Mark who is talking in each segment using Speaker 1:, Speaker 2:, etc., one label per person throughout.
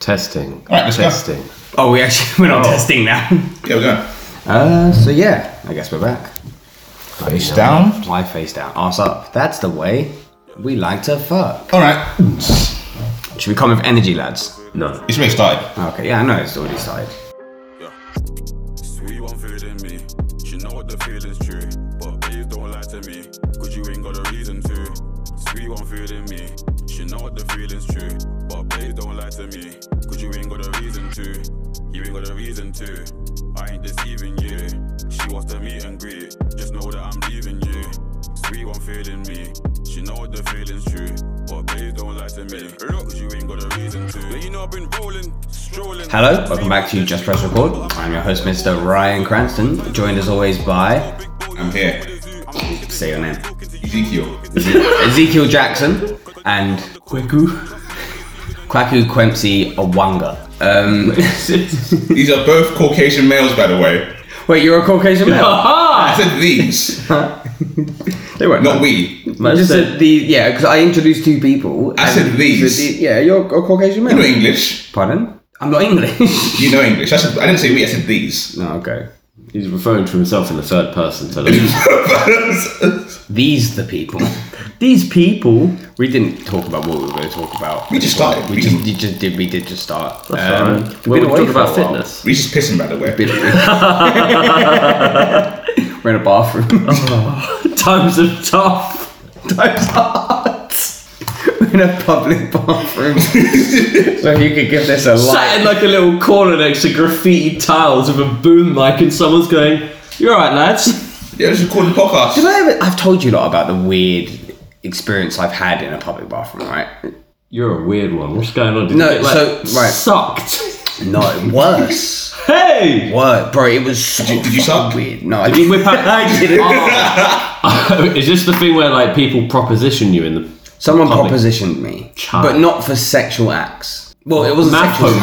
Speaker 1: Testing.
Speaker 2: All right, let's go.
Speaker 1: Testing.
Speaker 3: Oh, we actually we're not testing now.
Speaker 2: Yeah, we're going.
Speaker 3: Uh, so yeah, I guess we're back.
Speaker 2: Face down.
Speaker 3: Why face down, arse up? That's the way we like to fuck.
Speaker 2: All right.
Speaker 3: Should we come with energy, lads?
Speaker 1: No.
Speaker 2: It's already started.
Speaker 3: Okay, yeah, I know it's already started.
Speaker 4: Yeah. Sweet one feeling me. She know what the feeling's true. But please don't lie to me. Cause you ain't got a reason to. Sweet one feeling me. She know what the feeling's true. But please don't lie to me. Cause you ain't got a reason to. You ain't got a reason to. I ain't deceiving you. She wants to meet and greet. Just know that I'm leaving you. Sweet one feeling me. She know what the feeling's true. But please don't lie to me. Look, you ain't got a reason to. Yeah, you know I've been rolling, strolling.
Speaker 3: Hello, welcome back to Just Press Record. I'm your host, Mr. Ryan Cranston, joined as always by
Speaker 2: I'm here.
Speaker 3: say your name
Speaker 2: Ezekiel.
Speaker 3: Ezekiel Jackson and Kweku Kwaku Kwemsi Awanga. Um,
Speaker 2: These are both Caucasian males, by the way.
Speaker 3: wait, you're a Caucasian male?
Speaker 2: I said these,
Speaker 3: they weren't.
Speaker 2: not we.
Speaker 3: I just said the yeah because I introduced two people.
Speaker 2: I
Speaker 3: and
Speaker 2: said these.
Speaker 3: the- yeah, you're a Caucasian
Speaker 2: You know
Speaker 3: male.
Speaker 2: English.
Speaker 3: Pardon? I'm not English.
Speaker 2: You know English. I, said, I didn't say we. I said these.
Speaker 3: no, okay.
Speaker 1: He's referring to himself in the third person. So let's-
Speaker 3: These the people. These people. We didn't talk about what we were going to talk about.
Speaker 2: We just started.
Speaker 3: We just, you just did. We did just start.
Speaker 1: Um,
Speaker 3: Um,
Speaker 1: well,
Speaker 3: been
Speaker 1: we
Speaker 3: away
Speaker 1: talk
Speaker 3: for a
Speaker 1: about
Speaker 3: while.
Speaker 1: fitness.
Speaker 2: Reese is pissing, by the way.
Speaker 3: Been away. We're in a bathroom.
Speaker 1: Times are tough.
Speaker 3: Times hard. We're in a public bathroom. so if you could give this a
Speaker 1: Sat in
Speaker 3: like.
Speaker 1: like a little corner next to graffiti tiles with a boom mic, and someone's going, "You're all right, lads."
Speaker 2: Yeah, this is recording a podcast.
Speaker 3: Did I ever, I've told you lot about the weird experience I've had in a public bathroom, right?
Speaker 1: You're a weird one. What's going on? Did
Speaker 3: No,
Speaker 1: you get, like,
Speaker 3: so- right.
Speaker 1: sucked.
Speaker 3: No, worse.
Speaker 1: Hey,
Speaker 3: What, bro? It was so
Speaker 2: you- did
Speaker 3: fucking
Speaker 2: you suck?
Speaker 3: Weird. No, I
Speaker 1: did you
Speaker 3: didn't.
Speaker 1: whip out?
Speaker 3: I didn't.
Speaker 1: Is this the thing where like people proposition you in the
Speaker 3: Someone
Speaker 1: Public.
Speaker 3: propositioned me,
Speaker 1: Child.
Speaker 3: but not for sexual acts. Well, it wasn't
Speaker 1: Math
Speaker 3: sexual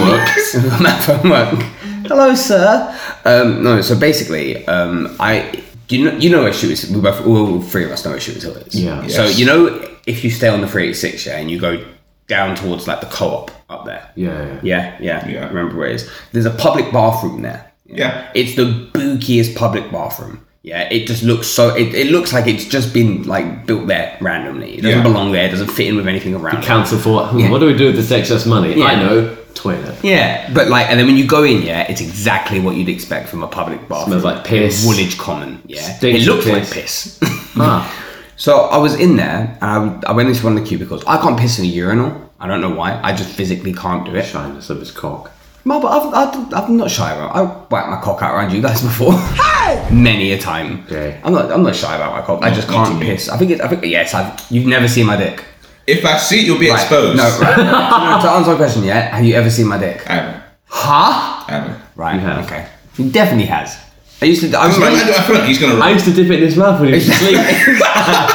Speaker 3: homework. math homework. Hello, sir. Um, no, so basically, um, I you know you know where shooters we both all three of us know where shooters hill is.
Speaker 1: Yeah.
Speaker 3: So
Speaker 2: Yes.
Speaker 3: you know if you stay on the three eight six yeah, and you go down towards like the co-op up there.
Speaker 1: yeah,
Speaker 3: Yeah, yeah,
Speaker 2: Yeah.
Speaker 3: Remember where it is? There's a public bathroom there.
Speaker 2: Yeah.
Speaker 3: It's the bookiest public bathroom. Yeah, it just looks so. It, it looks like it's just been like built there randomly. It doesn't
Speaker 2: Yeah.
Speaker 3: belong there. It doesn't fit in with anything around. it.
Speaker 1: Council for hmm, what do we do with this excess money? I know toilet.
Speaker 3: Yeah, but like, and then when you go in, yeah, it's exactly what you'd expect from a public bathroom.
Speaker 1: Smells like piss.
Speaker 3: Woolwich Common. Yeah,
Speaker 1: Stinks
Speaker 3: it looks
Speaker 1: of
Speaker 3: like
Speaker 1: piss.
Speaker 3: piss.
Speaker 1: Ah,
Speaker 3: so I was in there, and I, I went into one of the cubicles. I can't piss in a urinal. I don't know why. I just physically can't do it.
Speaker 1: shyness of his cock.
Speaker 3: No, but I've, I've, I'm not shy about. I whacked my cock out around you guys before, many a time.
Speaker 1: Okay.
Speaker 3: I'm not. I'm not shy about my cock. I just
Speaker 2: not
Speaker 3: can't
Speaker 2: to me.
Speaker 3: piss. I think. It, I think. Yes. I've, you've never seen my dick.
Speaker 2: If I see it, you'll be
Speaker 3: Right,
Speaker 2: exposed.
Speaker 3: No. Right. no. To answer my question, yeah. Have you ever seen my dick?
Speaker 2: I haven't.
Speaker 3: Huh?
Speaker 2: I haven't.
Speaker 3: Right.
Speaker 1: You have.
Speaker 3: Okay. He definitely has. I used to. I
Speaker 2: I,
Speaker 3: remember.
Speaker 2: I feel like he's gonna.
Speaker 1: I used to dip it in his mouth when he was asleep.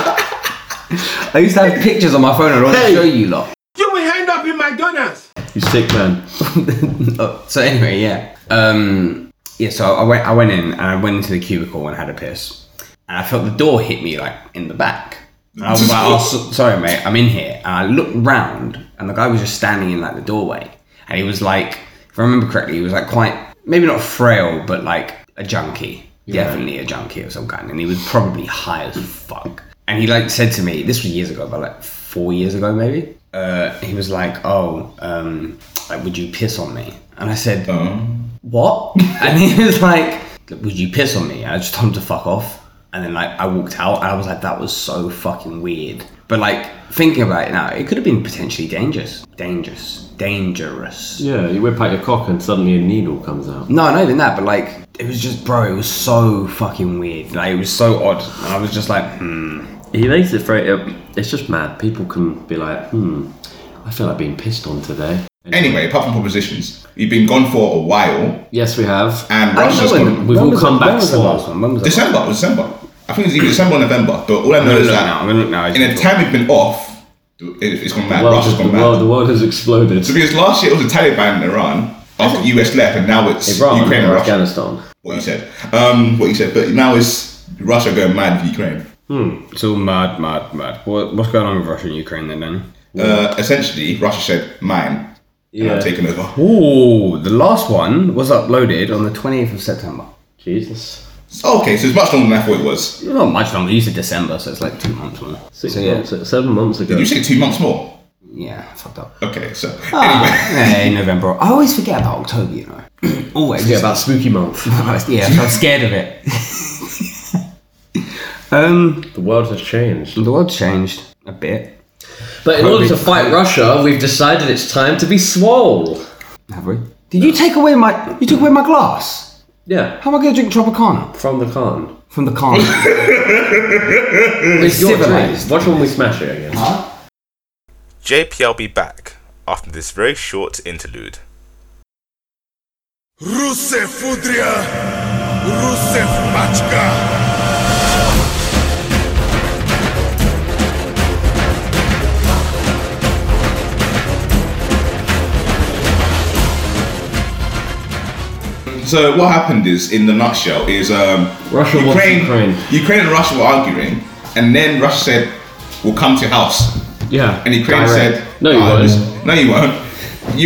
Speaker 3: I used to have pictures on my phone. and I want to
Speaker 1: Hey.
Speaker 3: show you lot.
Speaker 1: you sick man.
Speaker 3: Oh, so anyway, yeah. Um, yeah, so I went I went in and I went into the cubicle and had a piss. And I felt the door hit me like in the back. And I was like, oh, so- sorry, mate, I'm in here. And I looked round and the guy was just standing in like the doorway. And he was like, if I remember correctly, he was like quite, maybe not frail, but like a junkie. Definitely a junkie of some kind. And he was probably high as fuck. And he like said to me, this was years ago, about like four years ago maybe. Uh, he was like, oh, um, like, would you piss on me? And I said,
Speaker 2: Um,
Speaker 3: what? and he was like, would you piss on me? And I just told him to fuck off. And then like I walked out and I was like, that was so fucking weird. But like thinking about it now, it could have been potentially dangerous. Dangerous. Dangerous.
Speaker 1: Yeah, you whip out your cock and suddenly a needle comes out.
Speaker 3: No, not even that, but like it was just bro, it was so fucking weird. Like it was so odd. And I was just like, hmm.
Speaker 1: He makes it very. uh, It's just mad. People can be like, hmm, I feel like being pissed on today.
Speaker 2: anyway, apart from propositions, you've been gone for a while,
Speaker 1: Yes, we have.
Speaker 2: and
Speaker 3: I don't
Speaker 2: Russia's
Speaker 3: know when-
Speaker 2: gone.
Speaker 1: We've
Speaker 3: when
Speaker 1: all
Speaker 3: was
Speaker 1: come
Speaker 3: the-
Speaker 1: back
Speaker 3: When was the
Speaker 1: small.
Speaker 3: last one? When was the
Speaker 2: December. It was December. I think it was either December or November. But all I know
Speaker 3: I'm
Speaker 2: is
Speaker 3: gonna look
Speaker 2: that
Speaker 3: now. I'm gonna look now.
Speaker 2: in the time we've been off, it, it's gone mad.
Speaker 1: The world,
Speaker 2: Russia's
Speaker 1: the,
Speaker 2: gone mad.
Speaker 1: world, the world has exploded.
Speaker 2: So because last year it was the Taliban in Iran. After the US left, and now it's
Speaker 1: Iran,
Speaker 2: Ukraine and Russia.
Speaker 1: Afghanistan.
Speaker 2: What you said. Um, what you said. But now it's Russia going mad with Ukraine.
Speaker 3: It's all mad, mad, mad. What, what's going on with Russia and Ukraine then, Danny?
Speaker 2: Uh, essentially, Russia said, "Mine." and
Speaker 1: Yeah.
Speaker 2: I've taken over.
Speaker 3: Ooh, the last one was uploaded on the 28th of September.
Speaker 1: Jesus.
Speaker 2: Okay, so it's much longer than I thought it was.
Speaker 3: Not much longer. You said December, so it's like two months more.
Speaker 1: Six
Speaker 3: so yeah,
Speaker 1: months, seven months ago.
Speaker 2: Did you say two months more?
Speaker 3: yeah, fucked up.
Speaker 2: Okay, so
Speaker 1: Ah.
Speaker 3: Hey, November. I always forget about October, you know. always.
Speaker 1: yeah, about spooky month.
Speaker 3: yeah, I'm scared of it. um,
Speaker 1: the world has changed.
Speaker 3: the world's changed a bit.
Speaker 1: But in order
Speaker 3: Covid.
Speaker 1: to fight Russia, we've decided it's time to be swole.
Speaker 3: Have we? Did you take away my? You took away my glass.
Speaker 1: Yeah,
Speaker 3: How am I going to drink Tropicana
Speaker 1: from the Khan.
Speaker 3: from the car?
Speaker 2: Mm.
Speaker 1: It's your
Speaker 3: civilized.
Speaker 1: choice. Watch when we smash it again.
Speaker 5: JPL be back after this very short interlude.
Speaker 6: Rusev Udria, Rusev Mačka.
Speaker 2: So what happened is, in the nutshell, is um,
Speaker 1: Russia wants Ukraine.
Speaker 2: Ukraine and Russia were arguing, and then Russia said, "We'll come to your house,"
Speaker 1: Yeah.
Speaker 2: and Ukraine
Speaker 1: Direct.
Speaker 2: said,
Speaker 1: "No, you
Speaker 2: "Ah,
Speaker 1: won't."
Speaker 2: this- No, you won't.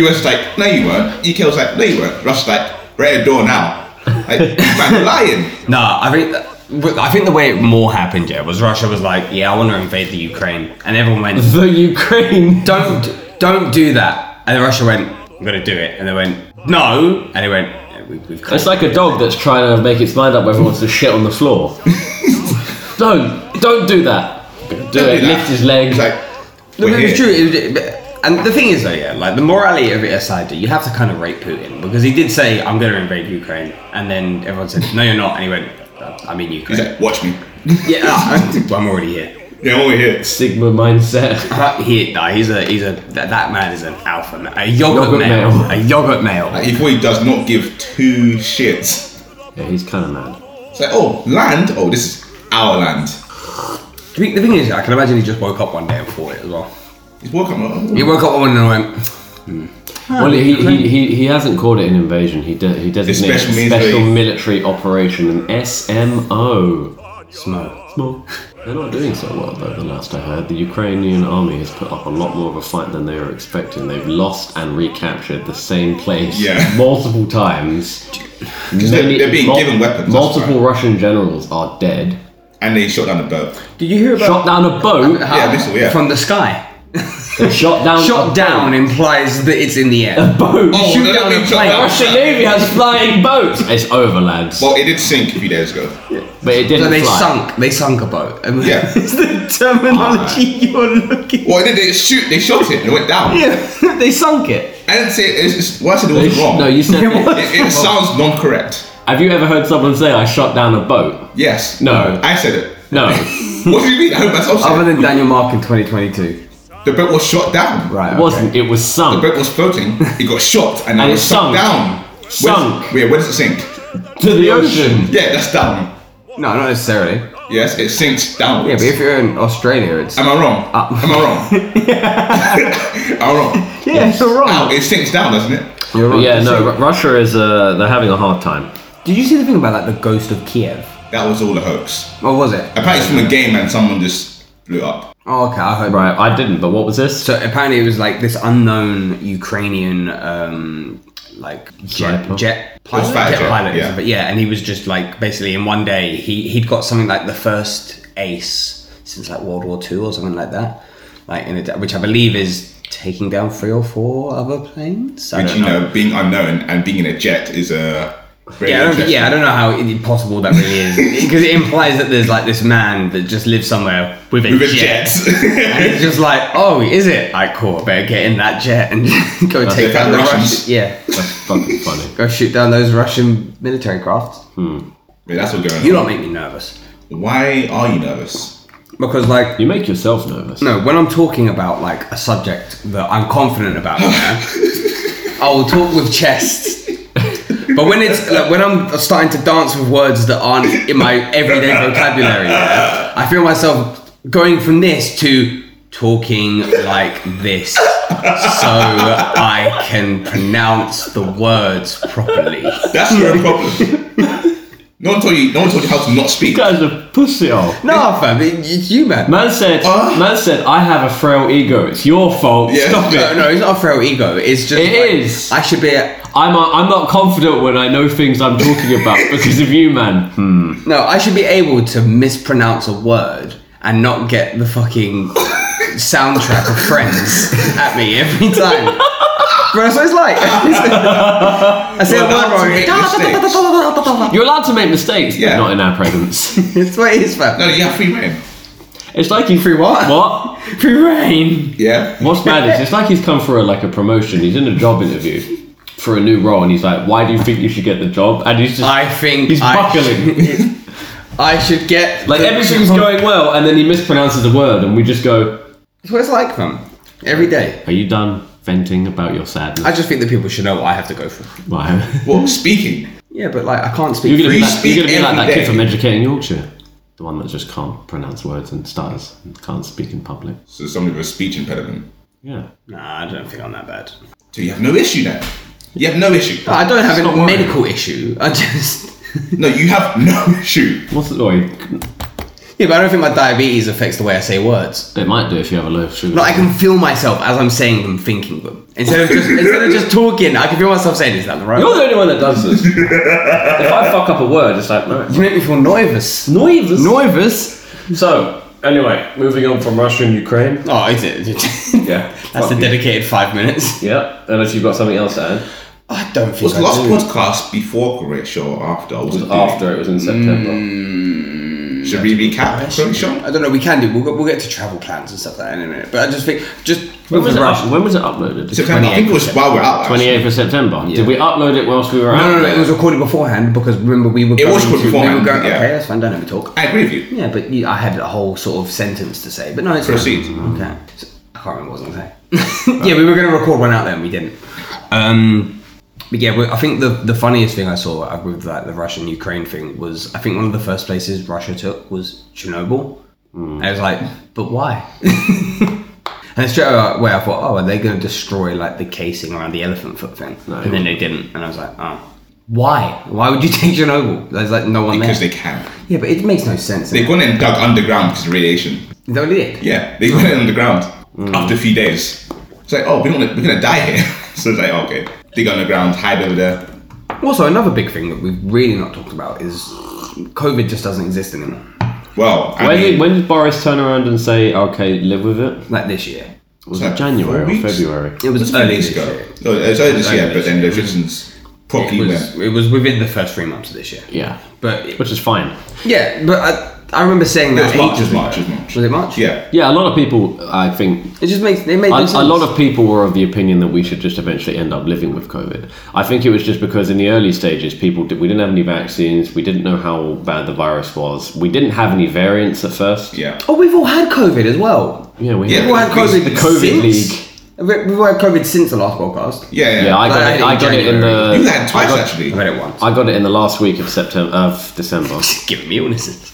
Speaker 2: US was like, "No, you won't." UK was like, "No, you won't." Russia's like, "We're at the door now." Like, man, you're lying.
Speaker 3: Nah, I think uh, I think the way it more happened yeah was Russia was like, yeah, I want to invade the Ukraine, and everyone went,
Speaker 1: the Ukraine.
Speaker 3: don't don't do that, and Russia went, I'm gonna do it, and they went, no, and they went, yeah, we, we've
Speaker 1: It's like a dog that's trying to make its mind up whether it wants to shit on the floor. don't, don't do that. Do
Speaker 2: Don't
Speaker 1: it.
Speaker 2: do that.
Speaker 1: Lift his leg.
Speaker 2: It's like,
Speaker 3: No,
Speaker 2: we're
Speaker 3: but it's
Speaker 2: here.
Speaker 3: true. It, it, and the thing is, though, yeah, like the morality of it aside, you have to kind of rate Putin because he did say, "I'm going to invade Ukraine," and then everyone said, "No, you're not," and he went, "I mean
Speaker 2: He's
Speaker 3: Ukraine."
Speaker 2: like, "Watch me."
Speaker 3: yeah, ah, I'm already here.
Speaker 2: Yeah, we're here.
Speaker 1: Sigma mindset.
Speaker 3: But He, nah, he's a, he's a, that, that man is an alpha, ma- a yogurt,
Speaker 1: Yogurt
Speaker 3: male,
Speaker 1: male.
Speaker 3: a yogurt male.
Speaker 2: Like, he probably does not give two shits.
Speaker 1: Yeah, he's kind of mad.
Speaker 2: It's like, oh, land? Oh, this is our land.
Speaker 3: The thing- the thing is, I can imagine he just woke up one day and thought it as well.
Speaker 2: He's welcome. Oh,
Speaker 3: He woke up one morning and went, "Hmm."
Speaker 1: Well, he, he, he, he hasn't called it an invasion. He de- he designates
Speaker 2: special
Speaker 1: it a
Speaker 2: military-
Speaker 1: special military operation, an SMO.
Speaker 3: "Smo."
Speaker 1: Well, they're not doing so well though. The last I heard, the Ukrainian army has put up a lot more of a fight than they were expecting. They've lost and recaptured the same place
Speaker 2: Yeah.
Speaker 1: multiple times.
Speaker 2: they're-
Speaker 1: Many-
Speaker 2: they're being given weapons, that's
Speaker 1: Multiple
Speaker 2: why.
Speaker 1: Russian generals are dead.
Speaker 2: And they shot down the boat.
Speaker 3: Did you hear about
Speaker 1: Shot down a boat.
Speaker 3: how-
Speaker 2: Yeah, missile, yeah.
Speaker 3: from the sky?
Speaker 1: They shot down.
Speaker 3: Shot
Speaker 1: a
Speaker 3: down
Speaker 1: boat.
Speaker 3: implies that it's in the air.
Speaker 1: a boat.
Speaker 2: Oh,
Speaker 3: shoot
Speaker 2: no,
Speaker 3: down
Speaker 2: they
Speaker 3: a
Speaker 2: shot
Speaker 3: plane.
Speaker 2: down.
Speaker 1: Russian Navy has flying boats. It's over, lads.
Speaker 2: Well, it did sink a few days ago.
Speaker 1: but it didn't
Speaker 3: So they
Speaker 1: fly.
Speaker 3: sunk. They sunk a boat. And
Speaker 2: Yeah.
Speaker 3: it's the terminology you're looking.
Speaker 2: Well, they, they shoot, they shot it and it went down.
Speaker 3: Yeah, they sunk it.
Speaker 2: I didn't say it's, it's, well, I said it
Speaker 1: They
Speaker 2: was
Speaker 1: sh-
Speaker 2: wrong.
Speaker 1: No, you said.
Speaker 2: it, it sounds non-correct.
Speaker 1: Have you ever heard someone say, "I shot down a boat"?
Speaker 2: Yes.
Speaker 1: No.
Speaker 2: I said it.
Speaker 1: No.
Speaker 2: What do you mean? I hope that's
Speaker 3: Other
Speaker 2: also
Speaker 3: than Daniel Mark in 2022,
Speaker 2: the boat was shot down.
Speaker 3: right?
Speaker 1: It
Speaker 3: okay.
Speaker 1: wasn't. It was
Speaker 2: The
Speaker 1: sunk
Speaker 2: boat was floating. It got shot and, then it
Speaker 1: And it
Speaker 2: was sunk
Speaker 1: sunk.
Speaker 2: down.
Speaker 1: Sunk.
Speaker 2: Where, where does it sink?
Speaker 1: to the ocean.
Speaker 2: Yeah, that's down.
Speaker 3: No, not necessarily.
Speaker 2: Yes, it sinks
Speaker 3: Yeah,
Speaker 2: downwards.
Speaker 3: but if Uh. you're in Australia, it's
Speaker 2: Am I wrong? Am I wrong? Am I wrong?
Speaker 3: yeah, you're
Speaker 2: Ow, it sinks down, doesn't it?
Speaker 3: You're
Speaker 1: But
Speaker 3: wrong.
Speaker 1: yeah,
Speaker 3: It's
Speaker 1: no.
Speaker 3: like-
Speaker 1: Ru- Russia is. Uh, they're having a hard time.
Speaker 3: Did you see the thing about like the ghost of Kiev?
Speaker 2: That was all a hoax.
Speaker 3: What was it?
Speaker 2: Apparently, it's from a game and someone just blew it up.
Speaker 3: Oh, okay, I heard.
Speaker 1: Right. I didn't. But what was this?
Speaker 3: So apparently, it was like this unknown Ukrainian, um, like jet
Speaker 1: Sniper.
Speaker 3: jet
Speaker 2: was
Speaker 3: pilot,
Speaker 2: fighter
Speaker 3: jet
Speaker 2: jet,
Speaker 3: pilot.
Speaker 2: yeah.
Speaker 3: But yeah, and he was just like basically in one day he he'd got something like the first ace since like World War Two or something like that, like in a day, which I believe is taking down three or four other planes. I
Speaker 2: Which,
Speaker 3: don't
Speaker 2: you know, being unknown and being in a jet is a. very
Speaker 3: Yeah, I don't,
Speaker 2: interesting-
Speaker 3: yeah, I don't know how i- possible that really is because it implies that there's like this man that just lives somewhere with a,
Speaker 2: With a
Speaker 3: jet.
Speaker 2: jet.
Speaker 3: And it's just like, oh, is it? I cool. I better get in that jet and go take
Speaker 2: it.
Speaker 3: down the
Speaker 2: Russians.
Speaker 3: Russians. Yeah,
Speaker 1: That's fucking funny.
Speaker 3: go shoot down those Russian military crafts.
Speaker 2: yeah, that's what's going on.
Speaker 3: You don't make me nervous
Speaker 2: Why are you nervous?
Speaker 3: because, like,
Speaker 1: You make yourself nervous.
Speaker 3: no, when I'm talking about like a subject that I'm confident about, you know, I will talk with chest. But when it's like, when I'm starting to dance with words that aren't in my everyday vocabulary, yeah, I feel myself going from this to talking like this, so I can pronounce the words properly.
Speaker 2: That's your own problem. No one told you. No one told you how to not speak.
Speaker 1: You guys are pussy oh. hole.
Speaker 3: No, fam, it- it's you, man.
Speaker 1: Man said,
Speaker 2: Huh?
Speaker 1: man said, I have a frail ego. It's your fault.
Speaker 2: Yeah.
Speaker 1: Stop
Speaker 3: No,
Speaker 1: it.
Speaker 3: no, it's not a frail ego. It's just.
Speaker 1: It
Speaker 3: like,
Speaker 1: is.
Speaker 3: I should be. A,
Speaker 1: I'm, a, I'm not confident when I know things I'm talking about because of you, man.
Speaker 3: no, I should be able to mispronounce a word and not get the fucking soundtrack of Friends at me every time. Bro, that's what it's like. I say a word
Speaker 2: Well, that's
Speaker 3: wrong.
Speaker 2: great mistakes.
Speaker 3: it-
Speaker 1: You're allowed to make mistakes,
Speaker 2: Yeah.
Speaker 1: but not in our presence.
Speaker 3: It's what it is, fam.
Speaker 2: No, you have free reign.
Speaker 1: it's like you
Speaker 3: Free what?
Speaker 1: What? Free reign.
Speaker 2: Yeah.
Speaker 1: What's mad is it's like he's come for a, like a promotion. He's in a job interview for a new role, and he's like, "Why do you think you should get the job?" And he's just
Speaker 3: I think
Speaker 1: he's
Speaker 3: I
Speaker 1: buckling.
Speaker 3: I should get
Speaker 1: like
Speaker 3: the-
Speaker 1: everything's going well, and then he mispronounces a word, and we just go,
Speaker 3: That's what it's like, fam. Every day.
Speaker 1: "Are you done venting about your sadness?"
Speaker 3: I just think that people should know what I have to go through.
Speaker 1: Wow.
Speaker 2: Well, speaking.
Speaker 3: Yeah, but like I can't speak.
Speaker 1: You're gonna be
Speaker 2: Free
Speaker 1: like, you're
Speaker 2: speech
Speaker 1: gonna be like that
Speaker 2: every
Speaker 1: kid
Speaker 2: day.
Speaker 1: from Educating Yorkshire, the one that just can't pronounce words and stutters and can't speak in public.
Speaker 2: So somebody with a speech impediment.
Speaker 1: Yeah.
Speaker 3: Nah, I don't think I'm that bad.
Speaker 2: So you have no issue then. You have no issue.
Speaker 3: I don't have
Speaker 1: Stop
Speaker 3: a
Speaker 1: worrying.
Speaker 3: medical issue. I just
Speaker 2: No, you have no issue.
Speaker 1: What's the story?
Speaker 3: yeah, but I don't think my diabetes affects the way I say words.
Speaker 1: It might do if you have a low sugar.
Speaker 3: Like I can feel myself as I'm saying them, thinking them instead of just instead of just talking. I can feel myself saying is that the right?
Speaker 1: You're
Speaker 3: word?"
Speaker 1: the only one that does this. if I fuck up a word, it's like no.
Speaker 3: You make me feel nervous.
Speaker 1: Noises.
Speaker 3: Nervous?
Speaker 1: So anyway, moving on from Russia and Ukraine.
Speaker 3: Oh, is it?
Speaker 1: Yeah.
Speaker 3: That's the dedicated five minutes.
Speaker 1: Yeah. Unless you've got something else to add.
Speaker 3: I don't think
Speaker 2: Was
Speaker 3: I
Speaker 2: the last
Speaker 3: do.
Speaker 2: podcast before Croatia or after? I wasn't doing-
Speaker 1: After it was in September.
Speaker 2: Mm. Should we recap Croatia?
Speaker 3: I don't know. We can do. We'll, go, we'll get to travel plans and stuff like that in a minute. But I just think, just
Speaker 1: When
Speaker 3: with
Speaker 1: was,
Speaker 3: the
Speaker 1: it
Speaker 3: Russian.
Speaker 1: up, when was it uploaded?
Speaker 2: September. I think it was while we we're out.
Speaker 1: Twenty
Speaker 2: actually.
Speaker 1: eighth of September. Did we upload it whilst we were out?
Speaker 3: No, no, no.
Speaker 1: there?
Speaker 3: It was recorded beforehand because remember we were.
Speaker 2: It
Speaker 3: going
Speaker 2: was recorded
Speaker 3: to- We
Speaker 2: beforehand,
Speaker 3: were going.
Speaker 2: yeah.
Speaker 3: Okay, that's fine. Don't let me talk.
Speaker 2: I agree with you.
Speaker 3: Yeah, but you, I had a whole sort of sentence to say. But no, it's fine.
Speaker 2: Proceed. Mm-hmm.
Speaker 3: Okay. So- I can't remember what I was going to say. yeah, we were going to record one out there and we didn't. Um, but yeah, we- I think the the funniest thing I saw uh, with like the Russian Ukraine thing was I think one of the first places Russia took was Chernobyl.
Speaker 2: Mm.
Speaker 3: And I was like, but why? and straight away I thought, oh, are they going to destroy like the casing around the elephant foot thing? and then they didn't, and I was like, oh, why? Why would you take Chernobyl? There's like no one
Speaker 2: Because
Speaker 3: there.
Speaker 2: they can.
Speaker 3: yeah, but it makes no sense.
Speaker 2: They've gone and dug underground because of radiation.
Speaker 3: Is that what it is?
Speaker 2: Yeah,
Speaker 1: Oh.
Speaker 2: they went underground
Speaker 1: Mm.
Speaker 2: after a few days. It's like, oh, we don't, we're gonna die here. so it's like, okay, dig underground, hide over there.
Speaker 3: Also, another big thing that we've really not talked about is COVID just doesn't exist anymore.
Speaker 2: Well, I
Speaker 1: When
Speaker 2: mean,
Speaker 1: did, when did Boris turn around and say, "Okay, live with it"?
Speaker 3: Like this year,
Speaker 1: Was
Speaker 2: So,
Speaker 1: it January
Speaker 2: four
Speaker 1: or
Speaker 2: weeks?
Speaker 1: February?
Speaker 3: it was
Speaker 2: it's
Speaker 3: early
Speaker 2: early
Speaker 3: this
Speaker 2: this
Speaker 3: year.
Speaker 2: ago. No, it's early this
Speaker 3: Early
Speaker 2: year,
Speaker 3: this
Speaker 2: but then the restrictions
Speaker 3: It
Speaker 2: properly
Speaker 3: was,
Speaker 2: went.
Speaker 3: it was within the first three months of this year.
Speaker 1: Yeah,
Speaker 3: But
Speaker 1: which is fine.
Speaker 3: yeah, but I, I remember saying
Speaker 2: It
Speaker 3: that
Speaker 2: was March, it
Speaker 3: ages
Speaker 2: was March,
Speaker 3: ago.
Speaker 2: it was March.
Speaker 3: Was it March?
Speaker 2: Yeah,
Speaker 1: Yeah, a lot of people, I think,
Speaker 3: It just makes it made no
Speaker 1: a,
Speaker 3: sense.
Speaker 1: a lot of people were of the opinion that we should just eventually end up living with COVID. I think it was just because in the early stages, people did, we didn't have any vaccines, we didn't know how bad the virus was, we didn't have any variants at first.
Speaker 2: yeah.
Speaker 3: Oh, we've all had COVID as well.
Speaker 1: yeah, we
Speaker 2: Yeah,
Speaker 3: We've all had
Speaker 2: because
Speaker 3: COVID.
Speaker 2: the
Speaker 1: COVID
Speaker 3: since- We- We've all had COVID since the last podcast.
Speaker 2: Yeah, yeah.
Speaker 1: Yeah, I got
Speaker 3: Like,
Speaker 1: it. I got it in the.
Speaker 3: January.
Speaker 2: you had twice
Speaker 1: I got,
Speaker 2: actually.
Speaker 3: I've had it once.
Speaker 1: I got it in the last week of September of December.
Speaker 3: Giving me illnesses.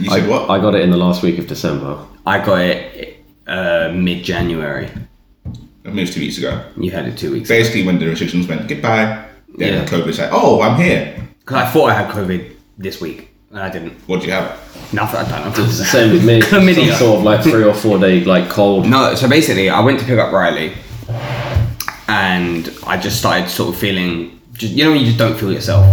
Speaker 2: You said what?
Speaker 1: I got it in the last week of December.
Speaker 3: I got it uh, mid-January.
Speaker 2: I mean, it was two weeks ago.
Speaker 3: You had it two weeks. ago.
Speaker 2: Basically, when the restrictions went goodbye, then
Speaker 3: Yeah.
Speaker 2: COVID's like, oh, I'm here.
Speaker 3: Because I thought I had COVID this week, and I didn't.
Speaker 2: What do you have?
Speaker 3: Nothing. I don't know.
Speaker 1: It's the same as me. some
Speaker 3: Chlamydia.
Speaker 1: sort of like three or four day like cold.
Speaker 3: No, so basically, I went to pick up Riley, and I just started sort of feeling, just, you know, when you just don't feel yourself,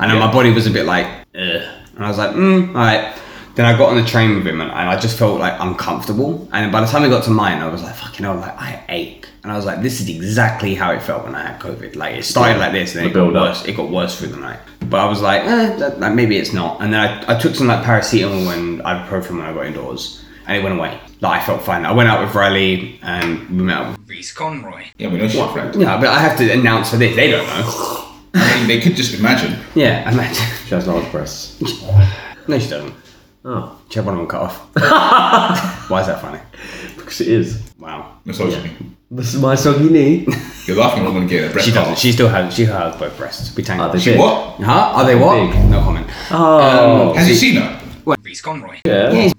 Speaker 3: and then my body was a bit like, Ugh. and I was like, mm, all right. Then I got on the train with him, and, and I just felt like uncomfortable. And by the time we got to mine, I was like, fucking hell, like I ache, and I was like, this is exactly how it felt when I had COVID. Like it started like this, and then it
Speaker 1: The
Speaker 3: got
Speaker 1: build-up.
Speaker 3: worse. It got worse through the night. But I was like, eh, that, that, maybe it's not. And then I, I took some like paracetamol and ibuprofen when I got indoors, and it went away. Like I felt fine. I went out with Riley and we met. up with-
Speaker 2: Yeah, we know she's friend.
Speaker 3: Yeah, but I have to announce for this. They don't know.
Speaker 2: I mean, they could just imagine.
Speaker 3: Yeah, I met.
Speaker 1: She has large breasts.
Speaker 3: No, she doesn't.
Speaker 1: Oh,
Speaker 3: She had one of them cut off. Why is that funny?
Speaker 1: because it is.
Speaker 3: Wow.
Speaker 2: Misogyny.
Speaker 1: This is my soggy
Speaker 2: You're laughing at a woman getting a breast
Speaker 3: She
Speaker 2: cut
Speaker 3: doesn't.
Speaker 2: off.
Speaker 3: She still has. She has both breasts. We tangled.
Speaker 1: they
Speaker 3: She-
Speaker 1: big?
Speaker 2: What?
Speaker 3: Huh? Are they what?
Speaker 1: Big.
Speaker 3: No comment.
Speaker 1: Oh,
Speaker 3: Um,
Speaker 2: Has he seen her?
Speaker 1: yeah.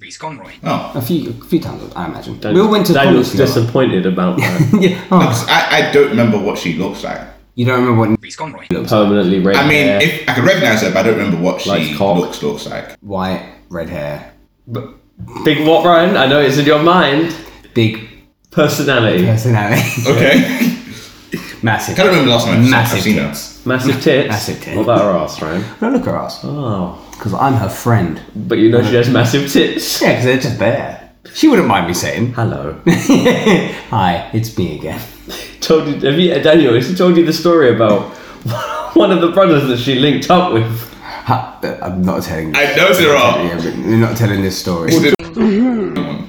Speaker 2: Oh.
Speaker 3: A few, a few times, I imagine.
Speaker 1: Daniel-
Speaker 3: we all went to college
Speaker 1: Daniel's
Speaker 3: together.
Speaker 1: disappointed about that.
Speaker 3: yeah. Oh.
Speaker 2: I, I don't remember what she looks like.
Speaker 3: You don't remember what
Speaker 7: Reese Conroy.
Speaker 1: Permanently red.
Speaker 2: I mean,
Speaker 1: hair.
Speaker 2: if I can recognize her, but I don't remember what she
Speaker 1: Like cock.
Speaker 2: looks looks like.
Speaker 3: white, red hair,
Speaker 1: big what, Ryan? I know it's in your mind.
Speaker 3: big
Speaker 1: Personality,
Speaker 2: Oh.
Speaker 3: personality,
Speaker 2: Okay,
Speaker 3: massive.
Speaker 2: can't remember the last time I've-
Speaker 3: Massive
Speaker 2: I've seen her.
Speaker 3: tits.
Speaker 1: massive tits.
Speaker 3: Massive tits.
Speaker 1: What about her ass, Ryan?
Speaker 3: Don't look her ass
Speaker 1: Oh,
Speaker 3: because I'm her friend.
Speaker 1: but you know she has massive tits.
Speaker 3: Yeah, because they're just there. She wouldn't mind me saying,
Speaker 1: Hello.
Speaker 3: "Hi, it's me again."
Speaker 1: told you, have you, Daniel? Has she told you the story about one of the brothers that she linked up with?
Speaker 3: Ha- uh, I'm not telling.
Speaker 2: I know there are.
Speaker 3: Yeah, but you're not telling this story.
Speaker 2: Who's
Speaker 3: No,
Speaker 2: the-
Speaker 3: no,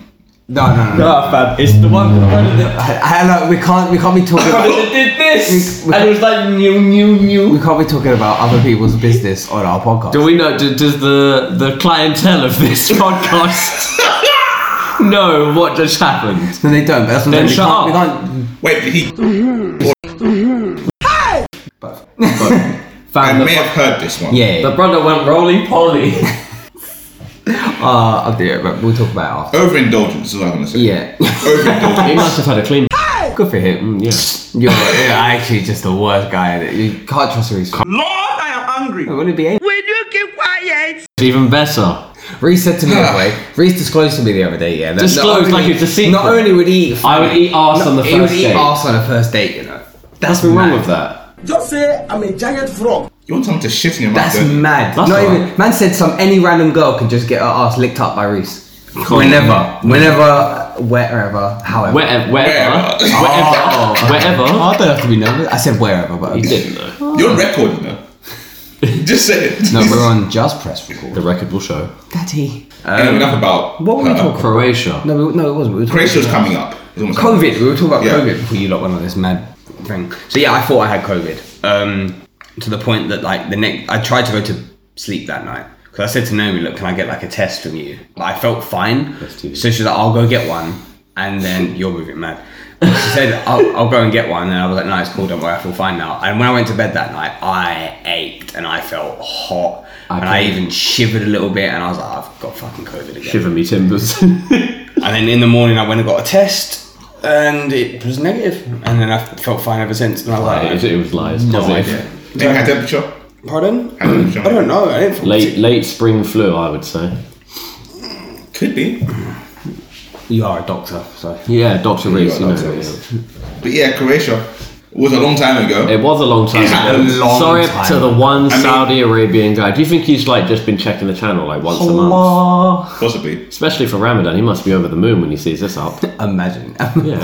Speaker 3: no. no.
Speaker 1: Ah, fam, it's the one the brother that
Speaker 3: Hello, we can't. We can't be talking. About,
Speaker 1: that did this,
Speaker 3: We- we-
Speaker 1: and it was like new, new,
Speaker 3: we
Speaker 1: new.
Speaker 3: can't be talking about other people's business on our podcast.
Speaker 1: Do we know? Do, does the the clientele of this podcast know what just happened?
Speaker 3: No, they don't. But that's what
Speaker 1: Then
Speaker 3: I'm saying.
Speaker 1: shut
Speaker 3: we
Speaker 1: up.
Speaker 3: can't, We can't.
Speaker 2: Wait, did he?
Speaker 3: But,
Speaker 2: I
Speaker 1: Fam, the,
Speaker 2: may have heard this one.
Speaker 3: yeah.
Speaker 1: the brother went roly poly.
Speaker 3: uh, I'll do it. But we'll talk about it after.
Speaker 2: Overindulgence is what I'm gonna say.
Speaker 3: Yeah.
Speaker 1: he must have had a clean.
Speaker 3: Good for him.
Speaker 1: Yeah.
Speaker 3: You're, you're actually just the worst guy. You can't trust Reese. Lord, I am angry. Wouldn't it be? angry?
Speaker 1: Even better.
Speaker 3: Reese said to me the other way. Reese disclosed to me the other day. Yeah. that
Speaker 1: Disclosed
Speaker 3: not only
Speaker 1: like
Speaker 3: would-
Speaker 1: it's a secret.
Speaker 3: Not only would he, eat
Speaker 1: I would eat arse
Speaker 3: no,
Speaker 1: on the first
Speaker 3: he would eat
Speaker 1: date.
Speaker 3: arse on a first date. You know.
Speaker 1: That's been wrong
Speaker 3: mad.
Speaker 1: with that.
Speaker 2: You want someone to shit in your mouth?
Speaker 3: That's
Speaker 2: don't you?
Speaker 3: mad.
Speaker 1: That's
Speaker 3: Not
Speaker 1: alright.
Speaker 3: even man said some any random girl can just get her ass licked up by Reese.
Speaker 1: on.
Speaker 3: Whenever, whenever, wherever, however.
Speaker 1: Wherever, wherever,
Speaker 2: Wherever.
Speaker 3: Oh,
Speaker 1: wherever,
Speaker 3: okay.
Speaker 1: wherever.
Speaker 3: I don't have to be nervous. I said wherever, but
Speaker 1: You didn't know.
Speaker 2: You're on record, you know. Just say it.
Speaker 3: no, we're on just press record.
Speaker 1: The record will show.
Speaker 3: Daddy.
Speaker 2: Anyway, enough about.
Speaker 3: um, What were we
Speaker 2: her.
Speaker 3: talking about?
Speaker 1: Oh, Croatia.
Speaker 3: No, we, no, it wasn't. We were talking
Speaker 2: Croatia's
Speaker 3: about-
Speaker 2: coming up. It's almost-
Speaker 3: COVID. We were talking about
Speaker 2: Yeah.
Speaker 3: COVID before you lot went on this mad thing. So yeah, I thought I had COVID. Um, to the point that like the next, I tried to go to sleep that night because I said to Naomi, "Look, can I get like a test from you?" But I felt fine,
Speaker 1: STD.
Speaker 3: so she's like, "I'll go get one," and then you're moving mad. She said, I'll, "I'll go and get one," and I was like, "No, it's cool. Don't worry, I feel fine now." And when I went to bed that night, I ached and I felt hot.
Speaker 1: I
Speaker 3: and I
Speaker 1: can-
Speaker 3: even shivered a little bit, and I was like, "I've got fucking COVID again."
Speaker 1: Shiver me timbers.
Speaker 3: And then in the morning, I went and got a test, and it was negative. And then I felt fine ever since. And I was like,
Speaker 1: it, it was lies.
Speaker 3: no
Speaker 1: Positive.
Speaker 3: idea.
Speaker 2: Take high temperature.
Speaker 3: Pardon?
Speaker 2: High temperature.
Speaker 3: I don't know. I didn't feel
Speaker 1: Late, late spring flu, I would say.
Speaker 2: Could be.
Speaker 3: You are a doctor, so
Speaker 1: Yeah, Doctor Reese. You know,
Speaker 2: Dr.
Speaker 1: yeah.
Speaker 2: Reese. But yeah, Croatia was a long time ago.
Speaker 1: It was a long time
Speaker 2: It's
Speaker 1: ago.
Speaker 2: a
Speaker 3: long
Speaker 1: Sorry
Speaker 3: time.
Speaker 1: to the one
Speaker 2: mean-
Speaker 1: Saudi Arabian guy. Do you think he's like just been checking the channel like once a month?
Speaker 2: Possibly.
Speaker 1: Especially for Ramadan, he must be over the moon when he sees this up.
Speaker 3: imagine.
Speaker 1: Yeah.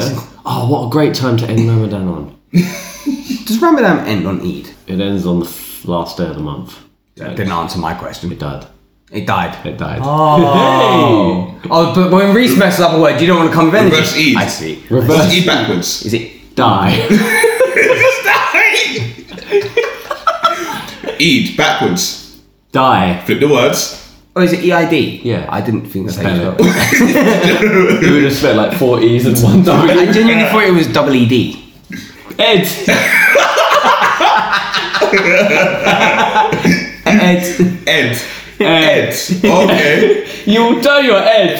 Speaker 1: oh, what a great time to end Ramadan on.
Speaker 3: Does Ramadan end on Eid?
Speaker 1: It ends on the f- last day of the month.
Speaker 3: Didn't answer my
Speaker 1: It
Speaker 3: question.
Speaker 1: died.
Speaker 3: It died.
Speaker 1: It died.
Speaker 3: Oh. oh, but when Reese messes up a word, you don't want to come with anything.
Speaker 2: Reverse Eid.
Speaker 3: I see.
Speaker 2: Just
Speaker 1: Reverse
Speaker 2: eat backwards.
Speaker 3: Is it?
Speaker 1: die.
Speaker 2: Eid backwards.
Speaker 1: die.
Speaker 2: Flip the words.
Speaker 3: Oh, is it EID?
Speaker 1: Yeah.
Speaker 3: I didn't think that's how you spelled
Speaker 1: Spell
Speaker 3: it.
Speaker 1: You would have spent like four E's and one
Speaker 3: I
Speaker 1: W.
Speaker 3: genuinely thought it was double E ED.
Speaker 1: Ed!
Speaker 3: Ed.
Speaker 2: Ed.
Speaker 1: Ed.
Speaker 2: Ed. Okay.
Speaker 1: You know your Ed!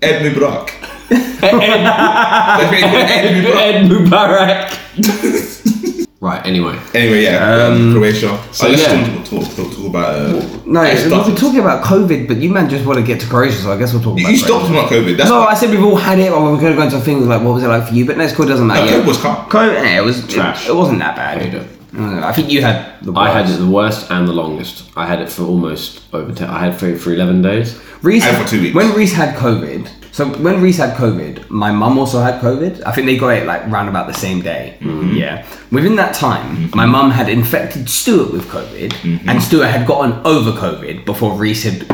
Speaker 2: Ed Mubarak. That's what you call Ed Mubarak.
Speaker 1: Ed Mubarak! right, anyway.
Speaker 2: Anyway, yeah, um, Croatia. So let's
Speaker 1: yeah.
Speaker 2: talk, talk, talk, talk about. Uh,
Speaker 3: No,
Speaker 2: I
Speaker 3: we've
Speaker 2: stopped.
Speaker 3: been talking about COVID, but you man just want to get to Croatia, so I guess we'll talk about
Speaker 2: you stopped
Speaker 3: Croatia.
Speaker 2: talking about COVID. That's
Speaker 3: No,
Speaker 2: why-
Speaker 3: I said we've all had it, but we're going to go into things like what was it like for you, but next call doesn't matter.
Speaker 2: No,
Speaker 3: yeah.
Speaker 2: COVID was calm.
Speaker 3: COVID, yeah, it was
Speaker 1: Trash.
Speaker 3: It, it wasn't that bad.
Speaker 1: Hated it.
Speaker 3: Mm, I think you had the worst.
Speaker 1: I had it the worst and the longest. I had it for almost over 10. I had it for, for 11 days.
Speaker 3: Reese,
Speaker 2: I had for two weeks.
Speaker 3: When Reese had COVID, so when Reese had COVID, my mum also had COVID. I think they got it like round about the same day.
Speaker 2: Mm-hmm.
Speaker 3: Yeah. Within that time, my mum had infected Stuart with COVID,
Speaker 2: Mm-hmm.
Speaker 3: and Stuart had gotten over COVID before Reese had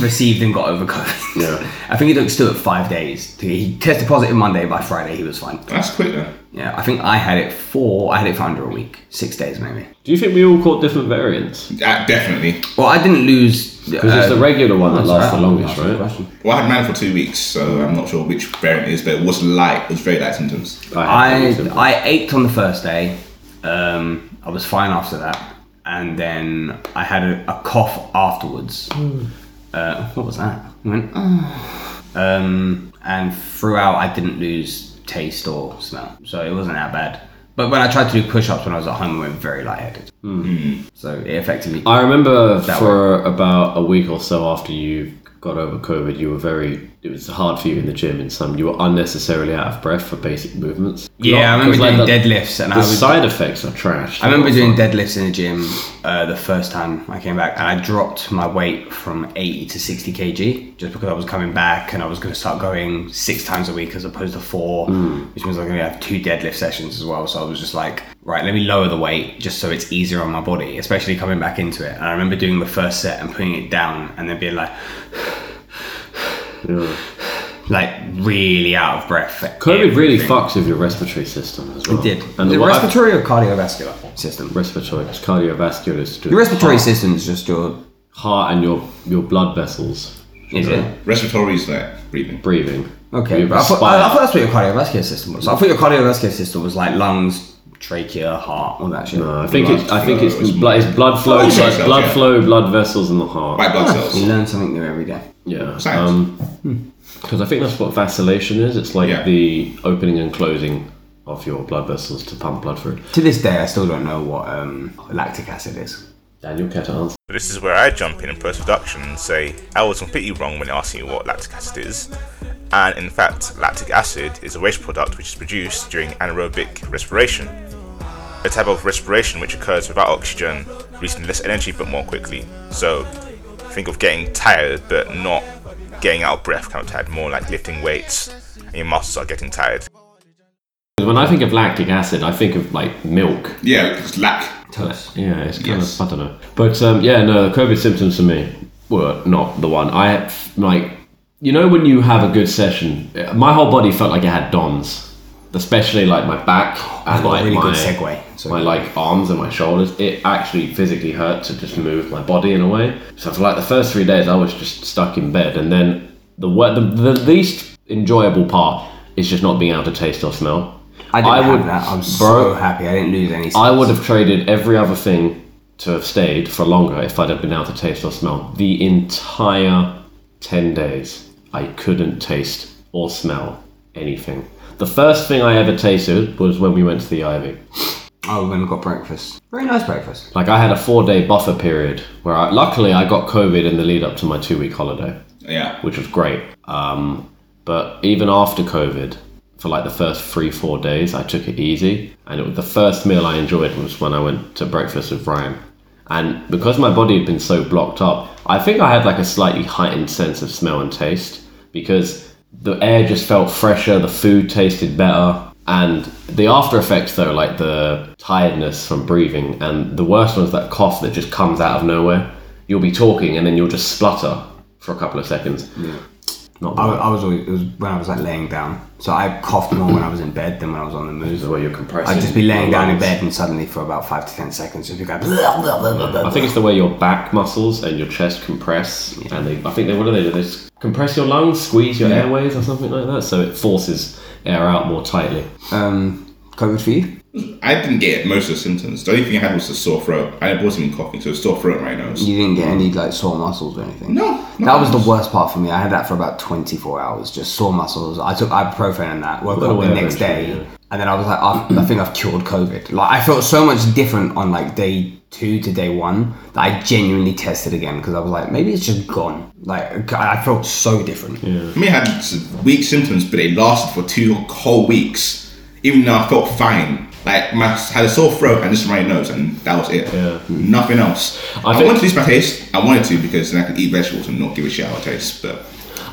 Speaker 3: received and got over COVID.
Speaker 1: Yeah.
Speaker 3: I think it took Stuart five days. To, he tested positive Monday. By Friday, he was fine.
Speaker 2: That's quick then.
Speaker 3: Yeah. I think I had it for I had it for under a week, six days maybe.
Speaker 1: Do you think we all caught different variants?
Speaker 2: Uh, definitely.
Speaker 3: Well, I didn't lose. uh,
Speaker 1: Because it's the
Speaker 3: Um,
Speaker 1: regular one that lasts the
Speaker 3: I'll
Speaker 1: longest,
Speaker 3: ask you a
Speaker 1: right?
Speaker 3: question.
Speaker 2: Well, I had mine for two weeks, so I'm not sure which variant it is, but it was light. It was very light symptoms.
Speaker 1: had
Speaker 3: I
Speaker 1: those symptoms.
Speaker 3: I ached on the first day. Um, I was fine after that, and then I had a, a cough afterwards.
Speaker 1: Hmm.
Speaker 3: Uh, what was that? I went, "Oh." um, and throughout I didn't lose taste or smell, so it wasn't that bad. But when I tried to do push-ups when I was at home, I went very lightheaded. So it affected me.
Speaker 1: Hmm. I remember
Speaker 3: That
Speaker 1: for about a week or so after you got over COVID, you were very. It was hard for you in the gym. In some, you were unnecessarily out of breath for basic movements.
Speaker 3: yeah, I
Speaker 1: Not-
Speaker 3: remember
Speaker 1: 'cause, like,
Speaker 3: doing
Speaker 1: the-
Speaker 3: deadlifts, and I
Speaker 1: The
Speaker 3: was
Speaker 1: side effects are trash.
Speaker 3: I remember doing deadlifts in the gym uh, the first time I came back, and I dropped my weight from 80 to 60 kg just because I was coming back and I was going to start going six times a week as opposed to four, which means I'm going to have two deadlift sessions as well. So I was just like, right, let me lower the weight just so it's easier on my body, especially coming back into it. And I remember doing the first set and putting it down, and then being like,
Speaker 1: Yeah.
Speaker 3: like really out of breath. for
Speaker 1: COVID really
Speaker 3: everything.
Speaker 1: fucks with your respiratory system as well.
Speaker 3: It did.
Speaker 1: And
Speaker 3: Is it
Speaker 1: what I've-
Speaker 3: respiratory or cardiovascular system?
Speaker 1: respiratory, it's cardiovascular, it's
Speaker 3: The respiratory
Speaker 1: heart,
Speaker 3: system is just your.
Speaker 1: heart and your your blood vessels
Speaker 3: Is it?
Speaker 2: Respiratory is like breathing.
Speaker 1: breathing.
Speaker 3: Okay,
Speaker 1: You
Speaker 3: but I thought, I,
Speaker 1: respire.
Speaker 3: I thought that's what your cardiovascular system was. I thought your cardiovascular system was like lungs, trachea, heart, all that shit.
Speaker 1: No, Uh, I think it's I think it's
Speaker 2: flow is
Speaker 1: blood, it's blood flow,
Speaker 2: Blood
Speaker 1: blood,
Speaker 2: cells,
Speaker 1: blood
Speaker 2: yeah.
Speaker 1: flow, blood vessels in the heart.
Speaker 2: White blood cells.
Speaker 3: You learn something new every day.
Speaker 1: Yeah. um,
Speaker 2: Science.
Speaker 3: Hmm.
Speaker 1: because I think that's what vacillation is. It's like
Speaker 2: Yeah.
Speaker 1: the opening and closing of your blood vessels to pump blood through.
Speaker 3: To this day, I still don't know what um, lactic acid is.
Speaker 1: Daniel, care to answer?
Speaker 5: But this is where I jump in in post production and say, I was completely wrong when asking you what lactic acid is. And in fact, lactic acid is a waste product which is produced during anaerobic respiration, a type of respiration which occurs without oxygen, releasing less energy but more quickly. So think of getting tired but not getting out of breath kind of tired, more like lifting weights and your muscles are getting tired.
Speaker 1: When I think of lactic acid, I think of like milk.
Speaker 2: Yeah, it's lack.
Speaker 3: Tell us.
Speaker 1: Yeah, it's kind
Speaker 2: Yes.
Speaker 1: of I don't know, but um, yeah, no, the COVID symptoms for me were not the one. I like, you know, when you have a good session, my whole body felt like it had DOMS, especially like my back and
Speaker 3: I've got
Speaker 1: like
Speaker 3: a really
Speaker 1: my
Speaker 3: good segue. So
Speaker 1: my like arms and my shoulders. It actually physically hurt to just move my body in a way. So for like the first three days, I was just stuck in bed, and then the wor- the, the least enjoyable part is just not being able to taste or smell.
Speaker 3: I didn't
Speaker 1: I
Speaker 3: have
Speaker 1: would-
Speaker 3: that. I'm so
Speaker 1: bro-
Speaker 3: happy. I didn't lose any.
Speaker 1: I would have traded every other thing to have stayed for longer if I'd have been able to taste or smell. The entire 10 days, I couldn't taste or smell anything. The first thing I ever tasted was when we went to the Ivy.
Speaker 3: I went and got breakfast. Very nice breakfast.
Speaker 1: Like, I had a four day buffer period where I, luckily I got COVID in the lead up to my two week holiday
Speaker 2: Yeah.
Speaker 1: which was great. Um, but even after COVID, for like the first three, four days, I took it easy. And it was the first meal I enjoyed was when I went to breakfast with Ryan. And because my body had been so blocked up, I think I had like a slightly heightened sense of smell and taste because the air just felt fresher, the food tasted better. And the after effects, though, like the tiredness from breathing, and the worst one's that cough that just comes out of nowhere. You'll be talking and then you'll just splutter for a couple of seconds. Not the
Speaker 3: I,
Speaker 1: one.
Speaker 3: I was always, it was when I was like laying down. So I coughed more when I was in bed than when I was on the move.
Speaker 1: where you're compressing.
Speaker 3: I'd just be laying
Speaker 1: your
Speaker 3: down in
Speaker 1: lungs.
Speaker 3: bed and suddenly for about five to ten seconds just be going. Blah, blah, blah, blah, blah.
Speaker 1: I think it's the way your back muscles and your chest compress, and they, I think they what do they do? They s- compress your lungs, squeeze your airways, or something like that. So it forces air out more tightly.
Speaker 3: Um, COVID for you?
Speaker 2: I didn't get most of the symptoms. The only thing I had was a sore throat. I wasn't even coughing, so it was sore throat and my nose.
Speaker 3: You didn't get any like sore muscles or anything.
Speaker 2: No, no.
Speaker 3: that was the worst part for me. I had that for about twenty four hours, just sore muscles. I took ibuprofen and that. Woke
Speaker 1: Well,
Speaker 3: up the
Speaker 1: yeah,
Speaker 3: next day,
Speaker 1: eventually, yeah.
Speaker 3: and then I was like, I, I think I've cured COVID. Like I felt so much different on like day two to day one that I genuinely tested again because I was like, maybe it's just gone. Like I felt so different.
Speaker 2: I mean, I had some weak symptoms, but they lasted for two whole weeks, even though I felt fine. Like, my, I had a sore throat and just my nose, and that was it.
Speaker 1: Yeah.
Speaker 2: Nothing else.
Speaker 1: I
Speaker 2: I,
Speaker 1: think-
Speaker 2: wanted to lose my taste. I wanted to because then I could eat vegetables and not give a shit how I taste. But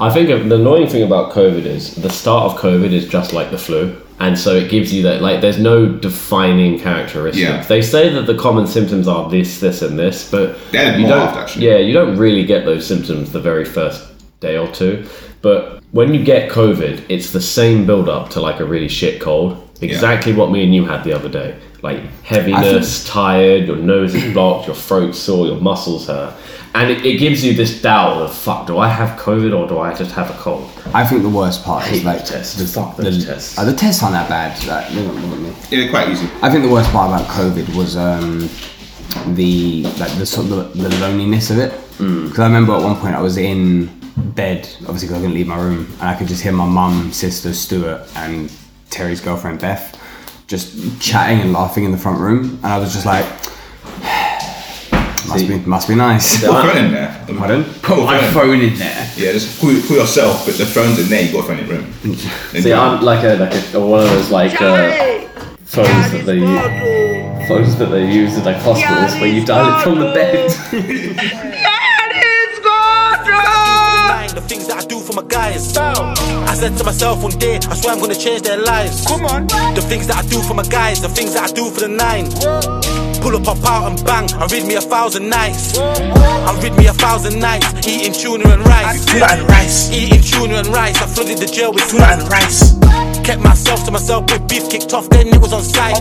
Speaker 1: I think the annoying thing about COVID is the start of COVID is just like the flu. And so it gives you that, like, there's no defining characteristics.
Speaker 2: Yeah.
Speaker 1: They say that the common symptoms are this, this, and this, but
Speaker 2: They added
Speaker 1: you
Speaker 2: more
Speaker 1: don't,
Speaker 2: after, actually.
Speaker 1: yeah, you don't really get those symptoms the very first day or two. But when you get COVID, it's the same build up to like a really shit cold. Exactly what me and you had the other day. Like heaviness, tired, your nose is blocked, your throat's sore, your muscles hurt. And it, it gives you this doubt of fuck, do I have COVID or do I just have a cold?
Speaker 3: I think the worst part is
Speaker 1: hate
Speaker 3: like
Speaker 1: those tests.
Speaker 3: The,
Speaker 1: Fuck those
Speaker 3: the-
Speaker 1: tests.
Speaker 3: Oh, the tests aren't that bad. Like, they don't bother me.
Speaker 2: yeah, they're quite easy.
Speaker 3: I think the worst part about COVID was um, the like the sort of the, the loneliness of it. Because I remember at one point I was in bed, obviously because I couldn't leave my room, and I could just hear my mum, sister Stuart, and Terry's girlfriend Beth just chatting and laughing in the front room, and I was just like, must be must be nice.
Speaker 2: Put a phone in there.
Speaker 3: Pardon? Put my
Speaker 2: phone.
Speaker 3: phone in there.
Speaker 2: Yeah, just call, call yourself, but the phone's in there. You got a phone in the room. Then
Speaker 1: See,
Speaker 2: you-
Speaker 1: I'm like a like a, one of those like uh, phones that they phones that they use in like hospitals where you dial it from the bed.
Speaker 7: mind, the things that I do for my guys. I said to myself one day, I swear I'm gonna change their lives. Come on. The things that I do for my guys, the things that I do for the nine. Pull up, pop out and bang, I read me a thousand nights. I read me a thousand nights, eating tuna and rice. Tuna and rice. Eating tuna and rice, I flooded the jail with tuna and rice. Kept myself to myself with beef kicked off, then it was on site.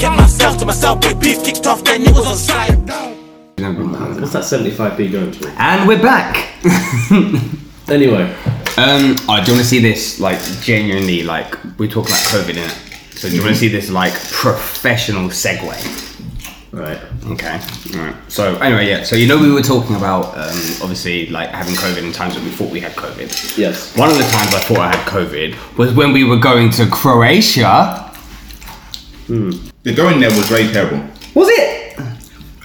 Speaker 7: Kept myself to myself with beef kicked off, then it was on site.
Speaker 1: What's that 75p going to?
Speaker 3: And we're back.
Speaker 1: Anyway,
Speaker 3: Um, oh, do you want to see this? Like genuinely, like we talk about COVID in it. So do you want
Speaker 2: Mm-hmm.
Speaker 3: to see this like professional segue?
Speaker 1: right.
Speaker 3: Okay. All right. So anyway, yeah. So you know we were talking about um, obviously like having COVID in times that we thought we had COVID.
Speaker 1: Yes.
Speaker 3: One of the times I thought I had COVID was when we were going to Croatia.
Speaker 2: the going there was very terrible.
Speaker 3: Was it?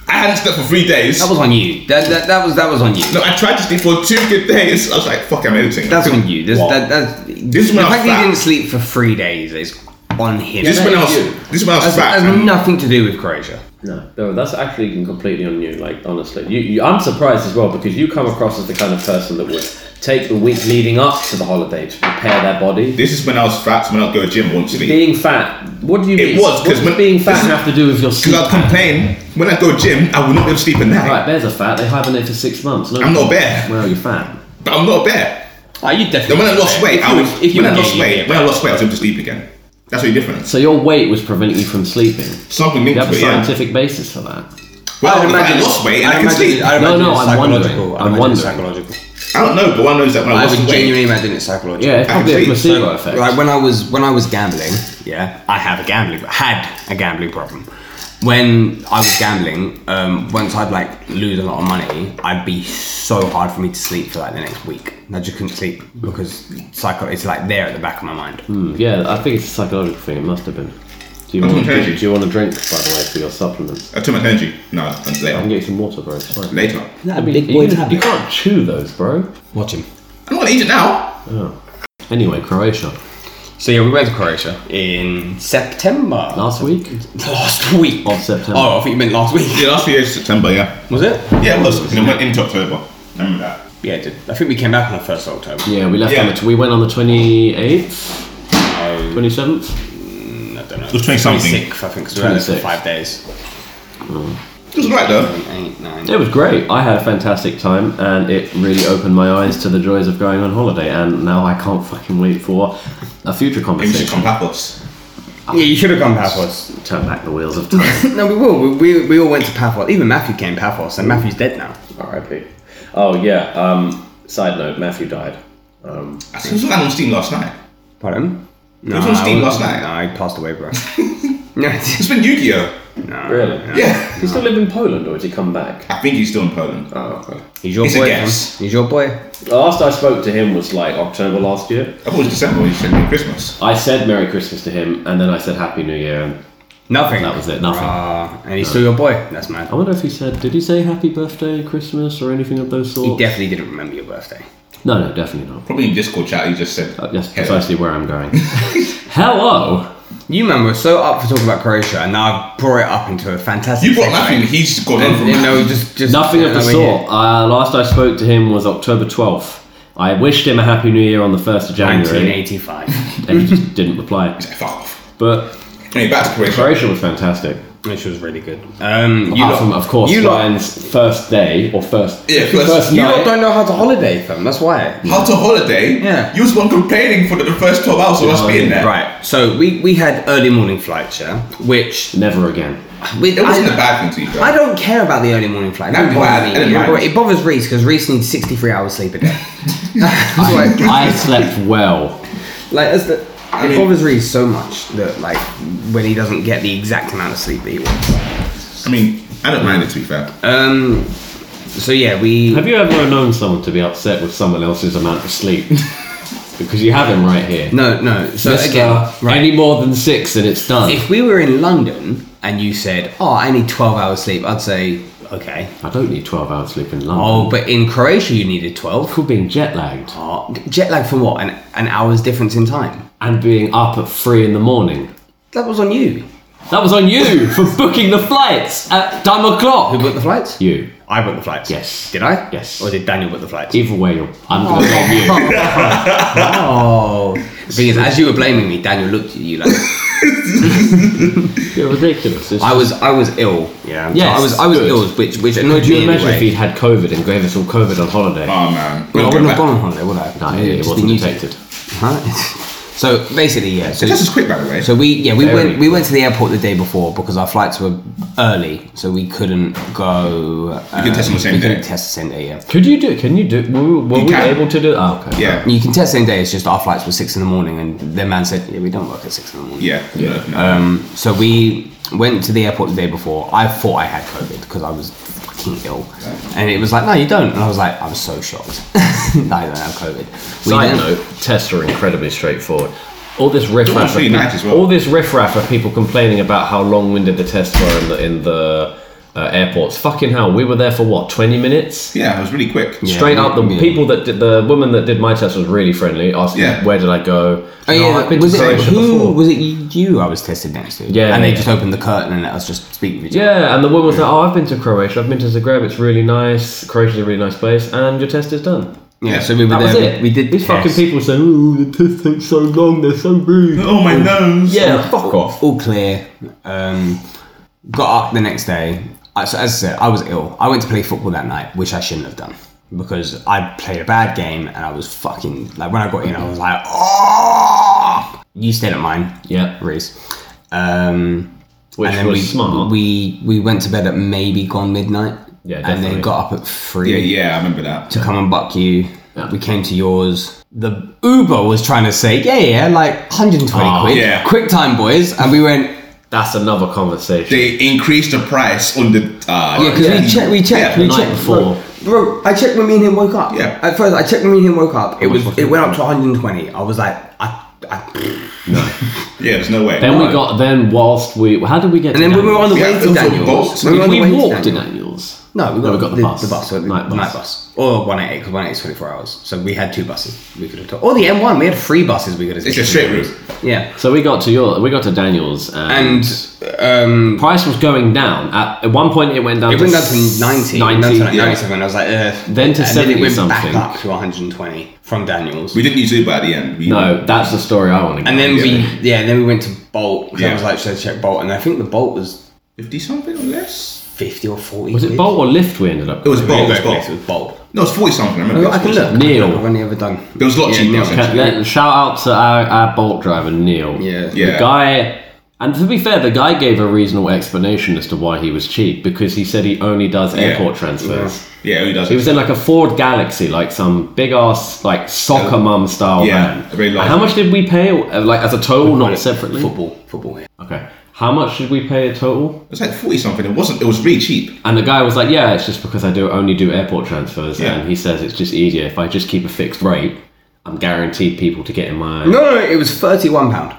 Speaker 2: I hadn't slept for three days.
Speaker 3: That was on you. That, that, that was that was on you.
Speaker 2: no, I tried to sleep for two good days. I was like, fuck, I'm editing.
Speaker 3: That's on you. There's,
Speaker 1: What?
Speaker 3: that, that's,
Speaker 2: This
Speaker 3: the
Speaker 2: one I
Speaker 3: fact that
Speaker 2: fat.
Speaker 3: you didn't sleep for three days is on him.
Speaker 2: This is when I was.
Speaker 1: you.
Speaker 2: This is when I
Speaker 3: That's-
Speaker 2: was
Speaker 3: has
Speaker 2: fat. man.
Speaker 3: nothing to do with Croatia.
Speaker 1: No, no, that's actually completely on you. Like honestly, you, you, I'm surprised as well because you come across as the kind of person that would take the week leading up to the holiday to prepare their body.
Speaker 2: This is when I was fat. so When I'd go to the gym, I wouldn't sleep.
Speaker 1: Being fat, what do you?
Speaker 2: It
Speaker 1: mean?
Speaker 2: was, 'cause
Speaker 1: what does
Speaker 2: when-
Speaker 1: being fat
Speaker 2: this is-
Speaker 1: have to do with your sleep?
Speaker 2: Because I'd complain when I go to gym, I would not be able to sleep at night.
Speaker 1: Right, bears are fat. They hibernate for six months. No
Speaker 2: I'm not a
Speaker 1: problem.
Speaker 2: bear.
Speaker 1: Well, you're fat.
Speaker 2: But I'm not a bear.
Speaker 3: Oh,
Speaker 1: Ah,
Speaker 3: you definitely.
Speaker 2: Then when I lost weight, I was.
Speaker 1: if you
Speaker 2: when I
Speaker 1: were
Speaker 2: lost
Speaker 1: gay,
Speaker 2: weight, when I lost weight, I was able to sleep again. That's the difference.
Speaker 1: So your weight was preventing you from sleeping.
Speaker 2: Something
Speaker 1: You
Speaker 2: linked
Speaker 1: have
Speaker 2: to
Speaker 1: a
Speaker 2: it, yeah.
Speaker 1: scientific basis for that.
Speaker 3: Oh,
Speaker 2: Well, I, lost weight and I, can sleep. I,
Speaker 3: I'd
Speaker 1: No,
Speaker 3: imagine
Speaker 1: no,
Speaker 3: it's
Speaker 1: I'm
Speaker 3: psychological.
Speaker 1: wondering.
Speaker 3: I'd
Speaker 1: I'm
Speaker 3: imagine it's
Speaker 1: wondering.
Speaker 3: Psychological.
Speaker 2: don't know, but one knows that when I,
Speaker 3: I
Speaker 2: lost
Speaker 3: would
Speaker 2: weight,
Speaker 3: genuinely imagine it's psychological.
Speaker 1: Yeah, it's
Speaker 2: I can
Speaker 1: probably a
Speaker 2: see.
Speaker 1: placebo
Speaker 3: So,
Speaker 1: effect.
Speaker 3: Right, when I was when I was gambling, yeah, I have a gambling had a gambling problem. When I was gambling, um, once I'd like lose a lot of money, I'd be so hard for me to sleep for like the next week. And I just couldn't sleep because psycho it's like there at the back of my mind.
Speaker 1: Hmm, Yeah, I think it's a psychological thing. It must have been. Do you
Speaker 2: That's
Speaker 1: want?
Speaker 2: okay.
Speaker 1: Do, do you want a drink, by the way, for your supplements?
Speaker 2: I took my energy. No,
Speaker 1: I can
Speaker 2: later.
Speaker 1: get you some water, bro. It's fine.
Speaker 2: Later.
Speaker 1: I mean, you, you can't chew those, bro.
Speaker 3: Watch him.
Speaker 2: I'm not gonna eat it now.
Speaker 1: Oh. Anyway, Croatia.
Speaker 3: So yeah, we went to Croatia in September.
Speaker 1: Last week
Speaker 3: last week.
Speaker 1: of September.
Speaker 3: Oh, I think you meant last week.
Speaker 2: Yeah, last year is September, yeah.
Speaker 3: Was it?
Speaker 2: Yeah, it was. And it went into October. I remember that.
Speaker 3: Yeah, it did. I think we came back on the first of October.
Speaker 1: Yeah, we left
Speaker 2: Yeah.
Speaker 1: on the. T- we went on the twenty eighth, twenty seventh.
Speaker 3: I don't know. It
Speaker 2: was 20 something.
Speaker 3: I think, 'cause we were there for
Speaker 1: 26.
Speaker 3: five days.
Speaker 2: It was alright though.
Speaker 3: Eight, nine.
Speaker 1: It was great. I had a fantastic time, and it really opened my eyes to the joys of going on holiday. And now I can't fucking wait for a future
Speaker 2: Maybe we should
Speaker 1: conversation.
Speaker 2: come back us.
Speaker 3: Yeah, you should have gone Paphos.
Speaker 1: Turn back the wheels of time.
Speaker 3: No, we will. We, we, we all went to Paphos. Even Matthew came Paphos, and Matthew's dead now.
Speaker 1: R.I.P. Oh yeah. Um, side note: Matthew died. Um,
Speaker 2: I saw something on Steam last night.
Speaker 3: Pardon? No,
Speaker 2: It was on Steam
Speaker 3: I
Speaker 2: last
Speaker 3: wasn't-
Speaker 2: night.
Speaker 3: No, he passed away, bro. no, it's-
Speaker 2: It's been Yu-Gi-Oh!
Speaker 3: no,
Speaker 1: Really?
Speaker 3: no.
Speaker 2: Yeah.
Speaker 1: he still live in Poland, or has he come back?
Speaker 2: I think he's still in Poland.
Speaker 1: Oh, okay.
Speaker 3: He's your
Speaker 2: It's a
Speaker 3: boy.
Speaker 2: guess.
Speaker 3: man. He's your boy.
Speaker 1: Last I spoke to him was like October last year.
Speaker 2: I thought it was December when you said Merry Christmas.
Speaker 1: I said Merry Christmas to him, and then I said Happy New Year, and
Speaker 3: Nothing.
Speaker 1: that was it. Nothing.
Speaker 3: Ah, and he's still your boy. That's mad.
Speaker 1: I wonder if he said, did he say happy birthday, Christmas, or anything of those
Speaker 3: He
Speaker 1: sorts?
Speaker 3: definitely didn't remember your birthday.
Speaker 1: no, no, definitely not.
Speaker 2: Probably in Discord chat he just
Speaker 3: Uh,
Speaker 2: said
Speaker 1: That's
Speaker 2: "Hello."
Speaker 1: precisely where I'm going. Hello!
Speaker 3: You man were so up for talking about Croatia, and now I've brought it up into a fantastic.
Speaker 2: You brought
Speaker 3: segue.
Speaker 2: Matthew and he's gone on from
Speaker 3: You know, just, just
Speaker 1: Nothing of the
Speaker 3: no, we're
Speaker 1: sort.
Speaker 3: here.
Speaker 1: Uh, last I spoke to him was October 12th. I wished him a happy new year on the 1st of January,
Speaker 3: 1985,
Speaker 1: and he just didn't reply.
Speaker 2: Fuck off.
Speaker 1: But
Speaker 2: Anyway, back to Croatia.
Speaker 1: Croatia was fantastic.
Speaker 3: which was really good. Um, you
Speaker 1: Apart
Speaker 3: lot-
Speaker 1: from, of course,
Speaker 3: you lot,
Speaker 1: Ryan's first day, or first,
Speaker 2: Yeah, first-
Speaker 1: first
Speaker 3: you
Speaker 2: you
Speaker 3: lot
Speaker 1: night.
Speaker 3: don't know how to holiday, fam. That's why.
Speaker 2: How to holiday?
Speaker 3: Yeah.
Speaker 2: You was the one complaining for the the first 12 hours of us being there.
Speaker 3: Right. So we, we had early morning flights, yeah, which
Speaker 1: Never again.
Speaker 3: we,
Speaker 2: It wasn't a
Speaker 3: I,
Speaker 2: bad thing to you, bro.
Speaker 3: I don't care about the early morning flight. That
Speaker 2: didn't mind.
Speaker 3: bothers
Speaker 2: I
Speaker 3: me.
Speaker 2: didn't
Speaker 3: It, bo-
Speaker 2: mind.
Speaker 3: it bothers Reese because Reese needs 63 hours sleep a day. like,
Speaker 1: I slept well.
Speaker 3: like as the,
Speaker 2: I
Speaker 3: it
Speaker 2: mean-
Speaker 3: bothers Reese so much that like when he doesn't get the exact amount of sleep that he wants.
Speaker 2: I mean, I don't mind it to be fair.
Speaker 3: Um. So yeah, we.
Speaker 1: Have you ever known someone to be upset with someone else's amount of sleep? because you have him right here.
Speaker 3: No, no. So
Speaker 1: Mister,
Speaker 3: again, right.
Speaker 1: any more than six and it's done.
Speaker 3: if we were in London and you said, "Oh, I need twelve hours sleep," I'd say, "Okay."
Speaker 1: I don't need 12 hours sleep in London.
Speaker 3: Oh, but in Croatia you needed twelve.
Speaker 1: for being jet lagged
Speaker 3: Oh, jet lag from what? An an hour's difference in time.
Speaker 1: and being up at three in the morning.
Speaker 3: That was on you.
Speaker 1: That was on you for booking the flights at time
Speaker 3: Who
Speaker 1: o'clock.
Speaker 3: booked the flights?
Speaker 1: You.
Speaker 3: I booked the flights.
Speaker 1: Yes.
Speaker 3: Did I?
Speaker 1: Yes.
Speaker 3: Or did Daniel book the flights?
Speaker 1: Either way, you're, I'm going to blame you.
Speaker 3: Oh. The thing is, as you were blaming me, Daniel looked at you like
Speaker 1: You're ridiculous. It's
Speaker 3: I was. I was ill. Yeah. so
Speaker 1: Yes,
Speaker 3: I was. I was
Speaker 1: good.
Speaker 3: ill, which which annoyed
Speaker 1: Could you
Speaker 3: me
Speaker 1: imagine
Speaker 3: anyway.
Speaker 1: if he'd had COVID and gave us all COVID on holiday?
Speaker 2: Oh
Speaker 3: Well,
Speaker 2: man.
Speaker 3: I
Speaker 2: We'll go
Speaker 3: wouldn't
Speaker 2: back.
Speaker 3: have gone on holiday, would I?
Speaker 1: no,
Speaker 3: Yeah,
Speaker 1: it, it
Speaker 3: just
Speaker 1: wasn't
Speaker 3: didn't use it.
Speaker 1: detected.
Speaker 3: Huh? So basically, yeah. So
Speaker 2: This is quick, by the way.
Speaker 3: So we yeah we
Speaker 1: Very
Speaker 3: went we went to the airport the day before because our flights were early, so we couldn't go. Uh,
Speaker 2: could test on the same
Speaker 3: we
Speaker 2: day.
Speaker 3: couldn't Test the same day, yeah.
Speaker 1: Could you do? Can you do? Were, we- were
Speaker 2: You
Speaker 1: we
Speaker 2: can.
Speaker 1: able to do? Oh, okay.
Speaker 2: yeah.
Speaker 3: You can test the same day. It's just our flights were six in the morning, and their man said, "Yeah, we don't work at six in the morning."
Speaker 2: Yeah. Yeah.
Speaker 3: Um, so we went to the airport the day before. I thought I had COVID because I was fucking ill, and it was like, "No, you don't." And I was like, "I'm so shocked. no, I don't have COVID." We
Speaker 1: Side
Speaker 3: then-
Speaker 1: note: tests are incredibly straightforward. All this riffraff,
Speaker 2: They're
Speaker 1: of
Speaker 2: actually
Speaker 1: peop-
Speaker 2: nice as well.
Speaker 1: all this riffraff of people complaining about how long-winded the tests were in the in the uh, airports. Fucking hell, we were there for what twenty minutes.
Speaker 2: yeah, it was really quick.
Speaker 1: Straight up, the
Speaker 3: yeah.
Speaker 1: people that did the woman that did my test was really friendly. Asked
Speaker 2: Yeah.
Speaker 1: where did I go.
Speaker 3: Oh yeah,
Speaker 1: I've been
Speaker 3: was
Speaker 1: to
Speaker 3: it
Speaker 1: Croatia
Speaker 3: who
Speaker 1: before."
Speaker 3: was it you I was tested next to?
Speaker 1: Yeah,
Speaker 3: and they
Speaker 1: yeah.
Speaker 3: just opened the curtain and let us just speak with each other.
Speaker 1: Yeah, and the woman was like, "Oh, I've been to Croatia. I've been to Zagreb. It's really nice. Croatia's a really nice place, and your test is done."
Speaker 3: Yeah, so we were
Speaker 1: That
Speaker 3: there.
Speaker 1: was it.
Speaker 3: We, we did
Speaker 1: These
Speaker 3: the test.
Speaker 1: fucking people say, "Oh, the test takes so long. They're so rude."
Speaker 2: Oh my nose.
Speaker 1: Yeah, fuck off.
Speaker 3: all clear. Um, got up the next day. I- So as I said, I was ill. I went to play football that night, which I shouldn't have done because I played a bad game and I was fucking like when I got in, I was like, oh! You stayed at mine,
Speaker 1: Yeah,
Speaker 3: Reese. Um,
Speaker 1: which
Speaker 3: and then we,
Speaker 1: was smart.
Speaker 3: We we went to bed at maybe gone midnight.
Speaker 1: Yeah,
Speaker 3: and
Speaker 1: definitely.
Speaker 3: then got up at three.
Speaker 2: Yeah, yeah, I remember that.
Speaker 3: to come and buck you.
Speaker 1: Yeah.
Speaker 3: We came to yours. The Uber was trying to say, yeah, yeah, like 120
Speaker 1: Ah,
Speaker 3: quid.
Speaker 2: yeah.
Speaker 3: Quick time, boys. And we went,
Speaker 1: That's another conversation.
Speaker 2: They increased the price on the. Uh,
Speaker 3: yeah, because we checked, we checked,
Speaker 2: Yeah,
Speaker 3: we
Speaker 1: the night
Speaker 3: checked.
Speaker 1: before.
Speaker 3: Bro, bro, I checked when me and him woke up.
Speaker 2: Yeah.
Speaker 3: At first, I checked when me and him woke up. It was,
Speaker 1: much was
Speaker 3: it
Speaker 1: it?
Speaker 3: went up to 120. I was like, I, I,
Speaker 2: Yeah, there's no way.
Speaker 1: Then we got then whilst we how did we get?
Speaker 3: and then
Speaker 1: to
Speaker 3: when we were on the
Speaker 2: Yeah,
Speaker 3: way
Speaker 2: it
Speaker 3: to
Speaker 2: was on
Speaker 3: Daniels,
Speaker 2: boats.
Speaker 3: when we were
Speaker 1: Did
Speaker 3: on the way
Speaker 1: we
Speaker 3: to
Speaker 1: walk to
Speaker 3: Daniels-
Speaker 1: Daniels.
Speaker 3: No, we got,
Speaker 1: we got the bus.
Speaker 3: The bus, the
Speaker 1: Night
Speaker 3: night
Speaker 1: bus.
Speaker 3: bus. Or 188, because 188 is 24 hours. So we had two buses we could have took. Or the M1, we had three buses we could have
Speaker 2: It's
Speaker 3: taken.
Speaker 2: a straight route.
Speaker 3: Yeah.
Speaker 1: So we got to your we got to Daniels and,
Speaker 3: And um,
Speaker 1: price was going down. At, at one point it went down
Speaker 3: It
Speaker 1: to
Speaker 3: went up to 90. 90
Speaker 1: 90,
Speaker 3: like
Speaker 1: yeah.
Speaker 3: 97. I was like, Ugh.
Speaker 1: Then to
Speaker 3: And
Speaker 1: 70
Speaker 3: it went
Speaker 1: something.
Speaker 3: back up to 120 from Daniels.
Speaker 2: We didn't use Uber at the end. We,
Speaker 1: No, that's the story I want to get.
Speaker 3: and then we,
Speaker 2: Yeah.
Speaker 3: yeah, then we went to Bolt. 'cause I
Speaker 2: Yeah.
Speaker 3: was like, should I check Bolt? And I think the Bolt was
Speaker 2: Fifty something or less.
Speaker 3: 50 or 40.
Speaker 1: was it
Speaker 3: quid.
Speaker 1: Bolt or Lyft we ended up?
Speaker 2: It was
Speaker 3: We
Speaker 2: Bolt.
Speaker 3: didn't
Speaker 2: It was
Speaker 3: go Bolt. It
Speaker 2: Bolt.
Speaker 3: was Bolt.
Speaker 2: No, it was forty something. I remember.
Speaker 3: Oh,
Speaker 2: it was
Speaker 3: I can
Speaker 2: 40 something.
Speaker 3: look.
Speaker 1: Neil.
Speaker 3: I can look. I've only ever done.
Speaker 2: There was a lot
Speaker 3: yeah,
Speaker 2: cheaper.
Speaker 3: Neil.
Speaker 1: Can- let- shout out to our, our Bolt driver Neil.
Speaker 3: Yeah.
Speaker 1: The
Speaker 2: Yeah.
Speaker 1: guy, and to be fair, the guy gave a reasonable explanation as to why he was cheap because he said he only does airport transfers.
Speaker 2: Yeah, who does
Speaker 1: He was in like a Ford Galaxy, like some big ass like soccer mum style
Speaker 2: yeah,
Speaker 1: van.
Speaker 2: a very large
Speaker 1: And how much did we pay? uh, Like as a total, not separately.
Speaker 3: Football. Football, yeah.
Speaker 1: Okay. How much did we pay a total?
Speaker 2: It was like forty something. It wasn't. It was really cheap.
Speaker 1: And the guy was like, "Yeah, it's just because I do only do airport transfers,
Speaker 2: Yeah.
Speaker 1: and he says it's just easier if I just keep a fixed rate. I'm guaranteed people to get in my
Speaker 3: No, no, no, it was £31.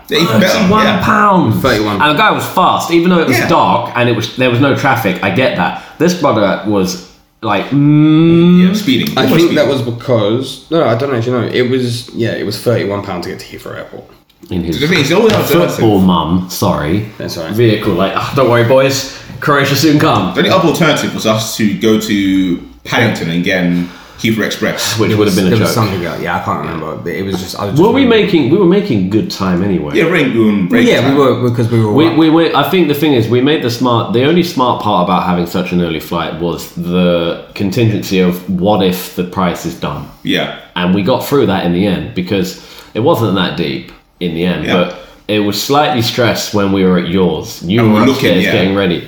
Speaker 2: Yeah, even better.
Speaker 1: Thirty-one
Speaker 2: Yeah.
Speaker 1: pounds.
Speaker 3: 31.
Speaker 1: And the guy was fast, even though it was
Speaker 2: Yeah.
Speaker 1: dark and it was there was no traffic. I get that. This brother was like, mm,
Speaker 2: Yeah, speeding.
Speaker 3: I
Speaker 2: Almost
Speaker 3: think that
Speaker 2: speeding.
Speaker 3: was because. No, I don't know if you know. It was, yeah, it was £31 to get to Heathrow Airport.
Speaker 1: in his
Speaker 2: The thing is, they always have to-
Speaker 1: football mum, sorry,
Speaker 3: That's all right.
Speaker 1: vehicle. Like, "Ah, don't worry, boys, Croatia soon
Speaker 2: The
Speaker 1: come.
Speaker 2: only other alternative was us to go to Paddington and get an Heathrow Express.
Speaker 1: Which would have been a
Speaker 3: there
Speaker 1: joke.
Speaker 3: was something else. Yeah, I can't remember. But it was just. I was just
Speaker 1: were we
Speaker 3: really-
Speaker 1: making? We were making good time anyway.
Speaker 2: Yeah, ring room break.
Speaker 3: Yeah,
Speaker 2: time.
Speaker 3: we were because we were. all
Speaker 1: We,
Speaker 3: up.
Speaker 1: we, we, I think the thing is, we made the smart. The only smart part about having such an early flight was the contingency of what if the price is dumb.
Speaker 2: Yeah,
Speaker 1: and we got through that in the end because it wasn't that deep in the end
Speaker 2: Yeah.
Speaker 1: but it was slightly stressed when we were at yours you
Speaker 2: And
Speaker 1: were
Speaker 2: we're looking,
Speaker 1: upstairs
Speaker 2: yeah.
Speaker 1: getting ready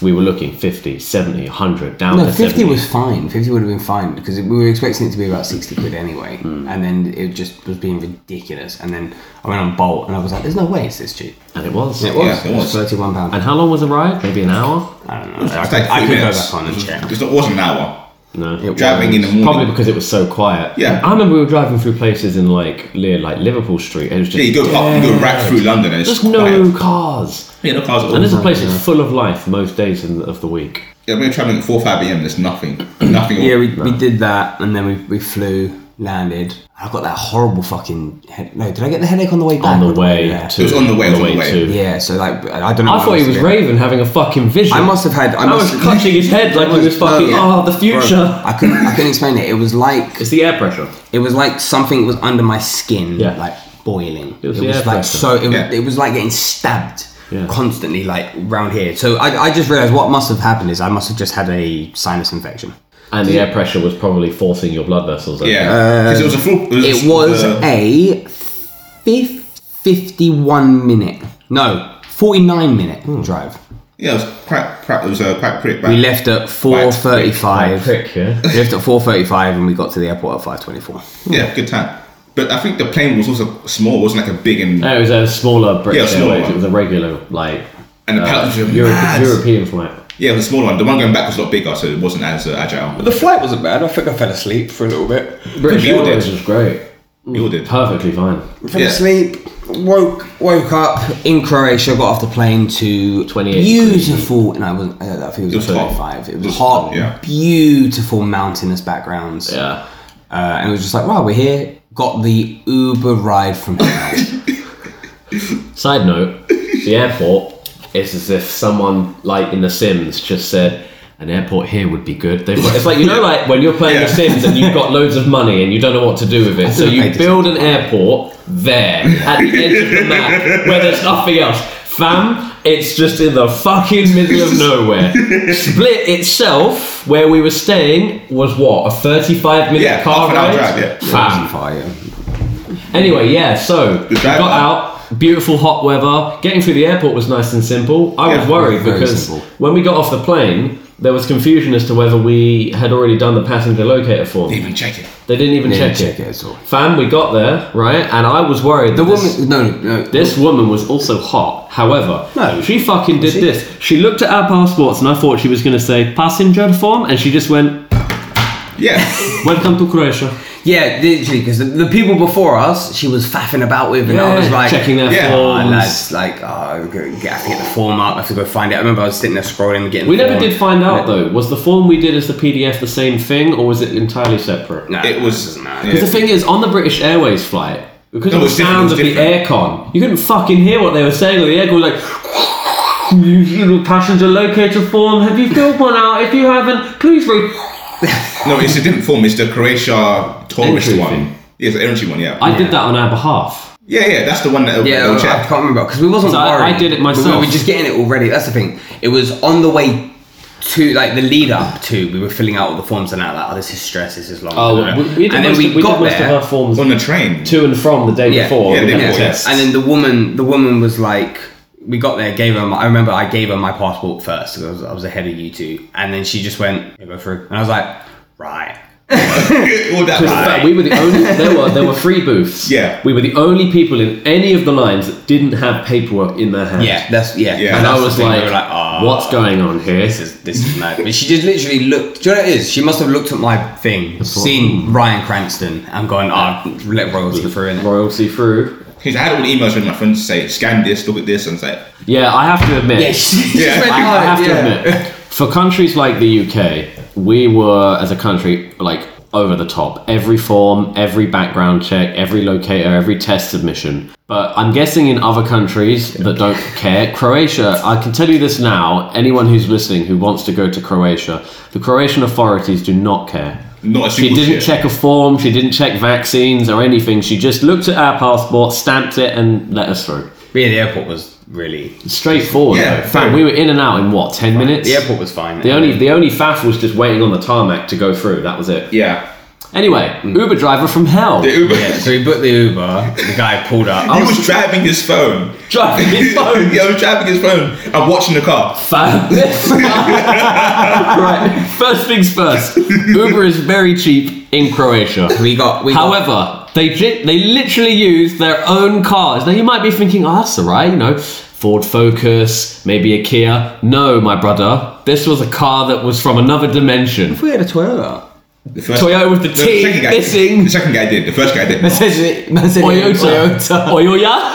Speaker 1: we were looking 50 70 100 down
Speaker 3: No,
Speaker 1: to
Speaker 3: 50
Speaker 1: 70
Speaker 3: was fine. 50 would have been fine because we were expecting it to be about 60 quid anyway.
Speaker 1: Hmm.
Speaker 3: And then it just was being ridiculous. And then I went on Bolt and I was like, there's no way it's this cheap.
Speaker 1: and it was
Speaker 3: And it was.
Speaker 2: Yeah, it was.
Speaker 3: £31.
Speaker 1: and how long was the ride maybe an hour
Speaker 3: I don't know. I,
Speaker 2: It's
Speaker 3: could,
Speaker 2: like
Speaker 3: I
Speaker 2: three
Speaker 3: could go
Speaker 2: minutes.
Speaker 3: back on and check.
Speaker 2: It's- It was an hour.
Speaker 1: No.
Speaker 2: Driving in the morning.
Speaker 1: Probably because it was so quiet.
Speaker 2: Yeah.
Speaker 1: I remember we were driving through places in like near like Liverpool Street. It was
Speaker 2: Yeah,
Speaker 1: just
Speaker 2: you go up, you go right through London and it's
Speaker 1: There's
Speaker 2: quiet.
Speaker 1: no cars.
Speaker 2: Yeah, no cars at all.
Speaker 1: And this is a place that's full of life most days in, of the week.
Speaker 2: Yeah, we're traveling at 4 5 a.m. There's nothing. Nothing.
Speaker 3: Yeah, we, we did that, and then we, we flew, landed. I got that horrible fucking head. No, did I get the headache on the way back?
Speaker 1: On
Speaker 3: or
Speaker 1: the way
Speaker 3: there?
Speaker 1: to.
Speaker 2: It was on the way, it was on the way.
Speaker 1: to.
Speaker 3: Yeah, so like I don't know.
Speaker 1: I
Speaker 3: what
Speaker 1: thought he
Speaker 3: must
Speaker 1: was
Speaker 3: have been.
Speaker 1: Raven having a fucking vision.
Speaker 3: I must have had. I,
Speaker 1: I was
Speaker 3: must have-
Speaker 1: clutching his head like he was fucking.
Speaker 3: no, yeah.
Speaker 1: Oh, the future.
Speaker 3: I couldn't. I couldn't explain it. It was like
Speaker 1: It's the air pressure.
Speaker 3: it was like something was under my skin,
Speaker 1: Yeah.
Speaker 3: like boiling.
Speaker 1: It
Speaker 3: It was,
Speaker 1: was the
Speaker 3: like
Speaker 1: air pressure.
Speaker 3: so. It was,
Speaker 2: Yeah.
Speaker 3: it was like getting stabbed
Speaker 1: Yeah.
Speaker 3: constantly, like round here. So I, I just realized what must have happened is I must have just had a sinus infection.
Speaker 1: And the air pressure was probably forcing your blood vessels. open.
Speaker 2: Yeah. Because it was a full. It was,
Speaker 3: Uh, It was
Speaker 2: uh,
Speaker 3: a fif- 51 minute, no, 49 minute
Speaker 1: Hmm.
Speaker 3: drive.
Speaker 2: yeah, it was quite. quite it was uh, quite quick. But
Speaker 3: We left at
Speaker 1: Like
Speaker 3: 4.35.
Speaker 1: prick, yeah.
Speaker 3: We left at 4.35 and we got to the airport at 5.24.
Speaker 2: Yeah, good time. But I think the plane was also small. It wasn't like a big and
Speaker 1: No, it was a smaller British
Speaker 2: Yeah, smaller
Speaker 1: Airways.
Speaker 2: one.
Speaker 1: It was a regular like uh,
Speaker 2: and the pilots were
Speaker 1: Euro-
Speaker 2: mad.
Speaker 1: European flight.
Speaker 2: Yeah, it was a smaller one. The one going back was a lot bigger, so it wasn't as uh, agile.
Speaker 3: The flight wasn't bad. I think I fell asleep for a little bit.
Speaker 1: British
Speaker 2: you
Speaker 1: Airways
Speaker 2: did.
Speaker 1: was great.
Speaker 2: We all did.
Speaker 1: Perfectly fine.
Speaker 3: Fell
Speaker 2: Yeah.
Speaker 3: asleep, woke woke up in Croatia, got off the plane to
Speaker 1: 28
Speaker 3: beautiful, and I wasn't, I don't think it
Speaker 2: It was
Speaker 3: was,
Speaker 2: hot.
Speaker 3: 25. It was,
Speaker 2: It was
Speaker 3: hot,
Speaker 2: hot, yeah.
Speaker 3: beautiful mountainous backgrounds.
Speaker 1: Yeah.
Speaker 3: Uh, and it was just like, wow, we're here. Got the Uber ride from hell.
Speaker 1: Side note, the airport is as if someone like in The Sims just said an airport here would be good. They've got, it's like you know, like when you're playing The Sims and you've got loads of money and you don't know what to do with it, so you build an airport there at the edge of the map where there's nothing else. Fam, it's just in the fucking middle of nowhere. Split itself, where we were staying, was what a 35 minute
Speaker 2: Yeah,
Speaker 1: car
Speaker 2: half an hour
Speaker 1: ride.
Speaker 2: drive, yeah.
Speaker 1: Fam,
Speaker 3: Fire.
Speaker 1: Anyway, yeah, so we
Speaker 2: driver.
Speaker 1: got out, beautiful hot weather. Getting through the airport was nice and simple. I was
Speaker 2: Yeah,
Speaker 1: worried
Speaker 3: very
Speaker 1: because
Speaker 3: simple.
Speaker 1: when we got off the plane, there was confusion as to whether we had already done the passenger locator form.
Speaker 2: Didn't even check it.
Speaker 1: They didn't even
Speaker 3: Didn't
Speaker 1: check,
Speaker 3: check
Speaker 1: it.
Speaker 3: it at all.
Speaker 1: Fam, we got there, right? And I was worried.
Speaker 3: The
Speaker 1: that this-
Speaker 3: woman, no, no, no.
Speaker 1: this woman was also hot. However,
Speaker 3: No.
Speaker 1: she fucking did
Speaker 3: She-
Speaker 1: this. She looked at our passports and I thought she was going to say passenger form and she just went,
Speaker 2: Yeah.
Speaker 1: Welcome to Croatia.
Speaker 3: Yeah, literally, because the, the people before us, she was faffing about with, and I was like,
Speaker 1: checking their
Speaker 2: yeah,
Speaker 3: Oh,
Speaker 1: forms.
Speaker 3: lads, like, oh, I'm gonna get- I have to get the form up. I have to go find it. I remember I was sitting there scrolling, getting.
Speaker 1: We
Speaker 3: the
Speaker 1: never
Speaker 3: form.
Speaker 1: did find out though. Was the form we did as the PDF the same thing, or was it entirely separate?
Speaker 3: No,
Speaker 2: It was-
Speaker 3: doesn't
Speaker 1: Because
Speaker 3: matter.
Speaker 1: the thing is, on the British Airways flight, because
Speaker 2: No,
Speaker 1: of
Speaker 2: it
Speaker 1: the
Speaker 2: was different,
Speaker 1: sounds
Speaker 2: it
Speaker 1: of
Speaker 2: was
Speaker 1: the
Speaker 2: different.
Speaker 1: aircon, you couldn't fucking hear what they were saying. Or the aircon was like. "You should- Passenger locator form. Have you filled one out? If you haven't, please re.
Speaker 2: No, it's a different form. It's the Croatia tourist
Speaker 1: Entry
Speaker 2: one.
Speaker 1: fee.
Speaker 2: Yeah, it's the entry one. Yeah.
Speaker 1: I did that on our behalf.
Speaker 2: yeah, yeah. That's the one that
Speaker 3: Yeah,
Speaker 2: they'll
Speaker 3: I
Speaker 2: check.
Speaker 3: can't remember because we wasn't
Speaker 1: So I- I
Speaker 3: worried.
Speaker 1: did it
Speaker 3: We were-
Speaker 1: myself.
Speaker 3: We were just getting it already. That's the thing. It was on the way to like the lead up to. We were filling out all the forms and that. Like, oh, this is stress. This is long.
Speaker 1: Oh, we, we did
Speaker 3: and then
Speaker 1: most,
Speaker 3: we
Speaker 1: of, we
Speaker 3: got
Speaker 1: did most
Speaker 3: there.
Speaker 1: of our forms
Speaker 2: On the train.
Speaker 1: to and from the day
Speaker 3: Yeah.
Speaker 1: before.
Speaker 2: Yeah,
Speaker 1: we
Speaker 2: the
Speaker 1: had
Speaker 2: day before,
Speaker 1: tests.
Speaker 2: yeah.
Speaker 3: And then the woman, the woman was like, we got there, gave her. My, I remember I gave her my passport first because I was, I was ahead of you two, and then she just went, "Yeah, go through, and I was like, right.
Speaker 2: All that
Speaker 1: In fact,
Speaker 2: line.
Speaker 1: we were the only. There were there were three booths.
Speaker 2: Yeah.
Speaker 1: we were the only people in any of the lines that didn't have paperwork in their hand.
Speaker 3: Yeah, that's yeah.
Speaker 2: Yeah.
Speaker 1: and
Speaker 3: that's
Speaker 1: I
Speaker 3: the
Speaker 1: was
Speaker 3: thing,
Speaker 1: like,
Speaker 3: we were "Ah,
Speaker 1: "What's going on here?"
Speaker 3: This is this is mad. But she just literally looked. Do you know what it is? She must have looked at my thing, seen Ryan Cranston, and gone, "Ah, let royalty through." innit?"
Speaker 1: royalty through.
Speaker 2: Because I had all the emails from my friends say, scan this, look at this, and it's like,
Speaker 1: Yeah, I have to admit.
Speaker 3: Yeah, she just
Speaker 2: Yeah.
Speaker 3: went,
Speaker 1: I, I
Speaker 3: "Oh,
Speaker 1: have
Speaker 3: yeah."
Speaker 1: to admit, for countries like the UK, we were as a country like over the top. Every form, every background check, every locator, every test submission. But I'm guessing in other countries that don't care, Croatia. I can tell you this now. Anyone who's listening who wants to go to Croatia, the Croatian authorities do not care.
Speaker 2: not a
Speaker 1: She
Speaker 2: single
Speaker 1: didn't
Speaker 2: shit.
Speaker 1: check a form. She didn't check vaccines or anything. She just looked at our passport, stamped it, and let us through.
Speaker 3: But yeah, the airport was really.
Speaker 1: Straightforward.
Speaker 2: Yeah,
Speaker 1: though. Fam, we were in and out in what ten minutes.
Speaker 3: The airport was fine.
Speaker 1: The only the only faff was just waiting on the tarmac to go through. That was it.
Speaker 2: Yeah.
Speaker 1: Anyway, Uber driver from hell.
Speaker 2: The Uber.
Speaker 3: Yeah, so we booked the Uber. The guy pulled up.
Speaker 1: Oh.
Speaker 2: He was driving his phone.
Speaker 1: Driving his phone.
Speaker 2: yeah, he was driving his phone and watching the car.
Speaker 1: Fam. right. First things first. Uber is very cheap in Croatia.
Speaker 3: We got. We got-
Speaker 1: However, they gi- they literally use their own cars. Now you might be thinking, oh, that's all right, you know. Ford Focus, maybe a Kia. No, my brother, this was a car that was from another dimension.
Speaker 3: We had a Toyota.
Speaker 2: The first,
Speaker 1: Toyota with the T,
Speaker 2: second guy,
Speaker 1: missing.
Speaker 2: The second guy did. The first guy did. not.
Speaker 1: Toyota, Toyota.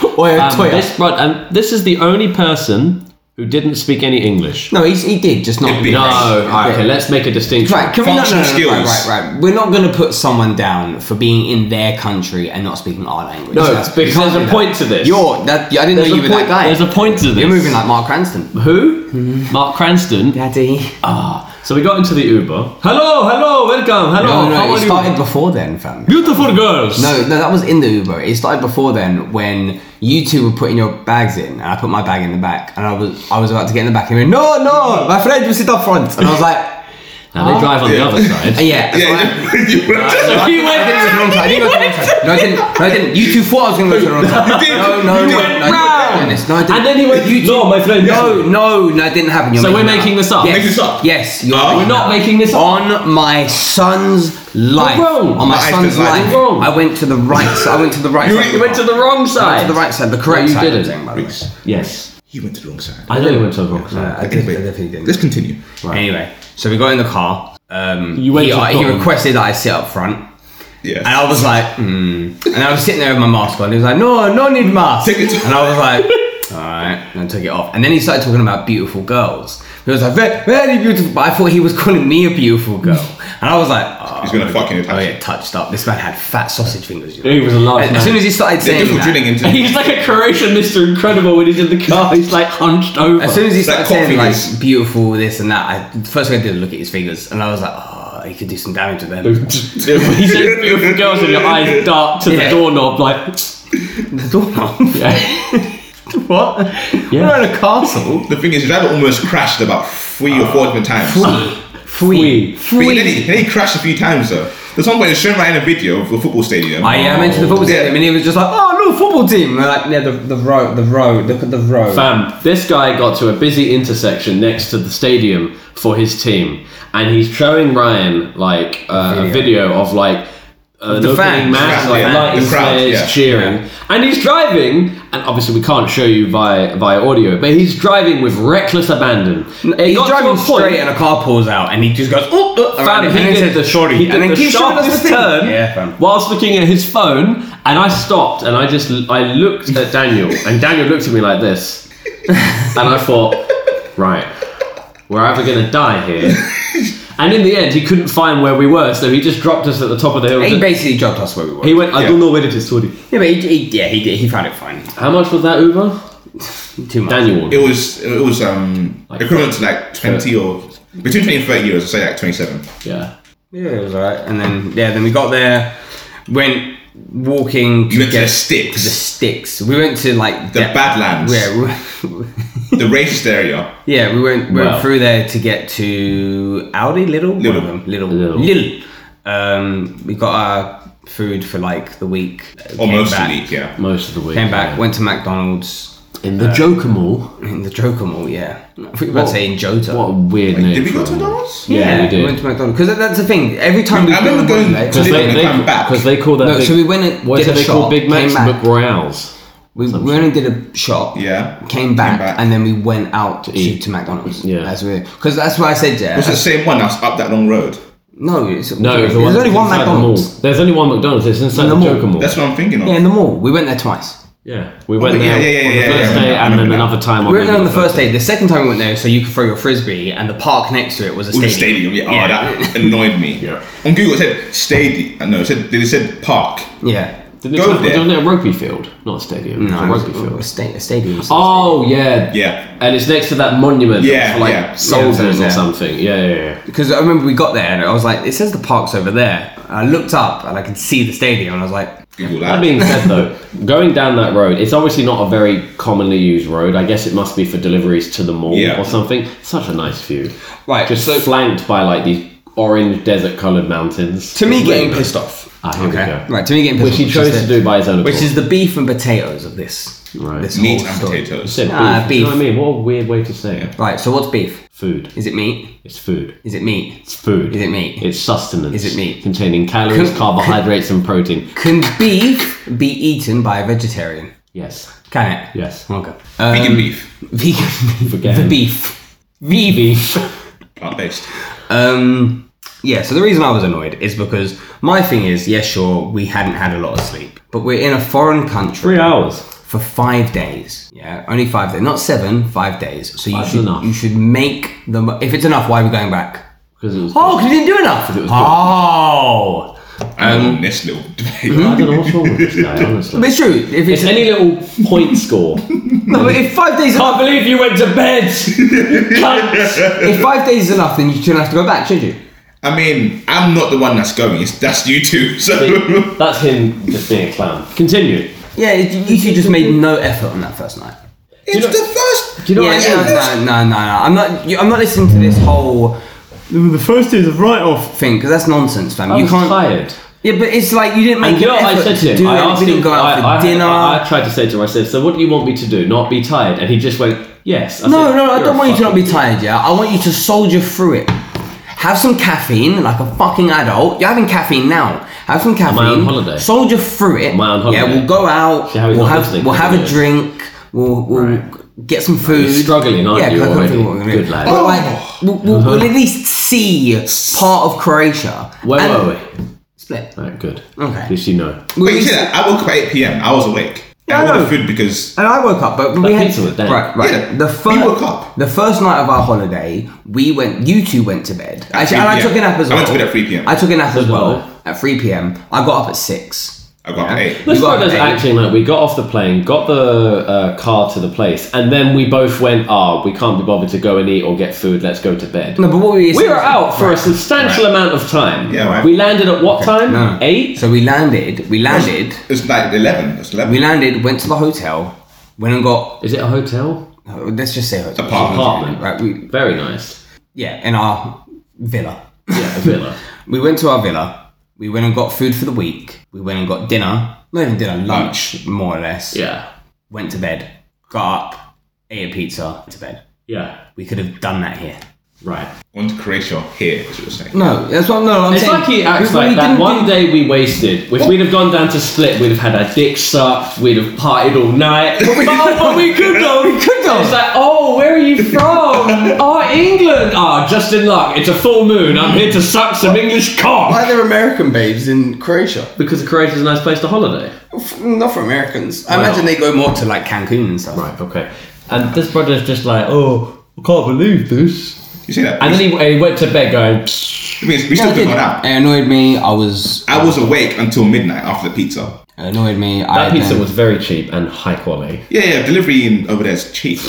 Speaker 3: Toyota.
Speaker 1: Um, this, bro- and this is the only person who didn't speak any English.
Speaker 3: No, he, he did, just not.
Speaker 2: It'd be
Speaker 1: No,
Speaker 2: Yes.
Speaker 1: alright, okay, let's make a distinction.
Speaker 3: Right, can we no, no,
Speaker 2: Functional
Speaker 3: no, no, right,
Speaker 2: skills.
Speaker 3: right, right. We're not going to put someone down for being in their country and not speaking our language.
Speaker 1: No,
Speaker 3: That's-
Speaker 1: because
Speaker 3: you can't
Speaker 1: there's a
Speaker 3: do
Speaker 1: point
Speaker 3: that.
Speaker 1: to this.
Speaker 3: You're that. I didn't
Speaker 1: There's
Speaker 3: know
Speaker 1: a
Speaker 3: you were that
Speaker 1: point-
Speaker 3: guy.
Speaker 1: There's a point to this.
Speaker 3: You're moving Mm-hmm. like Mark Cranston.
Speaker 1: Who? Mark Cranston.
Speaker 3: Daddy.
Speaker 1: Ah, so we got into the Uber. Hello, hello, welcome, hello.
Speaker 3: No, no,
Speaker 1: how
Speaker 3: no.
Speaker 1: are
Speaker 3: It
Speaker 1: you?
Speaker 3: started before then, fam.
Speaker 1: Beautiful girls.
Speaker 3: No, no, that was in the Uber. It started before then when you two were putting your bags in, and I put my bag in the back, and I was I was about to get in the back, and he went, "No, no, my friend will sit up front," and I was like,
Speaker 1: Now they drive on the
Speaker 2: Yeah.
Speaker 1: other side.
Speaker 3: "Yeah." that's what I-
Speaker 2: Yeah, you were
Speaker 1: So he
Speaker 3: I
Speaker 1: went.
Speaker 3: didn't go to the wrong side. I didn't go to the wrong side. No, I didn't. No, I didn't. You two thought I was going to go to the wrong side.
Speaker 2: did.
Speaker 3: No, no,
Speaker 2: You
Speaker 3: no, no,
Speaker 2: went
Speaker 3: I didn't.
Speaker 1: round.
Speaker 3: Yes, No, I didn't.
Speaker 1: And then he went. You no, my friend.
Speaker 3: No, Oh, no, no, it didn't happen. You're
Speaker 1: So we're
Speaker 3: it
Speaker 1: making this up?
Speaker 3: Yes.
Speaker 1: Making
Speaker 2: this up?
Speaker 3: Yes, you're.
Speaker 2: Oh.
Speaker 1: we're not making this up.
Speaker 3: on my son's life.
Speaker 1: wrong.
Speaker 3: On my
Speaker 2: Life
Speaker 3: son's
Speaker 2: is life.
Speaker 3: life.
Speaker 1: You're wrong.
Speaker 3: I went to the right side. I went to the right side.
Speaker 1: You went to the wrong side.
Speaker 3: to the right side, the correct
Speaker 1: No, you
Speaker 3: side.
Speaker 1: didn't.
Speaker 3: I'm saying, by the way.
Speaker 1: Yes,
Speaker 2: You went to the wrong side.
Speaker 1: I know you went to the wrong
Speaker 3: Uh,
Speaker 1: side.
Speaker 3: I did- I
Speaker 2: Anyway,
Speaker 3: definitely didn't.
Speaker 2: let's continue.
Speaker 3: Anyway, so we got in the car. Um,
Speaker 1: You went
Speaker 3: he,
Speaker 1: to
Speaker 3: uh, he
Speaker 1: Tottenham.
Speaker 3: requested that I sit up front.
Speaker 2: Yeah.
Speaker 3: And I was like, hmm. And I was sitting there with my mask on. he was like, no, no need mask.
Speaker 2: Take it.
Speaker 3: And I was like, all right. And I took it off. And then he started talking about beautiful girls. He was like, very, very beautiful. But I thought he was calling me a beautiful girl. And I was like, oh,
Speaker 2: He's gonna fucking
Speaker 3: oh
Speaker 2: touch
Speaker 3: yeah,
Speaker 2: it.
Speaker 3: touched up. This man had fat sausage fingers. You know?
Speaker 1: He was a large
Speaker 3: And
Speaker 1: man.
Speaker 3: As soon as he started
Speaker 2: They're
Speaker 3: saying
Speaker 2: just
Speaker 3: that,
Speaker 2: drilling into.
Speaker 1: He's like a Croatian Mr. Incredible when he's in the car. He's like hunched over.
Speaker 3: As soon as he started
Speaker 2: Like
Speaker 3: saying
Speaker 2: confidence.
Speaker 3: like beautiful this and that, I, the first thing I did was look at his fingers, and I was like, oh, he could do some damage with them.
Speaker 1: he said beautiful girls and your eyes dart to
Speaker 3: Yeah.
Speaker 1: the doorknob like
Speaker 3: the doorknob.
Speaker 1: yeah.
Speaker 3: what?
Speaker 1: Yeah.
Speaker 3: We're in a castle.
Speaker 2: The thing is, his dad almost crashed about three or four
Speaker 3: Uh,
Speaker 2: different times.
Speaker 3: Fui.
Speaker 2: But then, he, then he crashed a few times though. There's one point shown right in a video of the football stadium.
Speaker 3: I am into the football
Speaker 2: Yeah.
Speaker 3: team, and he was just like, oh, no, football team. And we're like, yeah, the, the road, the road, look at the road.
Speaker 1: Fam, this guy got to a busy intersection next to the stadium for his team, and he's showing Ryan like uh, a video of like an
Speaker 3: the
Speaker 1: opening
Speaker 3: fans.
Speaker 1: match,
Speaker 2: The
Speaker 1: like
Speaker 2: crowd, yeah.
Speaker 1: lighting
Speaker 2: The crowd,
Speaker 1: players
Speaker 2: yeah.
Speaker 1: cheering, and he's driving. And obviously, we can't show you via via audio, but he's driving with reckless abandon. It
Speaker 3: He's
Speaker 1: got to a
Speaker 3: driving
Speaker 1: point-
Speaker 3: straight, and a car pulls out, and he just goes, oh, oh around
Speaker 1: Fam,
Speaker 3: it,
Speaker 1: he
Speaker 3: and then
Speaker 1: did
Speaker 3: says,
Speaker 1: the shorty. He did
Speaker 3: and then
Speaker 1: the
Speaker 3: keeps showing us
Speaker 1: sharpest
Speaker 3: the thing.
Speaker 1: turn
Speaker 3: Yeah, fam.
Speaker 1: whilst looking at his phone, and I stopped and I just I looked at Daniel, and Daniel looked at me like this, and I thought, right, we're either gonna die here. And in the end, he couldn't find where we were, so he just dropped us at the top of the hill.
Speaker 3: He basically dropped us where we were.
Speaker 1: He went, I
Speaker 2: Yeah.
Speaker 1: don't know where it is, sorry.
Speaker 3: yeah, but he, he, yeah, he did. He found it fine.
Speaker 1: How much was that Uber?
Speaker 3: Too much.
Speaker 1: Daniel.
Speaker 2: It was it was um equivalent to like twenty or between twenty and thirty euros. I say like twenty seven.
Speaker 1: Yeah.
Speaker 3: Yeah, it was alright. And then yeah, then we got there, went walking.
Speaker 2: You went to
Speaker 3: get
Speaker 2: the sticks.
Speaker 3: the sticks. We went to like
Speaker 2: The Badlands.
Speaker 3: Yeah, we,
Speaker 2: the racist area.
Speaker 3: yeah, we went we
Speaker 1: Wow.
Speaker 3: went through there to get to Aldi, Little,
Speaker 2: Lidl.
Speaker 3: Little,
Speaker 1: Lidl.
Speaker 3: Little. Um, we got our food for like the week. Uh,
Speaker 2: Or
Speaker 3: Came
Speaker 2: most of
Speaker 3: back,
Speaker 2: the week, yeah.
Speaker 1: Most of the week.
Speaker 3: Came back,
Speaker 1: yeah.
Speaker 3: went uh, to McDonald's
Speaker 1: in the Joker Mall.
Speaker 3: in the Joker Mall. Yeah, I think we were
Speaker 1: What-
Speaker 3: saying Jota.
Speaker 1: What a weird name.
Speaker 2: Did we go
Speaker 1: for
Speaker 2: to
Speaker 1: a mall.
Speaker 2: McDonald's?
Speaker 1: Yeah, we did.
Speaker 3: went to McDonald's because that's the thing. Every time we
Speaker 2: I remember
Speaker 3: go on
Speaker 2: going
Speaker 3: holiday-
Speaker 2: to
Speaker 1: Because
Speaker 2: Didn't
Speaker 1: they,
Speaker 2: even
Speaker 1: they,
Speaker 2: come back.
Speaker 1: 'cause they call that.
Speaker 3: No,
Speaker 1: big,
Speaker 3: so we went and
Speaker 1: what
Speaker 3: did
Speaker 1: is it
Speaker 3: a
Speaker 1: they call
Speaker 3: shop,
Speaker 1: Big Macs?
Speaker 3: came back.
Speaker 1: McRoyals.
Speaker 3: We, we only did a shop.
Speaker 2: Yeah.
Speaker 3: Came back,
Speaker 2: back.
Speaker 3: and then we went out to,
Speaker 1: eat.
Speaker 3: to McDonald's.
Speaker 1: Yeah.
Speaker 3: That's weird. Because that's why I said yeah.
Speaker 2: Was it the same one that's up that long road?
Speaker 3: no, it's,
Speaker 1: No,
Speaker 3: there's
Speaker 1: the one
Speaker 3: only
Speaker 1: that's
Speaker 3: one
Speaker 1: inside the
Speaker 3: McDonald's.
Speaker 1: mall. There's only one McDonald's. It's inside
Speaker 3: In
Speaker 1: the,
Speaker 3: the mall.
Speaker 1: Joker Mall.
Speaker 2: That's what I'm thinking of.
Speaker 3: Yeah, in the mall. We went there twice.
Speaker 1: yeah, we went
Speaker 2: yeah,
Speaker 1: there
Speaker 2: yeah, yeah,
Speaker 1: on the
Speaker 2: yeah,
Speaker 1: first
Speaker 2: yeah,
Speaker 1: day
Speaker 2: I
Speaker 1: and then
Speaker 2: remember
Speaker 1: another time.
Speaker 3: We went there on the first day. The second time we went there, so you could throw your frisbee, and the park next to it was a
Speaker 2: Ooh,
Speaker 3: stadium.
Speaker 2: stadium, yeah. Oh, that annoyed me.
Speaker 1: Yeah.
Speaker 2: On Google it said stadium. No, it said they said park.
Speaker 3: Yeah.
Speaker 1: Didn't
Speaker 2: Go
Speaker 1: it,
Speaker 2: there.
Speaker 1: wasn't it a rugby field, not a stadium? No,
Speaker 3: it
Speaker 1: a
Speaker 3: was-
Speaker 1: rugby
Speaker 3: it was
Speaker 1: field.
Speaker 3: sta- a stadium.
Speaker 1: Oh yeah,
Speaker 2: Yeah.
Speaker 1: And it's next to that monument.
Speaker 2: Yeah,
Speaker 1: Yeah, for, like
Speaker 2: yeah.
Speaker 1: soldiers
Speaker 3: Yeah, yeah.
Speaker 1: or something. Yeah, yeah, yeah.
Speaker 3: Because I remember we got there, and I was like, "It says the park's over there." And I looked up, and I could see the stadium, and I was like,
Speaker 2: Google
Speaker 1: That
Speaker 2: that.
Speaker 1: being said, though, going down that road, it's obviously not a very commonly used road. I guess it must be for deliveries to the mall
Speaker 2: Yeah.
Speaker 1: or something. Such a nice view.
Speaker 3: Right,
Speaker 1: Just
Speaker 3: so-
Speaker 1: flanked by like these orange desert coloured mountains.
Speaker 3: "To me,
Speaker 1: It's
Speaker 3: getting
Speaker 1: really
Speaker 3: pissed
Speaker 1: nice.
Speaker 3: off."
Speaker 1: Ah, here we
Speaker 3: Okay.
Speaker 1: go.
Speaker 3: Right. To me, getting pissed
Speaker 1: Which
Speaker 3: off.
Speaker 1: he
Speaker 3: is
Speaker 1: chose to
Speaker 3: the-
Speaker 1: do by his own accord.
Speaker 3: Which is the beef and potatoes of this.
Speaker 1: Right.
Speaker 3: This
Speaker 2: Meat
Speaker 3: whole
Speaker 2: and
Speaker 3: story.
Speaker 2: potatoes.
Speaker 1: Said
Speaker 3: Ah,
Speaker 1: beef. You
Speaker 3: beef.
Speaker 1: know what I mean? What a weird way to say it.
Speaker 3: Right, so what's beef?
Speaker 1: Food.
Speaker 3: Is it meat?
Speaker 1: It's food.
Speaker 3: Is it meat?
Speaker 1: It's food.
Speaker 3: Is it meat?
Speaker 1: It's sustenance.
Speaker 3: Is it meat?
Speaker 1: Containing calories,
Speaker 3: Could-
Speaker 1: carbohydrates, and protein.
Speaker 3: Can beef be eaten by a vegetarian?
Speaker 1: Yes.
Speaker 3: Can it?
Speaker 1: Yes.
Speaker 3: Okay.
Speaker 2: Vegan
Speaker 3: Um,
Speaker 2: beef,
Speaker 3: Vegan.
Speaker 1: Again.
Speaker 3: The beef. The beef.
Speaker 2: plant based.
Speaker 3: Um, yeah, so the reason I was annoyed is because my thing is, yeah, sure, we hadn't had a lot of sleep, but we're in a foreign country
Speaker 1: Three hours.
Speaker 3: for five days. Yeah, only five days, not seven, five days. So you
Speaker 1: That's
Speaker 3: should
Speaker 1: enough.
Speaker 3: you should make the mo- if it's enough. Why are we going back?
Speaker 1: Because it was.
Speaker 3: Oh, because you didn't do enough.
Speaker 1: was
Speaker 3: oh,
Speaker 2: I don't want Um, this little debate.
Speaker 1: I don't know what's wrong with this guy, honestly.
Speaker 3: but it's true. If it's,
Speaker 1: It's any little point score.
Speaker 3: no, but if five days,
Speaker 1: Can't believe you went to bed! Cunt!
Speaker 3: if five days is enough, then you shouldn't have to go back, should you?
Speaker 2: I mean, I'm not the one that's going. It's that's you two. So
Speaker 1: That's him just being a clown. Continue.
Speaker 3: Yeah, it, you, you just made no effort on that first night.
Speaker 2: it's
Speaker 1: know-
Speaker 2: the first.
Speaker 1: Do you know
Speaker 3: Yeah,
Speaker 1: what I
Speaker 3: no,
Speaker 1: mean?
Speaker 3: no, no, no, no. I'm not. You, I'm not listening to this whole. The first is a write-off thing because that's nonsense, fam.
Speaker 1: I
Speaker 3: you
Speaker 1: was
Speaker 3: can't.
Speaker 1: tired.
Speaker 3: Yeah, but it's like you didn't make.
Speaker 1: And you know
Speaker 3: an
Speaker 1: what I
Speaker 3: effort
Speaker 1: said to him?
Speaker 3: do
Speaker 1: I
Speaker 3: it. We
Speaker 1: asked
Speaker 3: didn't
Speaker 1: him,
Speaker 3: go out
Speaker 1: I,
Speaker 3: for
Speaker 1: I,
Speaker 3: dinner.
Speaker 1: I, I tried to say to him, I said, so what do you want me to do? Not be tired? And he just went, yes. I
Speaker 3: no,
Speaker 1: said,
Speaker 3: no, no, I
Speaker 1: "You're
Speaker 3: don't
Speaker 1: a
Speaker 3: want you to not be
Speaker 1: fucking
Speaker 3: tired. Yeah, I want you to soldier through it. Have some caffeine, like a fucking adult. You're having caffeine now. Have some caffeine.
Speaker 1: on holiday.
Speaker 3: Soldier through it.
Speaker 1: Am I on
Speaker 3: Yeah,
Speaker 1: holiday?
Speaker 3: we'll go out.
Speaker 1: See how he's
Speaker 3: we'll
Speaker 1: not
Speaker 3: have
Speaker 1: listening
Speaker 3: we'll
Speaker 1: to
Speaker 3: have a
Speaker 1: this.
Speaker 3: drink. We'll we'll get some food.
Speaker 1: you're struggling, aren't
Speaker 3: yeah,
Speaker 1: you,
Speaker 3: 'cause I couldn't
Speaker 1: already?
Speaker 3: think of what we were
Speaker 1: Good lad.
Speaker 3: But
Speaker 1: Uh-huh.
Speaker 2: Oh.
Speaker 3: like, we'll, we'll, we'll at least see part of Croatia.
Speaker 1: Where
Speaker 3: And-
Speaker 1: were we?
Speaker 3: Split.
Speaker 1: Right, good.
Speaker 3: Okay.
Speaker 1: At least you know.
Speaker 2: Wait, you said that? I woke up at 8 p.m. I was awake.
Speaker 3: Yeah, I
Speaker 2: I
Speaker 3: know.
Speaker 2: ordered food because
Speaker 3: And I woke up, but we had
Speaker 1: pizza was dead.
Speaker 3: right, right.
Speaker 2: Yeah,
Speaker 3: the first
Speaker 2: we woke up.
Speaker 3: the first night of our holiday, we went. You two went to bed. Actually, and I
Speaker 2: 3 p.m.
Speaker 3: took a nap as
Speaker 2: I
Speaker 3: well.
Speaker 2: went to bed at 3 p.m.
Speaker 3: I took a nap as
Speaker 1: did
Speaker 3: well at three p.m. I got up at six.
Speaker 2: I got up at 8.
Speaker 1: Let's
Speaker 3: You got
Speaker 1: not just
Speaker 3: an
Speaker 1: acting like we got off the plane, got the uh, car to the place, and then we both went, ah, we can't be bothered to go and eat or get food, let's go to bed.
Speaker 3: No, but what we
Speaker 1: We were out for a
Speaker 3: Right.
Speaker 1: substantial
Speaker 2: Right.
Speaker 1: amount of time.
Speaker 2: Yeah, right.
Speaker 1: We landed at what time?
Speaker 3: No.
Speaker 1: Eight?
Speaker 3: So we landed. We landed.
Speaker 2: It was like 11. It was 11.
Speaker 3: We landed. Went to the hotel. Went and got.
Speaker 1: Is it a hotel?
Speaker 3: oh, Let's just say hotel.
Speaker 2: Apartment.
Speaker 1: Apartment.
Speaker 3: Right. We,
Speaker 1: Very nice.
Speaker 3: yeah, in our villa.
Speaker 1: Yeah, a villa.
Speaker 3: We went to our villa. We went and got food for the week. We went and got dinner. Not even dinner, lunch, more or less.
Speaker 1: yeah.
Speaker 3: went to bed, got up, ate a pizza, went to bed.
Speaker 1: Yeah.
Speaker 3: We could have done that here.
Speaker 1: Right.
Speaker 2: Went to Croatia here, as you were saying.
Speaker 3: No, that's what no. I'm
Speaker 1: It's like he acts like that. One day we wasted. If we'd have gone down to Split, we'd have had our dick sucked. We'd have partied all night. But we, oh, but we could go. We could
Speaker 3: go.
Speaker 1: It's like, oh, where are you from? oh, England. Oh, just in luck. It's a full moon. I'm here to suck some English cock.
Speaker 3: they're American babes in Croatia.
Speaker 1: Because Croatia's a nice place to holiday.
Speaker 3: Not for Americans. I imagine they go more to like Cancun and stuff.
Speaker 1: Right. Okay. And this brother's just like, oh, I can't believe this.
Speaker 2: You say that?
Speaker 1: And then he, he went to bed going.
Speaker 2: It means we still
Speaker 3: It
Speaker 2: could out.
Speaker 3: annoyed me. I was
Speaker 2: I was awake until midnight after the pizza.
Speaker 3: it annoyed me. I
Speaker 1: That pizza
Speaker 3: then-
Speaker 1: was very cheap and high quality.
Speaker 2: Yeah, yeah, delivery in over there is cheap.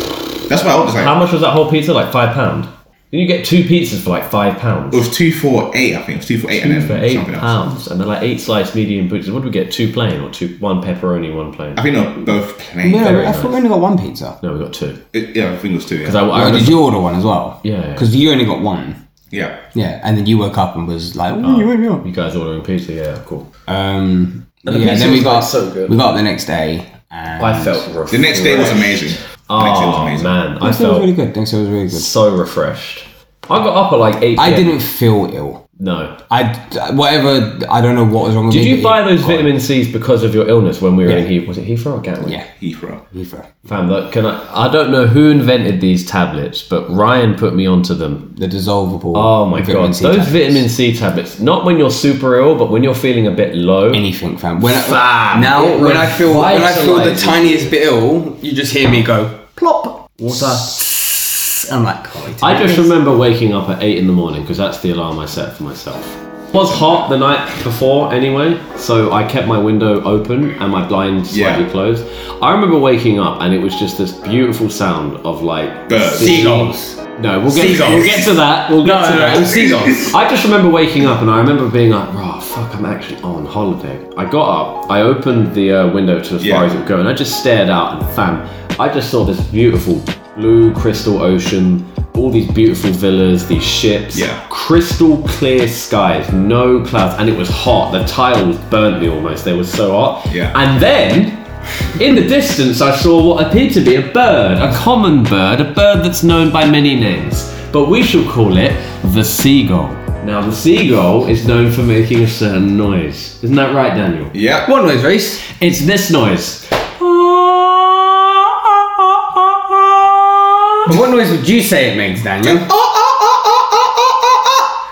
Speaker 2: That's why I was like,
Speaker 1: How much was that whole pizza? Like five pound. Then you get two pizzas for like five pounds.
Speaker 2: it was 248, I think. It was 248
Speaker 1: two
Speaker 2: and then
Speaker 1: for eight
Speaker 2: something else.
Speaker 1: pounds, and they're like eight sliced medium pizzas. What do we get? Two plain or two? One pepperoni, one plain.
Speaker 2: I think they were both plain.
Speaker 3: No,
Speaker 1: very
Speaker 3: I thought
Speaker 1: nice.
Speaker 3: we only got one pizza.
Speaker 1: No, we got two.
Speaker 2: It- yeah, I think it was two. Yeah.
Speaker 1: Because I, I
Speaker 3: Oh,
Speaker 1: remember-
Speaker 3: did you order one as well?
Speaker 1: Yeah, yeah.
Speaker 3: Because you only got one.
Speaker 2: yeah.
Speaker 3: Yeah, and then you woke up and was like, "Oh, you woke me up."
Speaker 1: you guys ordering pizza? Yeah, cool.
Speaker 3: Um, yeah,
Speaker 1: the pizza
Speaker 3: then we
Speaker 1: was,
Speaker 3: got
Speaker 1: like, so good.
Speaker 3: we got up the next day. And
Speaker 1: I felt refreshed.
Speaker 2: The next day was amazing. The next day was
Speaker 1: Oh
Speaker 2: amazing.
Speaker 1: man, I
Speaker 3: Next day was
Speaker 1: felt
Speaker 3: really good. Next day was really good.
Speaker 1: so refreshed. I got up at like eight.
Speaker 3: I
Speaker 1: PM.
Speaker 3: didn't feel ill.
Speaker 1: No.
Speaker 3: I whatever. I don't know what was wrong with
Speaker 1: Did
Speaker 3: me. but
Speaker 1: you buy
Speaker 3: it-
Speaker 1: those vitamin C's because of your illness when we were in
Speaker 3: Yeah.
Speaker 1: Heath? Was it Heathrow or Gatwick?
Speaker 3: Yeah,
Speaker 2: Heathrow.
Speaker 3: Heathrow.
Speaker 1: Fam, look, can I? I don't know who invented these tablets, but Ryan put me onto them
Speaker 3: The dissolvable.
Speaker 1: Oh my
Speaker 3: vitamin
Speaker 1: god,
Speaker 3: C
Speaker 1: those
Speaker 3: tablets.
Speaker 1: vitamin C tablets. Not when you're super ill, but when you're feeling a bit low.
Speaker 3: Anything, fam. When I,
Speaker 1: Fam,
Speaker 3: now,
Speaker 1: it
Speaker 3: when I feel when I feel the
Speaker 1: revitalizes
Speaker 3: tiniest bit ill, you just hear me go plop. Water. I'm like, oh,
Speaker 1: I just remember waking up at eight in the morning because that's the alarm I set for myself. It was hot the night before anyway, so I kept my window open and my blinds slightly
Speaker 2: Yeah.
Speaker 1: closed. I remember waking up and it was just this beautiful sound of like
Speaker 2: Birds.
Speaker 1: sea- No, we'll get,
Speaker 3: Seagulls.
Speaker 1: we'll get to that. We'll get to that.
Speaker 3: seagulls.
Speaker 1: I just remember waking up and I remember being like, oh, fuck, I'm actually on holiday. I got up, I opened the uh, window to as
Speaker 2: Yeah.
Speaker 1: far as it would go, and I just stared out and fam, I just saw this beautiful blue crystal ocean, all these beautiful villas, these ships,
Speaker 2: Yeah.
Speaker 1: crystal clear skies, no clouds, and it was hot. The tiles burnt me almost, they were so hot.
Speaker 2: Yeah.
Speaker 1: And then. In the distance, I saw what appeared to be a bird, a common bird, a bird that's known by many names, but we shall call it the seagull. Now, the seagull is known for making a certain noise. Isn't that right, Daniel?
Speaker 2: Yeah.
Speaker 3: One noise race.
Speaker 1: It's this noise.
Speaker 3: But what noise would you say it makes,
Speaker 1: Ah,
Speaker 3: Daniel?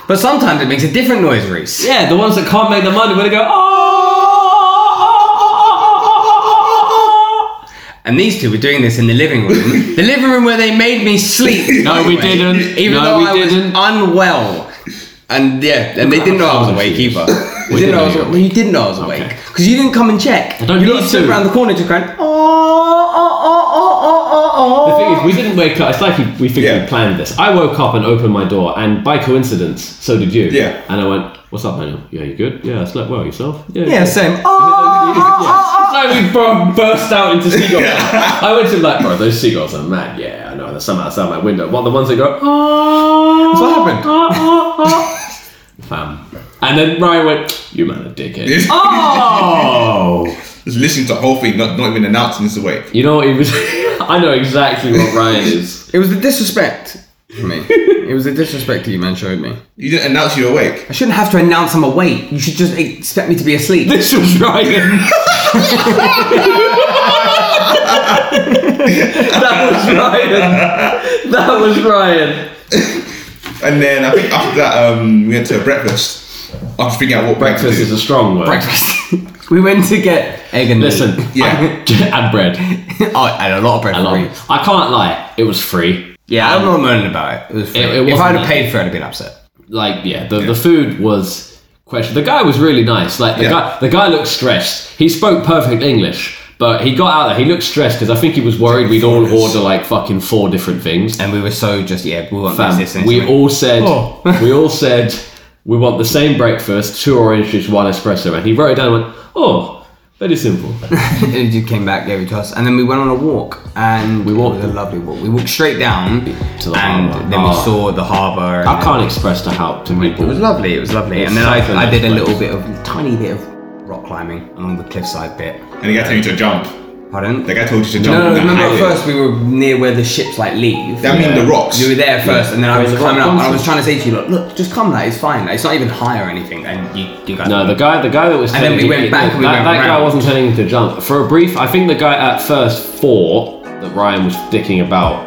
Speaker 3: But sometimes it makes a different noise, Reese.
Speaker 1: Yeah, the ones that can't make the money, we're gonna go. "Oh."
Speaker 3: And these two were doing this in the living room. the living room where they made me sleep.
Speaker 1: No, we
Speaker 3: Anyway,
Speaker 1: didn't.
Speaker 3: Even
Speaker 1: No,
Speaker 3: though
Speaker 1: we
Speaker 3: I
Speaker 1: didn't.
Speaker 3: was unwell. And yeah, and they didn't know I was awake either. They
Speaker 1: We
Speaker 3: didn't know I
Speaker 1: didn't
Speaker 3: was
Speaker 1: know you were
Speaker 3: awake. You didn't know I was awake. Because you didn't come and check.
Speaker 1: don't
Speaker 3: you
Speaker 1: need
Speaker 3: lot stood
Speaker 1: to.
Speaker 3: around the corner just going, oh, oh, oh, oh, oh,
Speaker 1: The
Speaker 3: oh,
Speaker 1: thing
Speaker 3: oh.
Speaker 1: is, we didn't wake up. It's like we- we figured
Speaker 2: Yeah.
Speaker 1: we planned this. I woke up and opened my door, and by coincidence, so did you.
Speaker 2: Yeah.
Speaker 1: And I went, "What's up, Manuel? Yeah, you good? Yeah, I slept well. Yourself?
Speaker 3: yeah, same. Oh,
Speaker 1: It's like we bro- burst out into seagulls. I went to like, bro, those seagulls are mad. Yeah, I know. There's some outside my window. What the ones that go? Oh,
Speaker 3: That's what happened.
Speaker 1: Oh, oh, oh. Fam. And then Ryan went, "You man, a dickhead."
Speaker 2: Just
Speaker 1: Oh.
Speaker 2: listening to the whole thing, not, not even announcing this away.
Speaker 1: You know what he was? I know exactly what Ryan is.
Speaker 3: it was the disrespect for me. it was the disrespect that you man showed me.
Speaker 2: You didn't announce you're awake.
Speaker 3: I shouldn't have to announce I'm awake. You should just expect me to be asleep.
Speaker 1: This was Ryan. that was Ryan. That was Ryan.
Speaker 2: And then I think after that, um, we went to a breakfast. After figuring out what
Speaker 1: Breakfast is a strong word.
Speaker 3: breakfast. we went to get egg and
Speaker 1: Listen,
Speaker 2: Yeah.
Speaker 1: and bread.
Speaker 3: oh, and a lot of bread.
Speaker 1: I
Speaker 3: for
Speaker 1: love
Speaker 3: free.
Speaker 1: it. I can't lie. It was free.
Speaker 3: Yeah, I'm not moaning about it. It was free.
Speaker 1: It-
Speaker 3: if
Speaker 1: it wasn't
Speaker 3: I'd have
Speaker 1: that-
Speaker 3: paid for it, I'd have been upset.
Speaker 1: Like, yeah, the, the food was question. The guy was really nice. Like the
Speaker 2: Yeah.
Speaker 1: guy, the guy looked stressed. He spoke perfect English, but he got out there. He looked stressed because I think he was worried we'd all order like fucking four different things.
Speaker 3: And we were so just yeah, we weren't
Speaker 1: Fam,
Speaker 3: resisting.
Speaker 1: we all said
Speaker 3: Oh.
Speaker 1: we all said we want the same breakfast, two orange juice, one espresso, and he wrote it down and went, oh, very simple.
Speaker 3: and he came back, gave it to us, and then we went on a walk, and we walked a lovely walk. We walked straight down
Speaker 1: To the
Speaker 3: and
Speaker 1: harbour.
Speaker 3: then we
Speaker 1: Oh.
Speaker 3: saw the harbour.
Speaker 1: I can't express to how to
Speaker 3: It was
Speaker 1: people.
Speaker 3: lovely. It was lovely.
Speaker 1: It's
Speaker 3: and then
Speaker 1: something
Speaker 3: I, I did a
Speaker 1: nice.
Speaker 3: little bit of tiny bit of rock climbing along the cliffside bit.
Speaker 2: And the guy told you to jump.
Speaker 3: Pardon?
Speaker 2: The guy told you to jump.
Speaker 3: No,
Speaker 2: on
Speaker 3: no,
Speaker 2: that
Speaker 3: remember at
Speaker 2: highway.
Speaker 3: first we were near where the ships like leave.
Speaker 2: That mean the rocks.
Speaker 3: You were there first, and then I was
Speaker 1: There's a
Speaker 3: climbing
Speaker 1: rock
Speaker 3: up, and I was
Speaker 1: concert.
Speaker 3: trying to say to you, look, look, just come that, it's fine. Like, it's not even high or anything. And you, you guys,
Speaker 1: No, the guy, the guy that was
Speaker 3: And then
Speaker 1: telling
Speaker 3: we
Speaker 1: me-
Speaker 3: went back and we
Speaker 1: that,
Speaker 3: went
Speaker 1: that guy
Speaker 3: round.
Speaker 1: wasn't telling him to jump for a brief. I think the guy at first thought that Ryan was dicking about,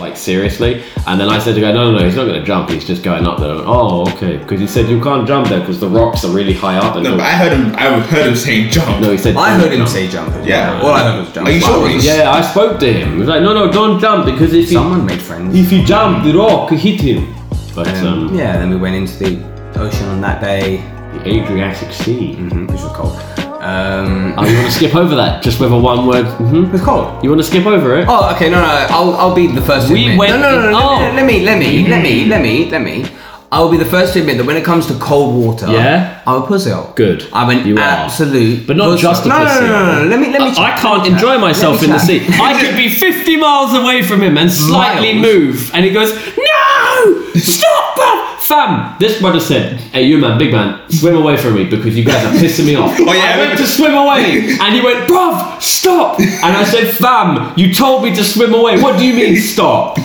Speaker 1: like seriously, and then I said to go, no, no, no, he's not going to jump. He's just going up there. oh, okay, because he said you can't jump there because the rocks are really high up. And
Speaker 2: No, but I heard him. I heard him saying jump.
Speaker 1: no, he said.
Speaker 3: I
Speaker 1: "Don't
Speaker 3: heard him
Speaker 1: jump."
Speaker 3: say jump. as
Speaker 2: Yeah.
Speaker 3: well. all I heard was jump.
Speaker 2: Are you
Speaker 3: But
Speaker 2: sure?
Speaker 3: I was-
Speaker 1: Yeah, I spoke to him. He was like, no, no, don't jump because if you
Speaker 3: Someone made friends.
Speaker 1: if you jump, the rock hit him. But
Speaker 3: And,
Speaker 1: um,
Speaker 3: yeah, then we went into the ocean on that day,
Speaker 1: the Adriatic Sea.
Speaker 3: mhm, which was cold. Um,
Speaker 1: Oh, you want to skip over that just with a one word?
Speaker 3: it
Speaker 1: hmm
Speaker 3: was cold.
Speaker 1: You want to skip over it?
Speaker 3: Oh, okay, no, no, I'll, I'll be the first to
Speaker 1: We
Speaker 3: admit.
Speaker 1: went
Speaker 3: no, no, no,
Speaker 1: in-
Speaker 3: no,
Speaker 1: oh.
Speaker 3: no, let me, let me, let me, let me, let me. I'll be the first to admit that when it comes to cold water,
Speaker 1: Yeah?
Speaker 3: I'm a pussy hole.
Speaker 1: Good.
Speaker 3: I'm an
Speaker 1: You are.
Speaker 3: absolute,
Speaker 1: But not
Speaker 3: pussy
Speaker 1: just a
Speaker 3: hole. no,
Speaker 1: pussy
Speaker 3: No, no, no, no,
Speaker 1: hole.
Speaker 3: Let me, let me.
Speaker 1: I
Speaker 3: chat.
Speaker 1: can't
Speaker 3: Let me
Speaker 1: enjoy
Speaker 3: chat.
Speaker 1: myself
Speaker 3: Let me
Speaker 1: in the
Speaker 3: chat.
Speaker 1: sea. I could be 50 miles away from him and slightly
Speaker 3: Miles?
Speaker 1: move, and he goes, No! Stop! bruv!" Fam, this brother said, Hey, you man, big man, swim away from me because you guys are pissing me off.
Speaker 3: Oh,
Speaker 2: yeah, I
Speaker 1: I went
Speaker 2: remember.
Speaker 1: to swim away, and he went, Bruv, stop! And I said, Fam, you told me to swim away. What do you mean, stop?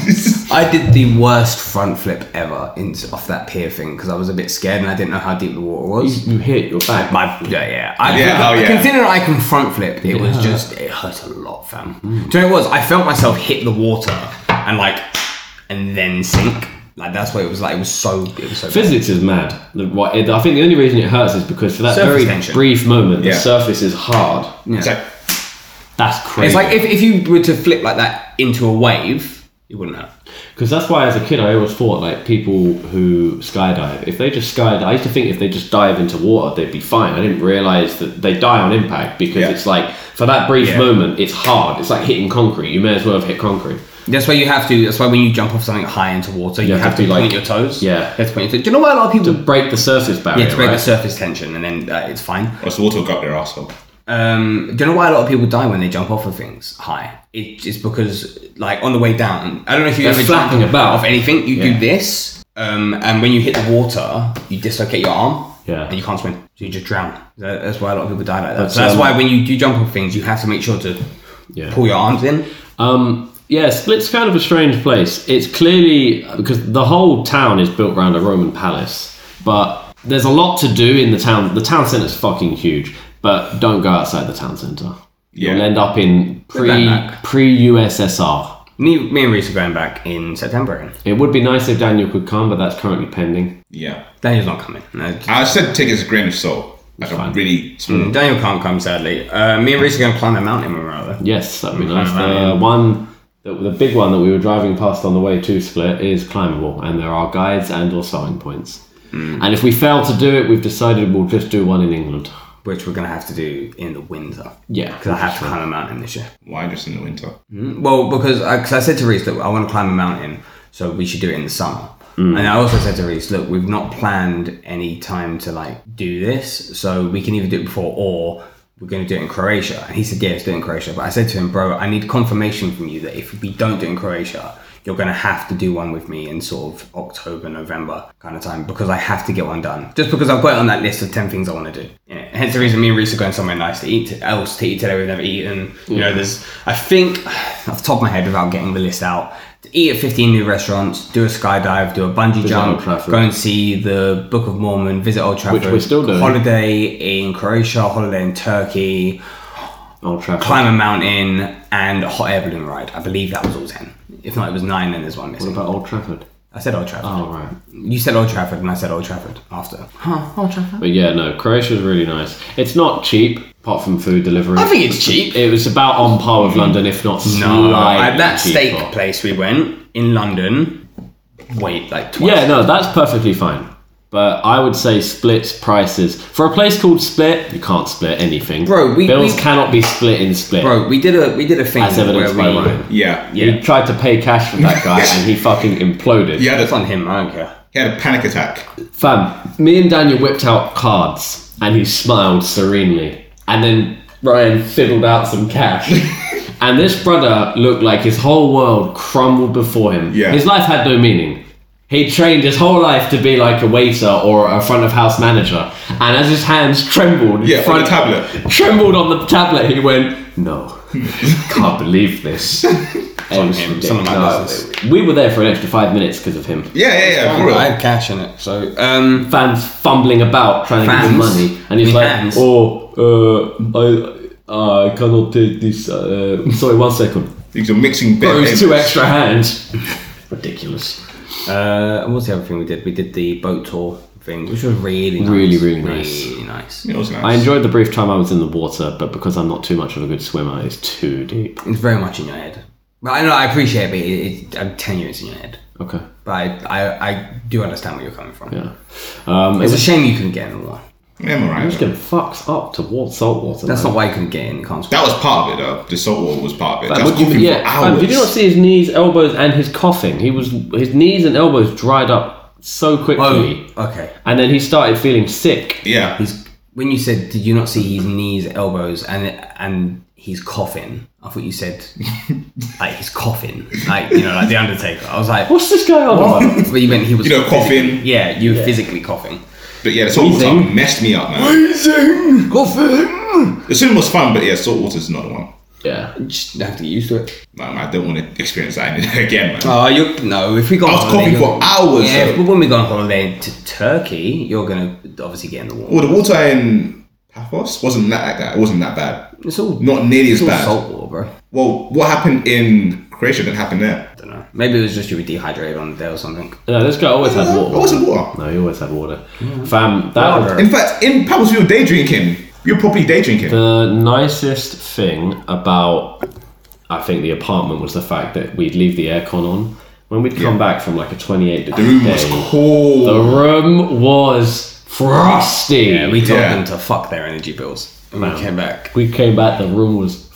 Speaker 3: I did the worst front flip ever into, off that pier thing because I was a bit scared and I didn't know how deep the water was.
Speaker 1: You hit your back.
Speaker 3: My yeah yeah. I,
Speaker 2: Yeah, oh, yeah.
Speaker 3: Considering I can front flip, it was just it hurt a lot, fam. Do you know what it was? I felt myself hit the water and like and then sink. Like that's what it was like. It was so it was so. bad.
Speaker 1: Physics is mad. The- what- it- I think the only reason it hurts is because for that
Speaker 3: Surface
Speaker 1: very
Speaker 3: tension.
Speaker 1: brief moment, the
Speaker 2: Yeah.
Speaker 1: surface is hard.
Speaker 2: It's like,
Speaker 1: That's crazy.
Speaker 3: It's like if, if you were to flip like that into a wave, it wouldn't hurt.
Speaker 1: Because that's why, as a kid, I always thought like people who skydive, if they just skydive, I used to think if they just dive into water, they'd be fine. I didn't realize that they die on impact because
Speaker 2: Yeah.
Speaker 1: it's like for that brief
Speaker 3: Yeah.
Speaker 1: moment, it's hard. It's like hitting concrete. You may as well have hit concrete.
Speaker 3: That's why you have to. That's why when you jump off something high into water, you, have, to,
Speaker 1: be
Speaker 3: point
Speaker 1: like-
Speaker 3: your toes. you
Speaker 1: yeah.
Speaker 3: have to point your toes. Do you know why a lot of people
Speaker 1: To break the surface barrier,
Speaker 3: Yeah, to break
Speaker 1: right?
Speaker 3: the surface tension, and then uh, it's fine.
Speaker 2: what's the water got up their asshole?
Speaker 3: Um, do you know why a lot of people die when they jump off of things high? It, it's because, like, on the way down, I don't know if you
Speaker 1: They're
Speaker 3: ever
Speaker 1: flapping
Speaker 3: jumped
Speaker 1: about.
Speaker 3: off anything. You
Speaker 1: Yeah.
Speaker 3: do this, um, and when you hit the water, you dislocate your arm,
Speaker 1: Yeah.
Speaker 3: and you can't swim. So you just drown. That- That's why a lot of people die like that.
Speaker 1: That's,
Speaker 3: so that's
Speaker 1: um,
Speaker 3: why when you do jump off things, you have to make sure to
Speaker 1: Yeah.
Speaker 3: pull your arms in.
Speaker 1: Um, yeah, Split's kind of a strange place. It's clearly because the whole town is built around a Roman palace, but there's a lot to do in the town. The town centre's fucking huge, but don't go outside the town centre.
Speaker 2: Yeah.
Speaker 1: You'll end up in pre
Speaker 3: Bad luck.
Speaker 1: pre USSR.
Speaker 3: Me, me and Reese are going back in September again.
Speaker 1: It would be nice if Daniel could come, but that's currently pending.
Speaker 2: Yeah.
Speaker 3: Daniel's not coming. No,
Speaker 2: I said take it as a grain of salt. Like a
Speaker 1: fine.
Speaker 2: really small.
Speaker 3: Daniel can't come, sadly. Uh, me and Reese are going to climb a mountain when we're out there.
Speaker 1: Yes, that'd be nice.
Speaker 3: right,
Speaker 1: The one, the, the big one that we were driving past on the way to Split is climbable, and there are guides and or starting points. And if we fail to do it, we've decided we'll just do one in England.
Speaker 3: Which we're going to have to do in the winter.
Speaker 1: Yeah,
Speaker 3: Because I have to climb a mountain this year.
Speaker 2: Why just in the winter?
Speaker 3: Well, because I, cause I said to Reese that I want to climb a mountain, so we should do it in the summer. And I also said to Reese, look, we've not planned any time to like do this, so we can either do it before or we're going to do it in Croatia. And he said, yeah, let's do it in Croatia. But I said to him, bro, I need confirmation from you that if we don't do it in Croatia, you're going to have to do one with me in sort of October, November kind of time because I have to get one done. Just because I've got it on that list of 10 things I want to do. Yeah. Hence the reason me and Reese are going somewhere nice to eat, else to eat today we've never eaten. You know, there's, I think, off the top of my head without getting the list out, to eat at 15 new restaurants, do a skydive, do a bungee
Speaker 1: Old
Speaker 3: jump,
Speaker 1: Trafford.
Speaker 3: go and see the Book of Mormon, visit Old Trafford.
Speaker 1: we're still doing.
Speaker 3: Holiday in Croatia, holiday in Turkey,
Speaker 1: Old Trafford.
Speaker 3: climb a mountain, and a hot air balloon ride. I believe that was all 10. If not, it was 9 and there's one missing.
Speaker 1: What about Old Trafford?
Speaker 3: I said Old Trafford.
Speaker 1: Oh right.
Speaker 3: You said Old Trafford, and I said Old Trafford after. Huh, Old Trafford?
Speaker 1: But yeah, no, Croatia's really nice. It's not cheap, apart from food delivery.
Speaker 3: I think it's cheap.
Speaker 1: It was about on par with London, if not slightly
Speaker 3: No, at that steak
Speaker 1: cheaper.
Speaker 3: place we went in London, wait, like twice.
Speaker 1: Yeah, no, that's perfectly fine. But I would say splits prices for a place called Split. You can't split anything,
Speaker 3: Bro, we-
Speaker 1: bills
Speaker 3: we-
Speaker 1: cannot be split in Split.
Speaker 3: Bro, we did a we did a thing
Speaker 1: As
Speaker 3: where
Speaker 1: evidenced
Speaker 3: we,
Speaker 1: by Ryan.
Speaker 2: Yeah.
Speaker 1: You
Speaker 3: Yeah.
Speaker 1: tried to pay cash for that guy and he fucking imploded.
Speaker 2: He had,
Speaker 3: That's
Speaker 2: a,
Speaker 3: on him. I don't care.
Speaker 2: he had a panic attack.
Speaker 1: Fam, me and Daniel whipped out cards and he smiled serenely. And then Ryan fiddled out some cash. and this brother looked like his whole world crumbled before him.
Speaker 2: Yeah.
Speaker 1: His life had no meaning. He trained his whole life to be like a waiter or a front of house manager. And as his hands trembled, in
Speaker 2: Yeah, on
Speaker 1: front
Speaker 2: the tablet.
Speaker 1: trembled on the tablet, he went, No, can't believe this. It was
Speaker 3: him, some of my
Speaker 1: ridiculous.
Speaker 3: business.
Speaker 1: we were there for an extra five minutes because of him
Speaker 2: Yeah, yeah, yeah. for real.
Speaker 3: I had cash in it, so um,
Speaker 1: fans fumbling about trying to give him
Speaker 3: Fans?
Speaker 1: money, and he's
Speaker 3: You mean
Speaker 1: like,
Speaker 3: hands?
Speaker 1: "Oh, uh, I, I cannot take this. Uh, sorry, one second.
Speaker 2: These are mixing
Speaker 1: It was
Speaker 2: bits.
Speaker 1: two extra hands. Ridiculous.
Speaker 3: uh, what's the other thing we did? We did the boat tour thing, which was really, nice.
Speaker 1: Really, really nice.
Speaker 3: really nice.
Speaker 2: It was nice.
Speaker 1: I enjoyed the brief time I was in the water, but because I'm not too much of a good swimmer, it's too deep.
Speaker 3: It's very much in your head. But I know I appreciate it, but it, it, I'm telling you, it's in your head.
Speaker 1: Okay,
Speaker 3: But I, I, I do understand where you're coming from.
Speaker 1: yeah. Um, it
Speaker 3: It's a
Speaker 1: was
Speaker 3: shame you couldn't get in the water.
Speaker 2: Yeah, I'm alright.
Speaker 1: getting fucks up to wa- salt water.
Speaker 3: That's
Speaker 1: man.
Speaker 3: not why you couldn't get in. You can't.
Speaker 2: That was part of it, though. The salt water was part of it. That was
Speaker 1: Would you-
Speaker 2: cooking for
Speaker 1: yeah,
Speaker 2: hours.
Speaker 1: fam, did you not see his knees, elbows, and his coughing? He was his knees and elbows dried up so quickly,
Speaker 3: Oh, okay.
Speaker 1: and then he started feeling sick.
Speaker 2: Yeah.
Speaker 3: He's when you said, did you not see his knees, elbows, and and he's coughing? I thought you said like he's coughing, like you know, like the Undertaker. I was like,
Speaker 1: What's this guy on about?
Speaker 3: but you meant he was
Speaker 2: You know,
Speaker 3: physically-
Speaker 2: coughing.
Speaker 3: Yeah, you were physically coughing.
Speaker 2: But yeah, the salt water
Speaker 1: Wheezing.
Speaker 2: messed me up, man.
Speaker 3: Coughing.
Speaker 2: The swim was fun, but yeah, salt water's not the one.
Speaker 1: Yeah.
Speaker 3: Just have to get used to it.
Speaker 2: Like, I don't want to experience that again, man.
Speaker 3: Oh, you no. If we go, on
Speaker 2: I was
Speaker 3: holiday,
Speaker 2: coughing
Speaker 3: you're-
Speaker 2: for hours,
Speaker 3: Yeah,
Speaker 2: though.
Speaker 3: but when we go on holiday to Turkey, you're gonna obviously get in the water.
Speaker 2: Well, the water in Paphos wasn't that like that. It wasn't that bad.
Speaker 3: It's all
Speaker 2: Not nearly as
Speaker 3: it's all
Speaker 2: bad.
Speaker 3: salt water, bro.
Speaker 2: Well, what happened in Croatia didn't happen there.
Speaker 3: I don't know. Maybe it was just you were dehydrated on the day or something.
Speaker 1: No, this guy always had water.
Speaker 2: I wasn't water.
Speaker 1: No, he always had water. Fam, that
Speaker 3: Water.
Speaker 2: In fact, in Paphos, we were day drinking. You're probably day drinking.
Speaker 1: the nicest thing about I think the apartment was the fact that we'd leave the aircon on. When we'd come back from like a 28 degree
Speaker 2: the room
Speaker 1: day,
Speaker 2: was cold.
Speaker 1: the room was frosty.
Speaker 3: Yeah, we told
Speaker 2: Yeah.
Speaker 3: them to fuck their energy bills, and we came back.
Speaker 1: we came back, the room was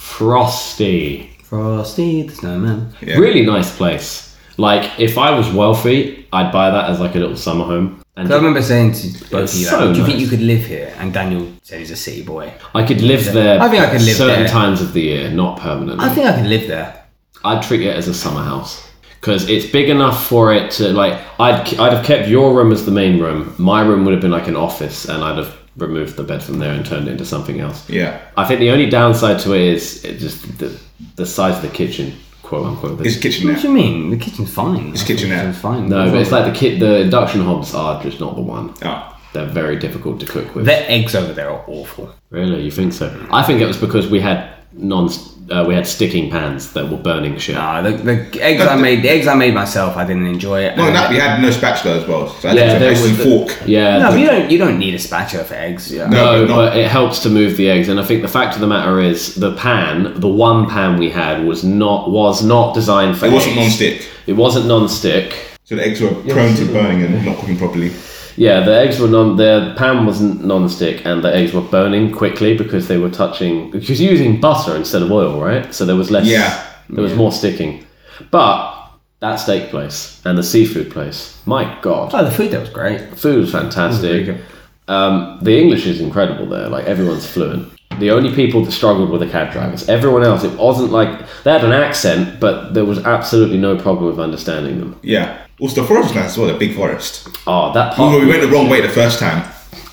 Speaker 1: frosty.
Speaker 3: Frosty the Snowman.
Speaker 2: Yeah.
Speaker 1: Really nice place. Like, if I was wealthy, I'd buy that as like a little summer home. And
Speaker 3: I remember saying to both of you,
Speaker 1: so
Speaker 3: like, do you think
Speaker 1: nice.
Speaker 3: you could live here? And Daniel said he's a city boy.
Speaker 1: I could live there
Speaker 3: I think I could live
Speaker 1: certain
Speaker 3: there.
Speaker 1: times of the year, not permanently.
Speaker 3: I think I could live there.
Speaker 1: I'd treat it as a summer house because it's big enough for it to like. I'd I'd have kept your room as the main room. My room would have been like an office, and I'd have removed the bed from there and turned it into something else.
Speaker 2: yeah.
Speaker 1: I think the only downside to it is it just the the size of the kitchen, quote unquote.
Speaker 2: It's kitchen
Speaker 3: What do
Speaker 2: now.
Speaker 3: you mean? The kitchen's fine. It's
Speaker 2: kitchenette.
Speaker 3: It's fine.
Speaker 1: no, but it's like the kit. The induction hobs are just not the one.
Speaker 2: Oh.
Speaker 1: They're very difficult to cook with.
Speaker 3: their eggs over there are awful.
Speaker 1: really, you think so? I think it was because we had non uh, we had sticking pans that were burning shit.
Speaker 3: Ah, the, the eggs I made, the eggs I made myself, I didn't enjoy it.
Speaker 2: No,
Speaker 3: And-
Speaker 2: that we had no spatula as well. So I
Speaker 1: Yeah,
Speaker 2: yeah,
Speaker 1: there
Speaker 2: had
Speaker 1: was
Speaker 2: a
Speaker 1: the-
Speaker 2: fork.
Speaker 1: Yeah,
Speaker 3: no, but you don't. You don't need a spatula for eggs. Yeah.
Speaker 2: No. but
Speaker 1: No, but
Speaker 2: not-
Speaker 1: it helps to move the eggs. And I think the fact of the matter is, the pan, the one pan we had, was not was not designed for.
Speaker 2: It wasn't
Speaker 1: eggs.
Speaker 2: non-stick,
Speaker 1: It wasn't non-stick.
Speaker 2: so the eggs were prone to burning and not cooking properly.
Speaker 1: Yeah, the eggs were non. The pan was n- non-stick, and the eggs were burning quickly because they were touching. Because you're using butter instead of oil, right? So there was less.
Speaker 2: Yeah.
Speaker 1: There was more sticking, but that steak place and the seafood place. My God,
Speaker 3: Oh, the food there was great.
Speaker 1: food was
Speaker 2: Mm,
Speaker 1: fantastic.
Speaker 3: good.
Speaker 1: Um, the English is incredible there. Like everyone's fluent. The only people that struggled were the cab drivers. Everyone else, it wasn't like they had an accent, but there was absolutely no problem with understanding them.
Speaker 2: Yeah. Also, the forest was nice as well, the big forest.
Speaker 1: Oh, that
Speaker 2: Although
Speaker 1: part
Speaker 2: we went the wrong way the first time.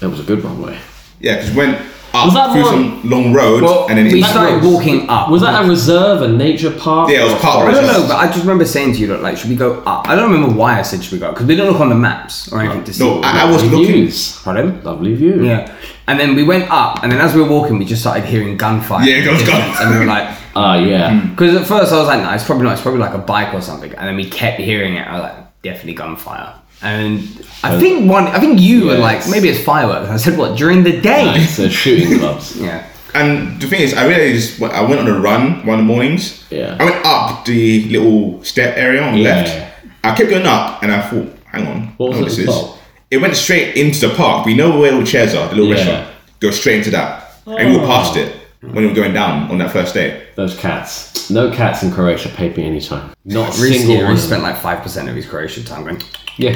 Speaker 1: it was a good one way.
Speaker 2: Yeah, because we went up
Speaker 1: Was that
Speaker 2: through
Speaker 1: the
Speaker 2: some long roads
Speaker 3: Well,
Speaker 2: and then
Speaker 3: we
Speaker 2: into-
Speaker 3: started walking up.
Speaker 1: Was that a reserve, a nature park?
Speaker 2: Yeah, it was part
Speaker 3: I
Speaker 2: of
Speaker 3: don't
Speaker 2: it.
Speaker 3: know, but I just remember saying to you, look, like, should we go up? I don't remember why I said should we go because we didn't look on the maps or anything to see.
Speaker 2: No,
Speaker 3: what we
Speaker 2: I, I
Speaker 3: were-
Speaker 2: was
Speaker 1: Lovely
Speaker 2: looking.
Speaker 1: views.
Speaker 3: Pardon?
Speaker 1: Lovely view.
Speaker 3: Yeah. And then we went up, and then as we were walking, we just started hearing gunfire.
Speaker 2: Yeah,
Speaker 3: in the
Speaker 2: guns,
Speaker 3: distance,
Speaker 2: guns.
Speaker 3: And we were like,
Speaker 1: Ah, yeah.
Speaker 2: Hmm.
Speaker 3: because at first I was like, no, it's probably not. It's probably like a bike or something. And then we kept hearing it. I was like, definitely gunfire. And I think one, I think you were like,
Speaker 1: Yes.
Speaker 3: maybe it's fireworks. I said, what during the day?
Speaker 1: Nice. They're shooting clubs.
Speaker 3: Yeah.
Speaker 2: And the thing is, I realized when I went on a run one of the mornings.
Speaker 1: Yeah.
Speaker 2: I went up the little step area on the
Speaker 1: Yeah.
Speaker 2: left. I kept going up, and I thought, hang on,
Speaker 1: What was
Speaker 2: I know
Speaker 1: it
Speaker 2: this
Speaker 1: as
Speaker 2: is.
Speaker 1: well?
Speaker 2: It went straight into the park. We know where all the chairs are, the little
Speaker 1: Yeah. Oh.
Speaker 2: restaurant. Go straight into that, and we were past it when we were going down on that first day.
Speaker 1: Those cats. No cats in Croatia paid me any time. Not a
Speaker 3: Recently,
Speaker 1: single
Speaker 3: yeah,
Speaker 1: one.
Speaker 3: he
Speaker 1: of them.
Speaker 3: spent like five percent of his Croatian time going.
Speaker 1: Yeah.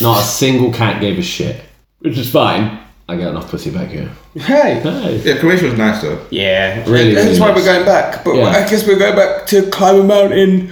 Speaker 1: Not a single cat gave a shit. Which is fine. I got enough pussy back here.
Speaker 3: Hey.
Speaker 1: Hey.
Speaker 2: Yeah, Croatia was nice though.
Speaker 3: Yeah.
Speaker 1: Really, really nice.
Speaker 3: going back. But
Speaker 1: Yeah.
Speaker 3: guess we're going back to climb a mountain,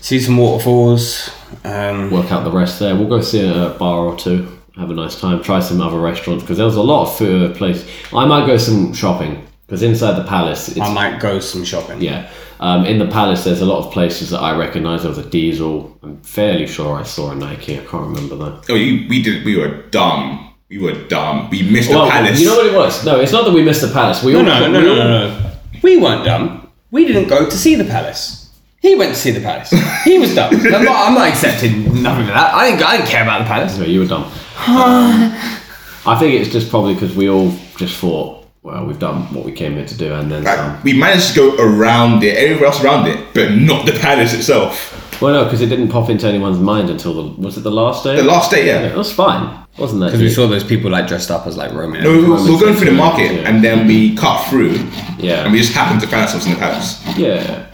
Speaker 3: see some waterfalls. Um,
Speaker 1: Work out the rest there. We'll go see a bar or two. Have a nice time. Try some other restaurants because there was a lot of food place. I might go some shopping because inside the palace, it's
Speaker 3: I might go some shopping.
Speaker 1: Yeah. Um, in the palace, there's a lot of places that I recognise. There was a Diesel. I'm fairly sure I saw a Nike. I can't remember though.
Speaker 2: Oh, you, we did. We were dumb. We were dumb. We missed the palace.
Speaker 1: you know what it was? No, it's not that we missed the palace. We
Speaker 3: No,
Speaker 1: all
Speaker 3: no, no,
Speaker 1: we
Speaker 3: no,
Speaker 1: all-
Speaker 3: no, no. We weren't dumb. We didn't go to see the palace. He went to see the palace. He was dumb. I'm not, I'm not accepting nothing of that. I didn't, I didn't care about the palace.
Speaker 1: No, you were dumb. I think it's just probably because we all just thought, well, we've done what we came here to do, and then some.
Speaker 2: Like, we managed to go around it, everywhere else around it, but not the palace itself.
Speaker 1: Well, no, because it didn't pop into anyone's mind until the was it the last day?
Speaker 2: The last day, yeah.
Speaker 1: It was fine, wasn't that?
Speaker 3: Because we
Speaker 1: deep?
Speaker 3: saw those people like dressed up as like Roman.
Speaker 2: No, we were,
Speaker 1: Roman
Speaker 2: we were going through the
Speaker 1: century,
Speaker 2: market
Speaker 1: yeah.
Speaker 2: and then we cut through.
Speaker 1: Yeah.
Speaker 2: And we just happened to find ourselves in the palace.
Speaker 1: yeah.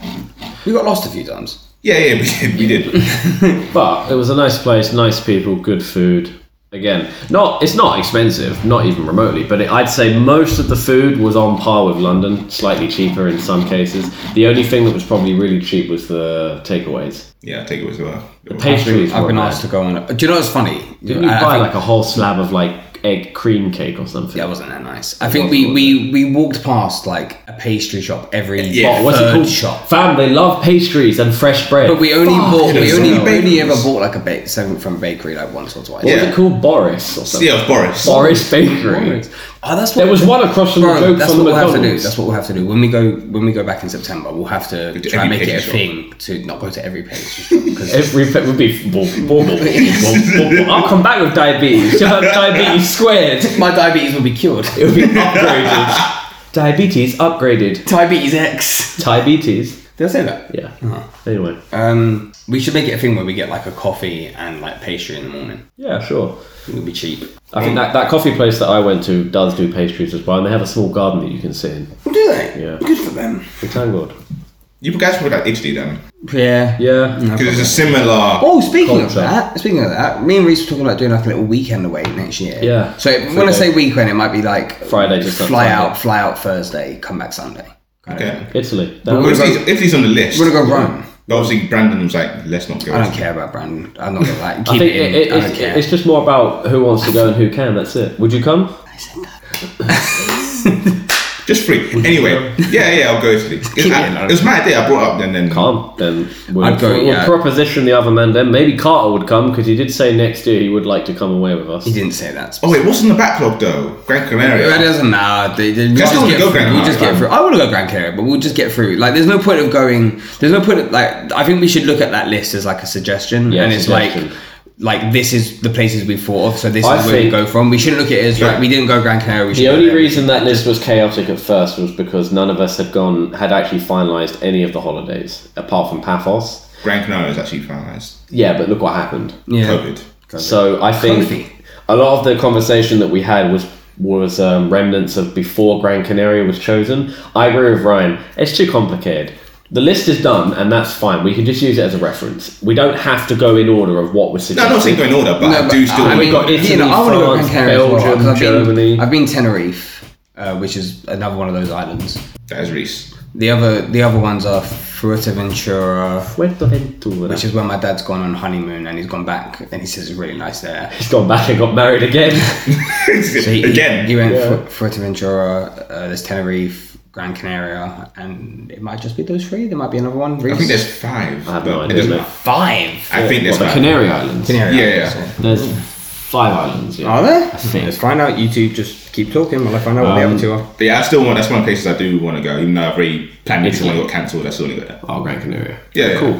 Speaker 3: We got lost a few times.
Speaker 2: Yeah, yeah, we did. We did.
Speaker 1: But it was a nice place, nice people, good food. Again, not it's not expensive, not even remotely. But it, I'd say most of the food was on par with London, slightly cheaper in some cases. The only thing that was probably really cheap was the takeaways.
Speaker 2: Yeah, take it as well.
Speaker 1: Pastries.
Speaker 3: I've
Speaker 1: were
Speaker 3: been
Speaker 1: mad.
Speaker 3: asked to go on. Do you know what's funny?
Speaker 1: Didn't you
Speaker 3: I- I
Speaker 1: buy
Speaker 3: think-
Speaker 1: like a whole slab of like egg cream cake or something?
Speaker 3: that wasn't that nice. I think we, we we walked past like a pastry shop every
Speaker 2: Yeah.
Speaker 1: Oh, what's it
Speaker 3: third
Speaker 1: called?
Speaker 3: shop.
Speaker 1: Fam, they love pastries and fresh bread.
Speaker 3: But we only bought we
Speaker 2: it was
Speaker 3: only,
Speaker 2: so
Speaker 3: we only
Speaker 2: nice.
Speaker 3: ever bought like a ba- something from a bakery like once or twice.
Speaker 1: what was
Speaker 2: Yeah.
Speaker 1: it called, Boris or something?
Speaker 2: Yeah, it was Boris.
Speaker 1: Boris Bakery.
Speaker 3: Oh, that's what
Speaker 1: There was one across from the
Speaker 3: Bro,
Speaker 1: joke
Speaker 3: that's
Speaker 1: from
Speaker 3: what
Speaker 1: the
Speaker 3: we'll have to do.
Speaker 1: McDonald's.
Speaker 3: That's what we'll have to do when we go when we go back in September. We'll have to
Speaker 2: to
Speaker 3: try and
Speaker 2: every
Speaker 3: make it a
Speaker 2: pastry shop.
Speaker 3: thing to not go to every pastry shop because
Speaker 1: Every pet would be ball, ball, ball, ball, ball, ball. I'll come back with diabetes. You'll have diabetes squared.
Speaker 3: my diabetes will be cured.
Speaker 1: It'll be upgraded. diabetes upgraded.
Speaker 3: diabetes X.
Speaker 1: Diabetes.
Speaker 3: Did I say that?
Speaker 1: Yeah. Anyway.
Speaker 3: Um, we should make it a thing where we get like a coffee and like pastry in the morning.
Speaker 1: Yeah, sure.
Speaker 3: It'll be cheap.
Speaker 1: I think that, that coffee place that I went to does do pastries as well, and they have a small garden that you can sit in.
Speaker 3: Do they?
Speaker 1: Yeah.
Speaker 3: Good for them.
Speaker 1: It's tangled.
Speaker 2: You guys would like Italy then.
Speaker 3: Yeah.
Speaker 1: Yeah.
Speaker 3: Mm-hmm.
Speaker 2: Because it's a similar.
Speaker 3: Oh, speaking of
Speaker 1: Culture.
Speaker 3: that, speaking of that, me and Reese were talking about doing like a little weekend away next year.
Speaker 1: Yeah.
Speaker 3: So
Speaker 1: Three
Speaker 3: when I
Speaker 1: days.
Speaker 3: say weekend, it might be like
Speaker 1: Friday to
Speaker 3: fly
Speaker 1: Sunday.
Speaker 3: out, fly out Thursday, come back Sunday. kind of
Speaker 2: Okay.
Speaker 1: Italy.
Speaker 2: Well,
Speaker 1: That-
Speaker 2: Italy's, Italy's on the list.
Speaker 3: We're gonna go Rome.
Speaker 2: But obviously, Brandon was like, let's not go.
Speaker 3: I don't care about Brandon. I'm not gonna like keep
Speaker 1: I think
Speaker 3: it in.
Speaker 1: it, it,
Speaker 3: I don't
Speaker 1: it's,
Speaker 3: care.
Speaker 1: it's just more about who wants to go and who can. That's it. Would you come?
Speaker 2: Just free. Anyway, yeah, yeah, I'll go with three. It's,
Speaker 3: Yeah.
Speaker 2: it was my idea I brought up then. then
Speaker 1: Calm. Then we'll,
Speaker 3: I'd go,
Speaker 1: we'll
Speaker 3: yeah.
Speaker 1: proposition the other man. Then maybe Carter would come because he did say next year he would like to come away with us.
Speaker 3: He didn't say that.
Speaker 2: Oh wait, what's in the backlog though? Gran
Speaker 3: It
Speaker 2: Canaria.
Speaker 3: doesn't matter. They, they, we just,
Speaker 2: Just don't
Speaker 3: get,
Speaker 2: go
Speaker 3: through.
Speaker 2: Gran
Speaker 3: we just
Speaker 2: Canaria.
Speaker 3: get through. I want to go Grand Canaria, but we'll just get through. Like, there's no point of going. There's no point. Of, like, I think we should look at that list as like a suggestion,
Speaker 1: Yeah,
Speaker 3: and it's
Speaker 1: suggestion.
Speaker 3: like, like this is the places we thought of, so this
Speaker 1: I
Speaker 3: is where we
Speaker 1: think-
Speaker 3: go from. We shouldn't look at it as like we didn't go Grand Canaria. We should
Speaker 1: The
Speaker 3: go
Speaker 1: only
Speaker 3: there.
Speaker 1: reason that list was chaotic at first was because none of us had gone had actually finalised any of the holidays apart from Paphos.
Speaker 2: Gran Canaria is actually finalized.
Speaker 1: Yeah, but look what happened.
Speaker 3: yeah.
Speaker 2: COVID.
Speaker 1: So I think
Speaker 3: Kofi.
Speaker 1: a lot of the conversation that we had was was um, remnants of before Gran Canaria was chosen. I agree with Ryan. It's too complicated. The list is done, and that's fine. We can just use it as a reference. We don't have to go in order of what was
Speaker 2: No, I'm
Speaker 1: suggested.
Speaker 2: not saying go in order, but
Speaker 3: No,
Speaker 2: I
Speaker 3: but
Speaker 2: do still.
Speaker 3: I
Speaker 1: We've
Speaker 3: mean,
Speaker 1: got Italy,
Speaker 3: you know, I wanna go
Speaker 1: France,
Speaker 3: Gran Canaria as well,
Speaker 1: Belgium,
Speaker 3: 'cause I've been-
Speaker 1: Germany.
Speaker 3: I've been Tenerife, uh, which is another one of those islands.
Speaker 2: that is Reese.
Speaker 3: The other the other ones are Fuerteventura,
Speaker 1: Fuerteventura.
Speaker 3: which is where my dad's gone on honeymoon and he's gone back and he says it's really nice there.
Speaker 1: He's gone back and got married again.
Speaker 3: So he,
Speaker 2: Again,
Speaker 3: he went
Speaker 1: Yeah.
Speaker 3: Fu- Fuerteventura, uh, there's Tenerife, Gran Canaria, and it might just be those three. There might be another one.
Speaker 2: I
Speaker 3: Reese.
Speaker 2: think there's five.
Speaker 1: I have
Speaker 2: but
Speaker 1: no
Speaker 2: it
Speaker 1: idea,
Speaker 2: doesn't
Speaker 1: mate.
Speaker 2: matter.
Speaker 3: five.
Speaker 2: I think there's
Speaker 1: What, the
Speaker 2: five.
Speaker 1: Canary Islands.
Speaker 3: Canaria.
Speaker 2: Yeah, yeah.
Speaker 3: so-
Speaker 1: There's five islands. Yeah.
Speaker 2: Oh.
Speaker 3: Are there?
Speaker 1: think.
Speaker 3: Let's find out. You two just keep talking while I find out what the
Speaker 1: Um,
Speaker 3: other two are.
Speaker 2: But yeah, I still want. That's one of the places I do want to go, even though I've already planned it.
Speaker 1: Italy.
Speaker 2: One got cancelled. I still want to go there.
Speaker 1: Oh, Gran Canaria.
Speaker 2: Yeah, yeah.
Speaker 1: cool.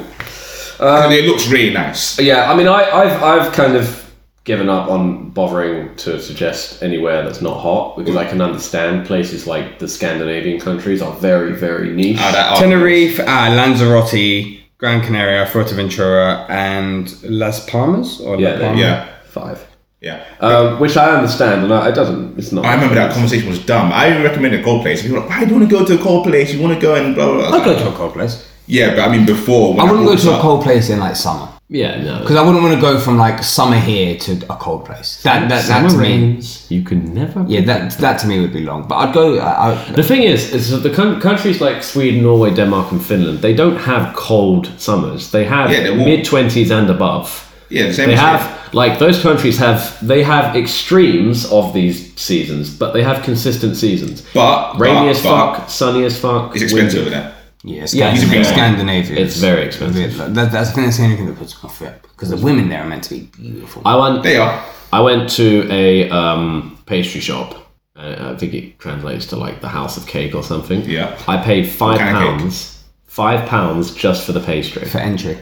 Speaker 1: Um,
Speaker 2: And it looks really nice.
Speaker 1: Yeah, I mean, I, I've I've kind of given up on bothering to suggest anywhere that's not hot because I can understand places like the Scandinavian countries are very very niche.
Speaker 2: Ah, that arch-
Speaker 3: Tenerife, uh, Lanzarote, Gran Canaria, Fuerteventura, and Las Palmas or
Speaker 1: Yeah,
Speaker 3: La
Speaker 1: they-
Speaker 3: Palma?
Speaker 2: Yeah,
Speaker 1: Five,
Speaker 2: yeah.
Speaker 1: um, which I understand, and I, it doesn't. It's not.
Speaker 2: I remember that conversation was dumb. I even recommended a cold place. People were like, why do you want to go to a cold place? You want to go and blah, blah, blah.
Speaker 3: I'd go to a cold place.
Speaker 2: Yeah, but I mean, before. when
Speaker 3: I wouldn't
Speaker 2: brought
Speaker 3: go
Speaker 2: this
Speaker 3: to a
Speaker 2: up-
Speaker 3: cold place in like summer
Speaker 1: Yeah, no.
Speaker 3: because I wouldn't want to go from like summer here to a cold place. That that, that to me,
Speaker 1: you can never.
Speaker 3: yeah, that that to me would be long. But I'd go. I, I,
Speaker 1: The thing is, is that the coun- countries like Sweden, Norway, Denmark, and Finland, they don't have cold summers. They have
Speaker 2: Yeah, they're warm.
Speaker 1: mid twenties and above.
Speaker 2: Yeah, the same
Speaker 1: they
Speaker 2: as
Speaker 1: have
Speaker 2: here.
Speaker 1: like those countries have they have extremes of these seasons, but they have consistent seasons.
Speaker 2: But.
Speaker 1: Rainy
Speaker 2: but-
Speaker 1: as
Speaker 2: but
Speaker 1: fuck, sunny as fuck.
Speaker 2: It's expensive over
Speaker 1: windy.
Speaker 2: there.
Speaker 3: yeah,
Speaker 1: Yeah, it's
Speaker 3: Scandinavia.
Speaker 1: very-
Speaker 3: Scandinavia.
Speaker 1: It's
Speaker 3: is-
Speaker 1: very expensive.
Speaker 3: That, that's I think that's the only thing that puts me off it because the women there are meant to be beautiful.
Speaker 1: I went.
Speaker 2: They are.
Speaker 1: I went to a um, pastry shop. Uh, I think it translates to like the House of Cake or something.
Speaker 2: Yeah.
Speaker 1: I paid five
Speaker 2: kind of cake?
Speaker 1: pounds. Five pounds just for the pastry.
Speaker 3: for entry,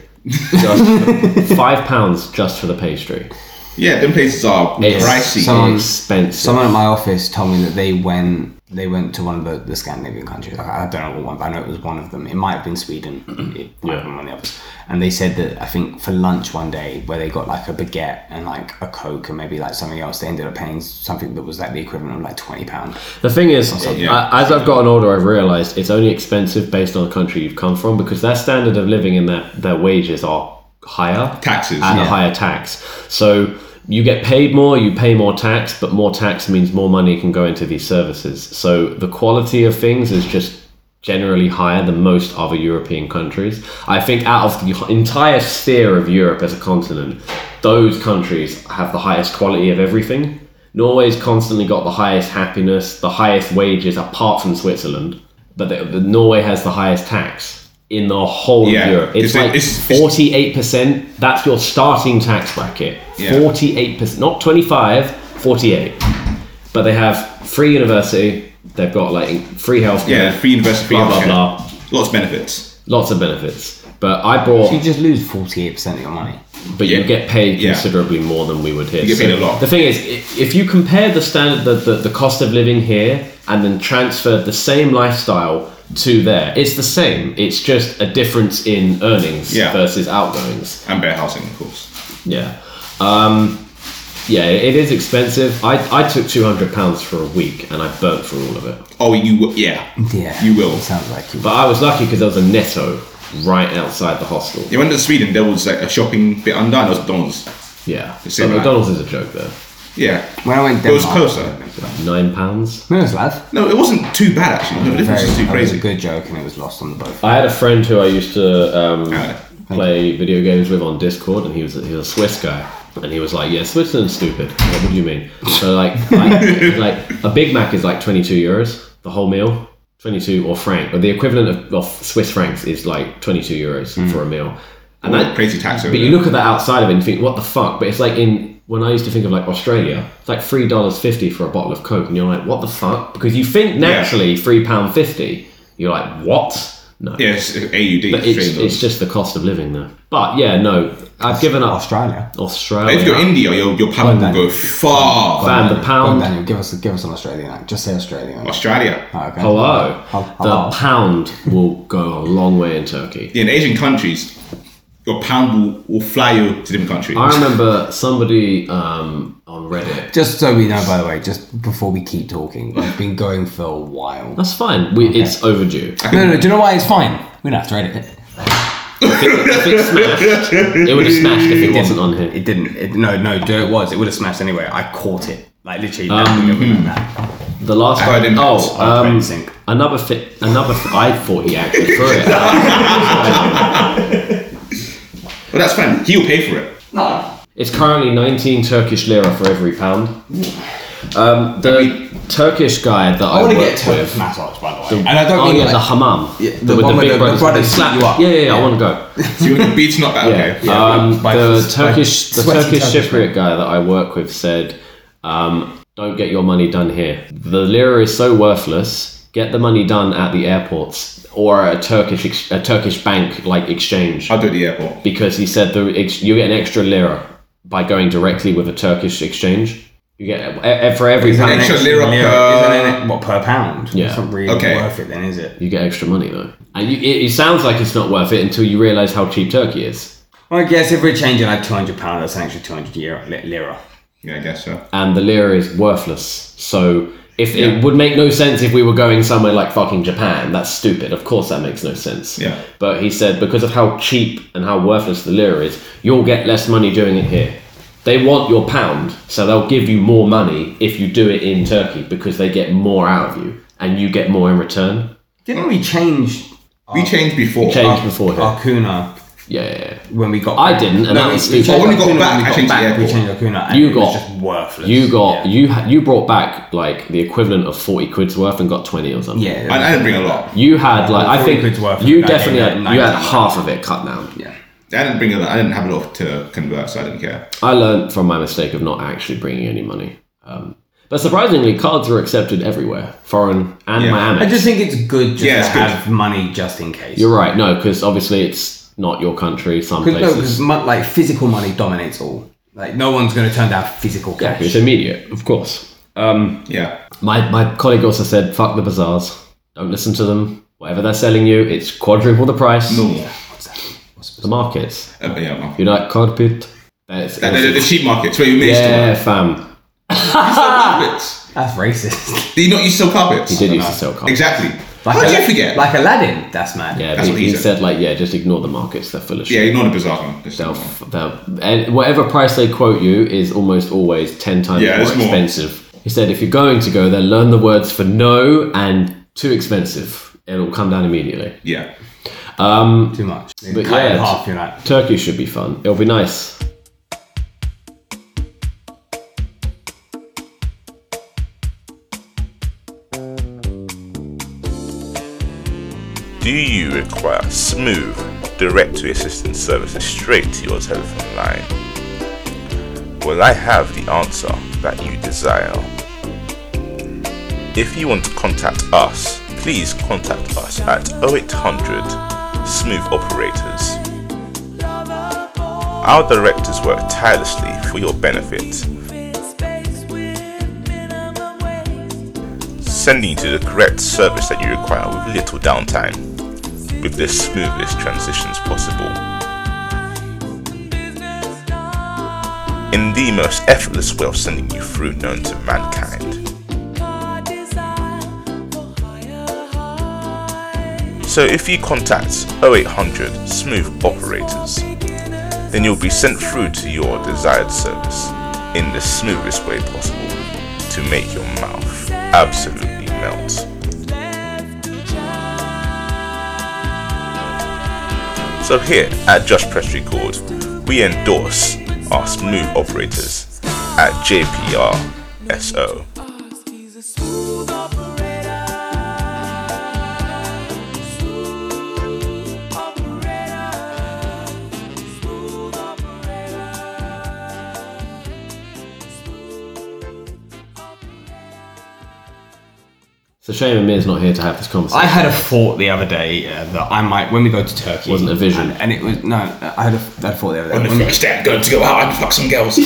Speaker 1: Just five pounds just for the pastry.
Speaker 2: Yeah, them places are
Speaker 1: It's
Speaker 2: pricey.
Speaker 3: some- Someone-
Speaker 1: expensive.
Speaker 3: someone at my office told me that they went they went to one of the, the Scandinavian countries. Like, I don't know what one, but I know it was one of them. It might have been Sweden. It might have been one of the others. And they said that I think for lunch one day, where they got like a baguette and like a coke and maybe like something else, they ended up paying something that was like the equivalent of like twenty pound.
Speaker 1: The thing is,
Speaker 2: Yeah.
Speaker 1: I- as I've gotten older, I've realised it's only expensive based on the country you've come from because their standard of living and their, their wages are higher.
Speaker 2: Taxes,
Speaker 1: And
Speaker 2: yeah.
Speaker 1: a higher tax. So you get paid more, you pay more tax, but more tax means more money can go into these services. So the quality of things is just generally higher than most other European countries. I think out of the entire sphere of Europe as a continent, those countries have the highest quality of everything. Norway's constantly got the highest happiness, the highest wages, apart from Switzerland. But the, the Norway has the highest tax in the whole
Speaker 2: Yeah.
Speaker 1: of Europe.
Speaker 2: It's-
Speaker 1: It's, like
Speaker 2: it's- it's-
Speaker 1: forty-eight percent. That's your starting tax bracket.
Speaker 2: Yeah.
Speaker 1: Forty-eight percent, not 25, 48. But they have free university. They've got like free healthcare.
Speaker 2: Yeah, free university, free
Speaker 1: blah blah
Speaker 2: healthcare.
Speaker 1: blah.
Speaker 2: Lots of benefits.
Speaker 1: Lots of benefits. But I bought.
Speaker 3: You just lose forty eight percent of your money.
Speaker 1: but you
Speaker 2: Yeah.
Speaker 1: get paid
Speaker 2: Yeah.
Speaker 1: considerably more than we would here.
Speaker 2: You get paid a lot.
Speaker 1: The thing is, i- if you compare the standard, the, the, the cost of living here, and then transfer the same lifestyle to there, it's the same. It's just a difference in earnings
Speaker 2: Yeah.
Speaker 1: versus outgoings.
Speaker 2: And better housing, of course.
Speaker 1: Yeah. Um, yeah, it is expensive. I, I took £200 for a week and I burnt through all of it.
Speaker 2: Oh, you. Yeah.
Speaker 3: Yeah,
Speaker 2: You will.
Speaker 3: It sounds like you.
Speaker 1: But I was lucky because there was a netto right outside the hostel.
Speaker 2: You went to Sweden, there was like a shopping bit undone. There was McDonald's.
Speaker 1: Yeah.
Speaker 2: It's
Speaker 1: But
Speaker 2: similar.
Speaker 1: McDonald's is a joke there.
Speaker 2: Yeah.
Speaker 3: when I went
Speaker 2: It
Speaker 3: Denmark,
Speaker 2: was closer.
Speaker 1: £9.
Speaker 3: No, it was laugh.
Speaker 2: No, it wasn't too bad actually. No, the difference
Speaker 3: Very,
Speaker 2: is too
Speaker 3: that was a
Speaker 2: crazy.
Speaker 3: good joke, and it was lost on the boat.
Speaker 1: I had a friend who I used to um,
Speaker 2: Yeah.
Speaker 1: play video games with on Discord, and he was he was a Swiss guy, and he was like, "Yeah, Switzerland's stupid. Like, what do you mean?" So like, like, like a Big Mac is like twenty two euros the whole meal. 22 or franc, or the equivalent of, of Swiss francs is like 22 euros for a meal. And that,
Speaker 2: crazy tax over
Speaker 1: but you
Speaker 2: there.
Speaker 1: look at that outside of it and you think, what the fuck? But it's like in when I used to think of like Australia, it's like three dollars fifty for a bottle of Coke, and you're like, what the fuck? Because you think naturally three pound fifty, you're like, what? No,
Speaker 2: Yes, AUD.
Speaker 1: but it's, it's just the cost of living there. But yeah, no, I've given up
Speaker 3: Australia.
Speaker 1: Australia.
Speaker 2: if you're India, your your pound will go far.
Speaker 1: Fan the
Speaker 3: Come on,
Speaker 1: pound.
Speaker 3: Daniel, give us give us an Australian act. Just say Australian.
Speaker 2: Australia.
Speaker 3: Oh, okay.
Speaker 1: Hello.
Speaker 3: Hel- hello.
Speaker 1: The pound will go a long way in Turkey.
Speaker 2: In Asian countries, your pound will, will fly you to different countries.
Speaker 1: I remember somebody um, on Reddit.
Speaker 3: Just so we know, by the way, just before we keep talking, we've been going for a while.
Speaker 1: That's fine. We, It's overdue.
Speaker 3: No, no, do you know why it's fine? We don't have to edit it.
Speaker 1: If it smashed, it would have smashed if it wasn't on here.
Speaker 3: It didn't. It, no, no, Joe, it was. It would have smashed anyway. I caught it. Like
Speaker 1: Um,
Speaker 3: literally,
Speaker 1: The last
Speaker 2: I didn't
Speaker 1: Oh,
Speaker 2: catch.
Speaker 3: I
Speaker 1: hmm. um,
Speaker 3: didn't think.
Speaker 1: another fit. Another. Fi- I thought he actually threw it. out.
Speaker 2: But that's fine. He will pay for it.
Speaker 1: It's currently 19 Turkish lira for every pound. Um, the Turkish guy that I,
Speaker 3: I want to get
Speaker 1: worked
Speaker 3: to
Speaker 1: with.
Speaker 3: massage, by the way. and I don't
Speaker 1: oh
Speaker 3: mean
Speaker 1: yeah,
Speaker 3: like,
Speaker 1: the hammam.
Speaker 3: Yeah, the one where the- the
Speaker 1: brothers
Speaker 3: brothers
Speaker 1: that slap
Speaker 3: beat you up.
Speaker 1: Yeah, yeah, yeah, I
Speaker 3: Yeah.
Speaker 1: want to go.
Speaker 2: So you want to beat not that
Speaker 1: Yeah.
Speaker 2: okay. Yeah.
Speaker 1: Um,
Speaker 3: by-
Speaker 1: the
Speaker 3: by-
Speaker 1: Turkish, the
Speaker 3: sweaty
Speaker 1: Turkish
Speaker 3: Turkish
Speaker 1: Cypriot guy that I work with said, um, "Don't get your money done here. The lira is so worthless. Get the money done at the airports or a Turkish ex- a Turkish bank like exchange."
Speaker 2: I'll do it at the airport.
Speaker 1: because he said the ex- you get an extra lira by going directly with a Turkish exchange. You get e- e- for every
Speaker 3: Isn't
Speaker 1: pound,
Speaker 3: it
Speaker 2: extra
Speaker 3: ex-
Speaker 2: lira per-
Speaker 3: Isn't it, what per pound?
Speaker 1: Yeah.
Speaker 3: It's not really
Speaker 2: Okay.
Speaker 3: worth it then, is it?
Speaker 1: you get extra money though, and you, it, it sounds like it's not worth it until you realize how cheap Turkey is.
Speaker 3: Well, I guess if we're changing like two hundred pound, that's an extra two hundred euro li- lira.
Speaker 2: Yeah, I guess so.
Speaker 1: and the lira is worthless. So if it would make no sense if we were going somewhere like fucking Japan, that's stupid. Of course that makes no sense.
Speaker 2: Yeah.
Speaker 1: But he said because of how cheap and how worthless the lira is, you'll get less money doing it here. They want your pound, so they'll give you more money if you do it in Turkey because they get more out of you and you get more in return.
Speaker 3: Didn't we change
Speaker 1: Uh,
Speaker 2: We changed before.
Speaker 1: Change before
Speaker 2: ah.
Speaker 1: here.
Speaker 3: our kuna
Speaker 1: Yeah, yeah,
Speaker 3: when we got?
Speaker 1: I didn't, and that
Speaker 3: we-
Speaker 1: was
Speaker 3: we
Speaker 1: stupid.
Speaker 3: changed
Speaker 2: Oh, when we
Speaker 3: our
Speaker 2: got
Speaker 3: kuna
Speaker 2: back,
Speaker 3: when we
Speaker 2: I changed
Speaker 3: got
Speaker 2: the
Speaker 3: back. We
Speaker 2: airport.
Speaker 3: changed our kuna. And
Speaker 1: You
Speaker 3: it was
Speaker 1: got-
Speaker 3: just worthless.
Speaker 1: yeah. You got
Speaker 3: Yeah.
Speaker 1: you ha- you brought back like the equivalent of forty quid's worth and got twenty or something.
Speaker 3: Yeah.
Speaker 2: I, I didn't bring a lot.
Speaker 1: You had like I
Speaker 3: 40
Speaker 1: think
Speaker 3: quid's worth of
Speaker 1: you
Speaker 3: that game,
Speaker 1: definitely had
Speaker 3: yeah,
Speaker 1: you had
Speaker 3: 90.
Speaker 1: half of it cut down.
Speaker 3: yeah.
Speaker 2: I didn't bring a lot. I didn't have a lot to convert, so I didn't care.
Speaker 1: I learned from my mistake of not actually bringing any money. Um, but surprisingly, cards were accepted everywhere, foreign and
Speaker 2: Yeah.
Speaker 1: Miami.
Speaker 3: I just think it's good just
Speaker 2: Yeah, it's
Speaker 3: to
Speaker 2: good.
Speaker 3: have money just in case.
Speaker 1: You're right, no, because obviously it's not your country. Some
Speaker 3: Because no,
Speaker 1: places
Speaker 3: because like physical money dominates all. Like no one's going to turn down physical cash.
Speaker 1: it's immediate, of course. Um,
Speaker 2: Yeah.
Speaker 1: my my colleague also said, "Fuck the bazaars. Don't listen to them. Whatever they're selling you, it's quadruple the price.
Speaker 2: Normal.
Speaker 1: The markets,
Speaker 2: Uh, but yeah,
Speaker 1: you like carpet? That's-
Speaker 2: the, the, the cheap markets where you made
Speaker 1: yeah, fam.
Speaker 2: Ah. carpets.
Speaker 3: That's racist.
Speaker 2: Do you not use silk carpets?
Speaker 1: Did used to sell carpets.
Speaker 2: Exactly. How did
Speaker 3: Ala-
Speaker 2: you forget?
Speaker 3: Like Aladdin. That's mad.
Speaker 1: Yeah,
Speaker 2: That's
Speaker 1: he,
Speaker 2: what he
Speaker 1: he
Speaker 2: said.
Speaker 1: said like, yeah, just ignore the markets; they're full of
Speaker 2: yeah,
Speaker 1: shit.
Speaker 2: you're not a bizarre one. Just
Speaker 1: They'll, they'll, and whatever price they quote you is almost always ten times
Speaker 2: Yeah,
Speaker 1: more
Speaker 2: it's more.
Speaker 1: expensive. He said, if you're going to go there, learn the words for no and too expensive. It'll come down immediately.
Speaker 2: yeah.
Speaker 3: Too much.
Speaker 1: But
Speaker 3: Cut it in
Speaker 1: yeah,
Speaker 3: half. You're like.
Speaker 1: Turkey should be fun. It'll be nice.
Speaker 5: Do you require smooth, directory assistance services straight to your telephone line? Well, I have the answer that you desire. If you want to contact us, please contact us at 0800 Smooth Operators. Our directors work tirelessly for your benefit, sending you to the correct service that you require with little downtime, with the smoothest transitions possible. In the most effortless way of sending you through known to mankind. So if you contact 0800 Smooth Operators, then you'll be sent through to your desired service in the smoothest way possible to make your mouth absolutely melt. So here at Just Press Record, we endorse our smooth operators at JPR SO.
Speaker 8: He's a smooth operator.
Speaker 1: It's a shame Amir's not here to have this conversation.
Speaker 3: I had a thought the other day uh, that I might, when we go to Turkey,
Speaker 1: Wasn't a vision.
Speaker 3: and, and it was no. I had a, I had a thought the other day.
Speaker 2: On the
Speaker 3: When-
Speaker 2: first day, I'm going to go out and fuck some girls.
Speaker 3: I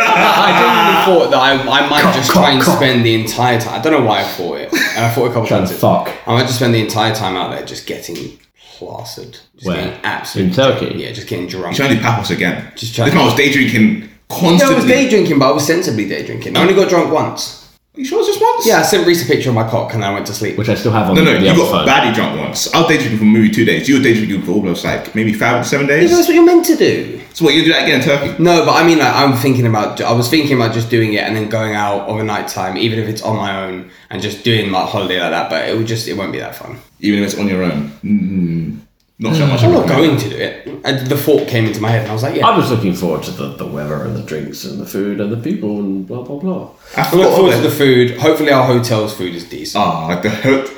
Speaker 1: Ah!
Speaker 3: genuinely thought that I, I might just try and spend the entire time. I don't know why I thought it. And I thought a couple
Speaker 1: Trying
Speaker 3: times.
Speaker 1: to fuck.
Speaker 3: I might just spend the entire time out there just getting plastered. Just
Speaker 1: Where?
Speaker 3: getting absolutely
Speaker 1: In Turkey?
Speaker 3: drunk. Yeah, just getting drunk.
Speaker 2: Trying to do Papos again.
Speaker 3: Just trying-
Speaker 2: this man was day drinking
Speaker 3: Yeah, I
Speaker 2: constantly.
Speaker 3: was day drinking, but I was sensibly day drinking. I only got drunk once.
Speaker 2: You sure it's just once?
Speaker 3: Yeah, I sent Reese a picture of my cock and I went to sleep.
Speaker 1: which I still have on
Speaker 2: No, no,
Speaker 1: the
Speaker 2: you
Speaker 1: other
Speaker 2: got
Speaker 1: phone.
Speaker 2: badly drunk once. I was day drinking for maybe two days. You were day drinking for almost like maybe five, seven days.
Speaker 3: that's what you're meant to do.
Speaker 2: So what, you do that again in Turkey?
Speaker 3: No, but I mean, like, I'm thinking about. I was thinking about just doing it and then going out of a night time, even if it's on my own, and just doing like holiday like that. But it would just, it won't be that fun.
Speaker 2: Even if it's on your own. Mm, not
Speaker 1: Hmm.
Speaker 2: sure how much
Speaker 3: I'm
Speaker 2: I'm
Speaker 3: not going to do it. And the thought came into my head, and I was like, yeah.
Speaker 1: I was looking forward to the, the weather and the drinks and the food and the people and blah blah blah.
Speaker 2: I
Speaker 3: I look
Speaker 2: forgot
Speaker 3: forward
Speaker 2: about
Speaker 3: to the
Speaker 2: the...
Speaker 3: food. Hopefully, our hotel's food is decent.
Speaker 2: Ah, the hurt.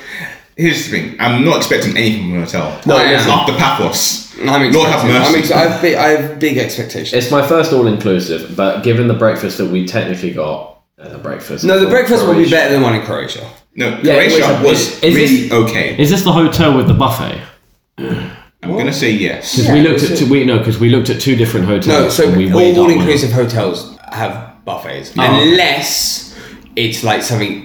Speaker 2: Here's the thing. I'm not expecting anything from a hotel.
Speaker 3: No,
Speaker 2: it's
Speaker 3: listen.
Speaker 2: After Papos.
Speaker 3: I'm expecting.
Speaker 2: Lord have mercy.
Speaker 3: I'm ex- I, have big, I have big expectations.
Speaker 1: It's my first all inclusive, but given the breakfast that we technically got as a breakfast.
Speaker 3: no, the
Speaker 1: for
Speaker 3: breakfast will be
Speaker 1: Croatia-
Speaker 3: better than one in Croatia.
Speaker 2: No,
Speaker 1: Yeah, it
Speaker 2: Croatia
Speaker 1: was-
Speaker 2: was
Speaker 1: is
Speaker 2: really
Speaker 1: this-
Speaker 2: okay.
Speaker 1: Is this the hotel with the buffet?
Speaker 2: I'm going to say yes.
Speaker 1: Because we looked at two, we no, because we looked at two different hotels.
Speaker 3: No, so
Speaker 1: and we
Speaker 3: all
Speaker 1: weighed our money.
Speaker 3: all-inclusive hotels have buffets, unless it's like something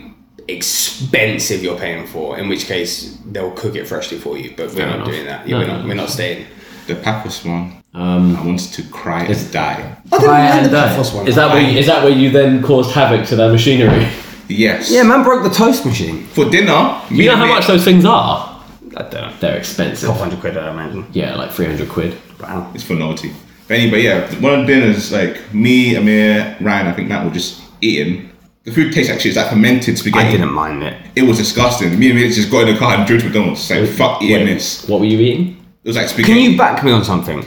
Speaker 3: expensive you're paying for, in which case they'll cook it freshly for you. But we're not
Speaker 1: enough.
Speaker 3: doing that. Yeah,
Speaker 1: No,
Speaker 3: we're
Speaker 1: no,
Speaker 3: not.
Speaker 1: no.
Speaker 3: We're not staying.
Speaker 2: The Papos one.
Speaker 1: Um,
Speaker 2: I wanted to cry and die.
Speaker 3: I don't
Speaker 1: Right,
Speaker 3: mind
Speaker 1: and
Speaker 3: the
Speaker 1: that-
Speaker 3: Paphos one.
Speaker 1: Is that where, is that where you then caused havoc to their machinery?
Speaker 2: Yes.
Speaker 3: Yeah, man broke the toast machine.
Speaker 2: For dinner,
Speaker 1: You know how much those things are?
Speaker 3: I don't know.
Speaker 1: They're expensive.
Speaker 3: Couple hundred quid, I imagine.
Speaker 1: Yeah, like three hundred quid.
Speaker 3: Wow.
Speaker 2: It's for naughty. But anyway, yeah, one of the dinners, like me, Amir, Ryan, I think Matt were just eating. The food tastes actually it's like fermented spaghetti.
Speaker 3: I didn't mind it.
Speaker 2: It was disgusting. Me and Amir just got in the car and drove to McDonald's. It's like, fuck eating this.
Speaker 1: What were you eating?
Speaker 2: It was like spaghetti.
Speaker 3: Can you back me on something?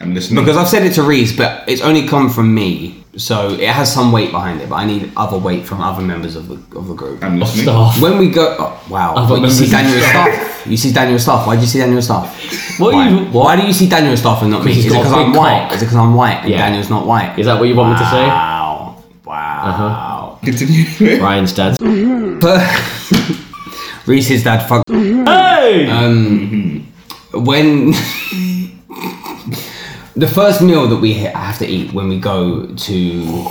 Speaker 2: I'm listening.
Speaker 3: Because I've said it to Reese, but it's only come from me, so it has some weight behind it. But I need other weight from other members of the of the group.
Speaker 2: I'm listening.
Speaker 1: Staff.
Speaker 3: When we go, oh, wow!
Speaker 1: Other
Speaker 3: Wait, you see
Speaker 1: members of
Speaker 3: Daniel
Speaker 1: the
Speaker 3: Staff. You see Daniel Staff. Why do you see Daniel Staff?
Speaker 1: What
Speaker 3: Why?
Speaker 1: you-
Speaker 3: Why do you see Daniel Staff and not me?
Speaker 1: he's
Speaker 3: Is it
Speaker 1: got a
Speaker 3: because I'm
Speaker 1: big
Speaker 3: white?
Speaker 1: cock.
Speaker 3: Is it because I'm white and
Speaker 1: Yeah.
Speaker 3: Daniel's not white?
Speaker 1: Is that what you want me to say?
Speaker 3: Wow!
Speaker 1: uh-huh.
Speaker 3: Wow!
Speaker 2: Continue.
Speaker 1: Ryan's dad's.
Speaker 3: Reese's dad fucked.
Speaker 1: Hey!
Speaker 3: when the first meal that we ha- have to eat when we go to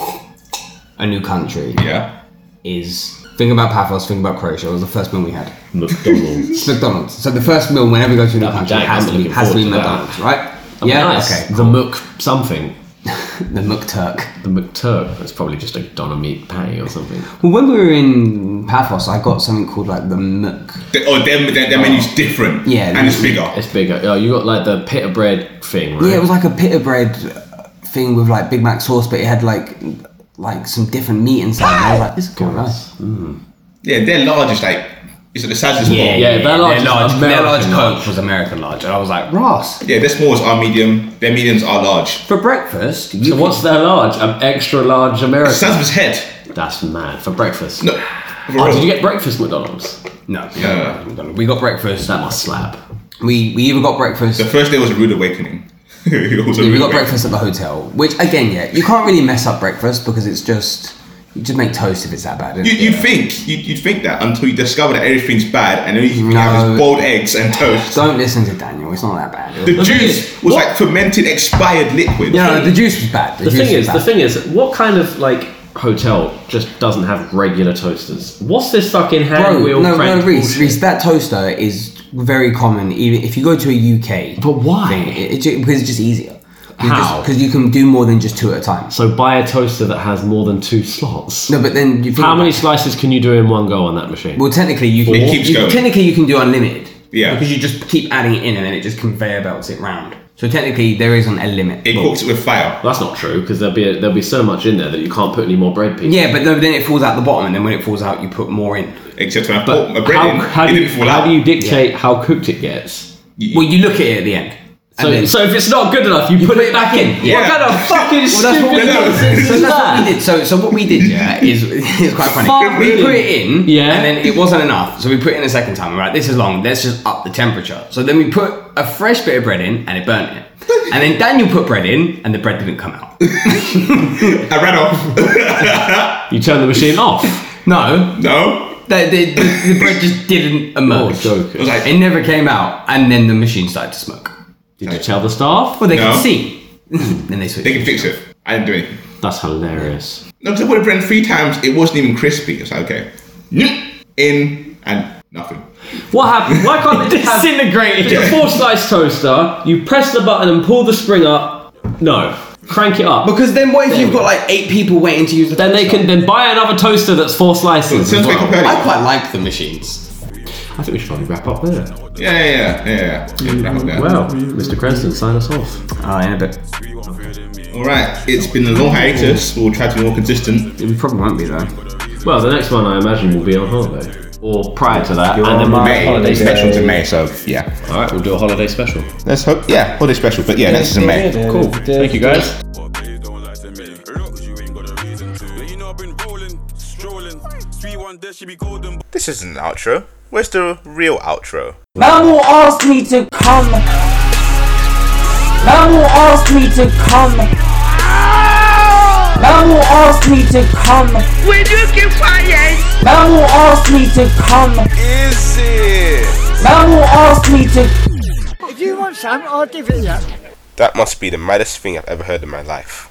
Speaker 3: a new country
Speaker 2: yeah.
Speaker 3: is think about Paphos, think about Croatia. It was the first meal we had.
Speaker 1: McDonald's.
Speaker 3: It's McDonald's. So the first meal whenever we go to a new country
Speaker 1: dang,
Speaker 3: has
Speaker 1: I'm
Speaker 3: to be
Speaker 1: looking
Speaker 3: has to be
Speaker 1: forward to that.
Speaker 3: McDonald's, right? yeah.
Speaker 1: Nice.
Speaker 3: Okay.
Speaker 1: The McTurk something.
Speaker 3: The McTurk.
Speaker 1: The McTurk. That's probably just a doner meat patty or something.
Speaker 3: Well, when we were in Paphos, I got something called like the Mc.
Speaker 2: The, oh, their, their, their menu's different.
Speaker 3: Yeah,
Speaker 2: And it's bigger.
Speaker 1: It's bigger. Oh, you got like the pita bread thing, right?
Speaker 3: Yeah, it was like a pita bread thing with like Big Mac sauce, but it had like like some different meat inside. And I was like, this is quite nice.
Speaker 2: Yeah, their large is like, it's like the size of the small.
Speaker 1: yeah. their large is
Speaker 3: their
Speaker 1: American
Speaker 3: large
Speaker 1: large.
Speaker 3: Coke was American large, and I was like, Ross,
Speaker 2: Yeah, their smalls are medium, their mediums are large.
Speaker 3: for breakfast, you
Speaker 1: So what's their large? An extra large
Speaker 2: The size
Speaker 1: American.
Speaker 2: of his head.
Speaker 1: That's mad for breakfast.
Speaker 2: No.
Speaker 1: Oh, did you get breakfast McDonald's?
Speaker 3: no,
Speaker 2: Yeah.
Speaker 3: no, we got breakfast.
Speaker 1: That must slap.
Speaker 3: We we either got breakfast.
Speaker 2: The first day was a rude awakening. It was a
Speaker 3: we
Speaker 2: rude
Speaker 3: got
Speaker 2: awakening.
Speaker 3: breakfast at the hotel, which again, yeah, you can't really mess up breakfast because it's just you just make toast if it's that bad.
Speaker 2: You,
Speaker 3: isn't
Speaker 2: you
Speaker 3: it?
Speaker 2: think you you think that until you discover that everything's bad, and then you can
Speaker 3: No.
Speaker 2: have is boiled eggs and toast.
Speaker 3: Don't listen to Daniel; it's not that bad.
Speaker 2: the
Speaker 1: thing
Speaker 2: juice
Speaker 1: is,
Speaker 2: was
Speaker 1: what-
Speaker 2: like fermented, expired liquid.
Speaker 3: no, no, the juice was bad. The,
Speaker 1: The
Speaker 3: juice
Speaker 1: thing
Speaker 3: was
Speaker 1: is, the
Speaker 3: bad.
Speaker 1: thing is, what kind of like hotel just doesn't have regular toasters? What's this fucking hand
Speaker 3: Bro,
Speaker 1: wheel
Speaker 3: no,
Speaker 1: crank
Speaker 3: no, Reese,
Speaker 1: bullshit?
Speaker 3: Reese, that toaster is very common. Even if you go to a UK,
Speaker 1: But why?
Speaker 3: thing, it, it, ju- because it's just easier.
Speaker 1: How?
Speaker 3: Because you can do more than just two at a time.
Speaker 1: So buy a toaster that has more than two slots.
Speaker 3: No, but then you think
Speaker 1: How many
Speaker 3: about-
Speaker 1: slices can you do in one go on that machine?
Speaker 3: Well, technically you can.
Speaker 2: It keeps
Speaker 3: you-
Speaker 2: going.
Speaker 3: Technically, you can do unlimited.
Speaker 2: Yeah.
Speaker 3: Because you just keep adding it in, and then it just conveyor belts it round. So technically, there isn't a limit.
Speaker 2: it cooks it with fire.
Speaker 1: That's not true because there'll be a, there'll be so much in there that you can't put any more bread pieces.
Speaker 3: yeah, but no, then it falls out the bottom, and then when it falls out, you put more in.
Speaker 2: Except when I put my
Speaker 1: But
Speaker 2: bread
Speaker 1: how,
Speaker 2: in,
Speaker 1: how,
Speaker 2: it
Speaker 1: do, you,
Speaker 2: didn't fall
Speaker 1: how
Speaker 2: out.
Speaker 1: do you dictate how cooked it gets?
Speaker 3: Well, you look at it at the end. and
Speaker 1: So,
Speaker 3: then-
Speaker 1: so if it's not good enough, you, put, it back in.
Speaker 3: Yeah.
Speaker 1: What kind of fucking
Speaker 3: Well, that's what we
Speaker 1: stupid
Speaker 3: did.
Speaker 1: nonsense
Speaker 3: So
Speaker 1: is
Speaker 3: that's what we
Speaker 1: that?
Speaker 3: did. So, so what we did, yeah, is it's quite funny.
Speaker 1: Fuck
Speaker 3: we
Speaker 1: me.
Speaker 3: put it in,
Speaker 1: Yeah.
Speaker 3: and then it wasn't enough, so we put it in a second time. We're like, this is long. Let's just up the temperature. So then we put a fresh bit of bread in, and it burnt it. And then Daniel put bread in, and the bread didn't come out.
Speaker 2: I ran off.
Speaker 1: You turn the machine off.
Speaker 3: No,
Speaker 2: no,
Speaker 3: That the, the, the bread just didn't emerge.
Speaker 1: You're joking.
Speaker 2: It was like-
Speaker 3: it never came out, and then the machine started to smoke.
Speaker 1: Did you tell the staff?
Speaker 3: Well, they
Speaker 2: No.
Speaker 3: could see. then they
Speaker 2: They
Speaker 3: switched.
Speaker 2: can fix it. I didn't do anything.
Speaker 1: That's hilarious.
Speaker 2: No, because I put it in three times. It wasn't even crispy. It's like, okay. In and nothing.
Speaker 1: What happened? Why can't they have
Speaker 3: Disintegrated.
Speaker 1: It's a four slice toaster. You press the button and pull the spring up. No, crank it up.
Speaker 3: Because then what if you've got like eight people waiting to use the
Speaker 1: then they
Speaker 3: toaster?
Speaker 1: can then buy another toaster that's four slices.
Speaker 2: Sounds
Speaker 1: as
Speaker 2: like
Speaker 1: well.
Speaker 2: compelling.
Speaker 3: I quite like the machines.
Speaker 1: I think we should probably wrap up there.
Speaker 2: Yeah, yeah, yeah, yeah. yeah. yeah. wrap it up.
Speaker 1: Mm, Well, Mr. Creston, sign us off.
Speaker 3: Oh, in a bit.
Speaker 2: All right. It's been a long hiatus. We'll try to be more consistent.
Speaker 3: It probably won't be though.
Speaker 1: Well, the next one I imagine will be on holiday. Or prior to that, and then we'll,
Speaker 2: May. Special to May. So yeah.
Speaker 1: all right, we'll do a holiday special.
Speaker 2: Let's hope. Yeah, holiday special. But yeah, next is in May.
Speaker 1: Cool. Thank you, guys.
Speaker 4: But please don't lie to me. Look, 'cause you ain't got a reason to. Then you know I've been rolling, strolling. Sweet one, there she be golden.
Speaker 5: This isn't an outro. Where's the real outro?
Speaker 8: Mamu asked me to come. Mamu asked me to come. Mamu asked me to come.
Speaker 9: Will you keep quiet?
Speaker 8: Mamu asked me to come.
Speaker 4: Is it?
Speaker 8: Mamu asked me to
Speaker 9: If you want some, I'll give it you.
Speaker 5: That must be the maddest thing I've ever heard in my life.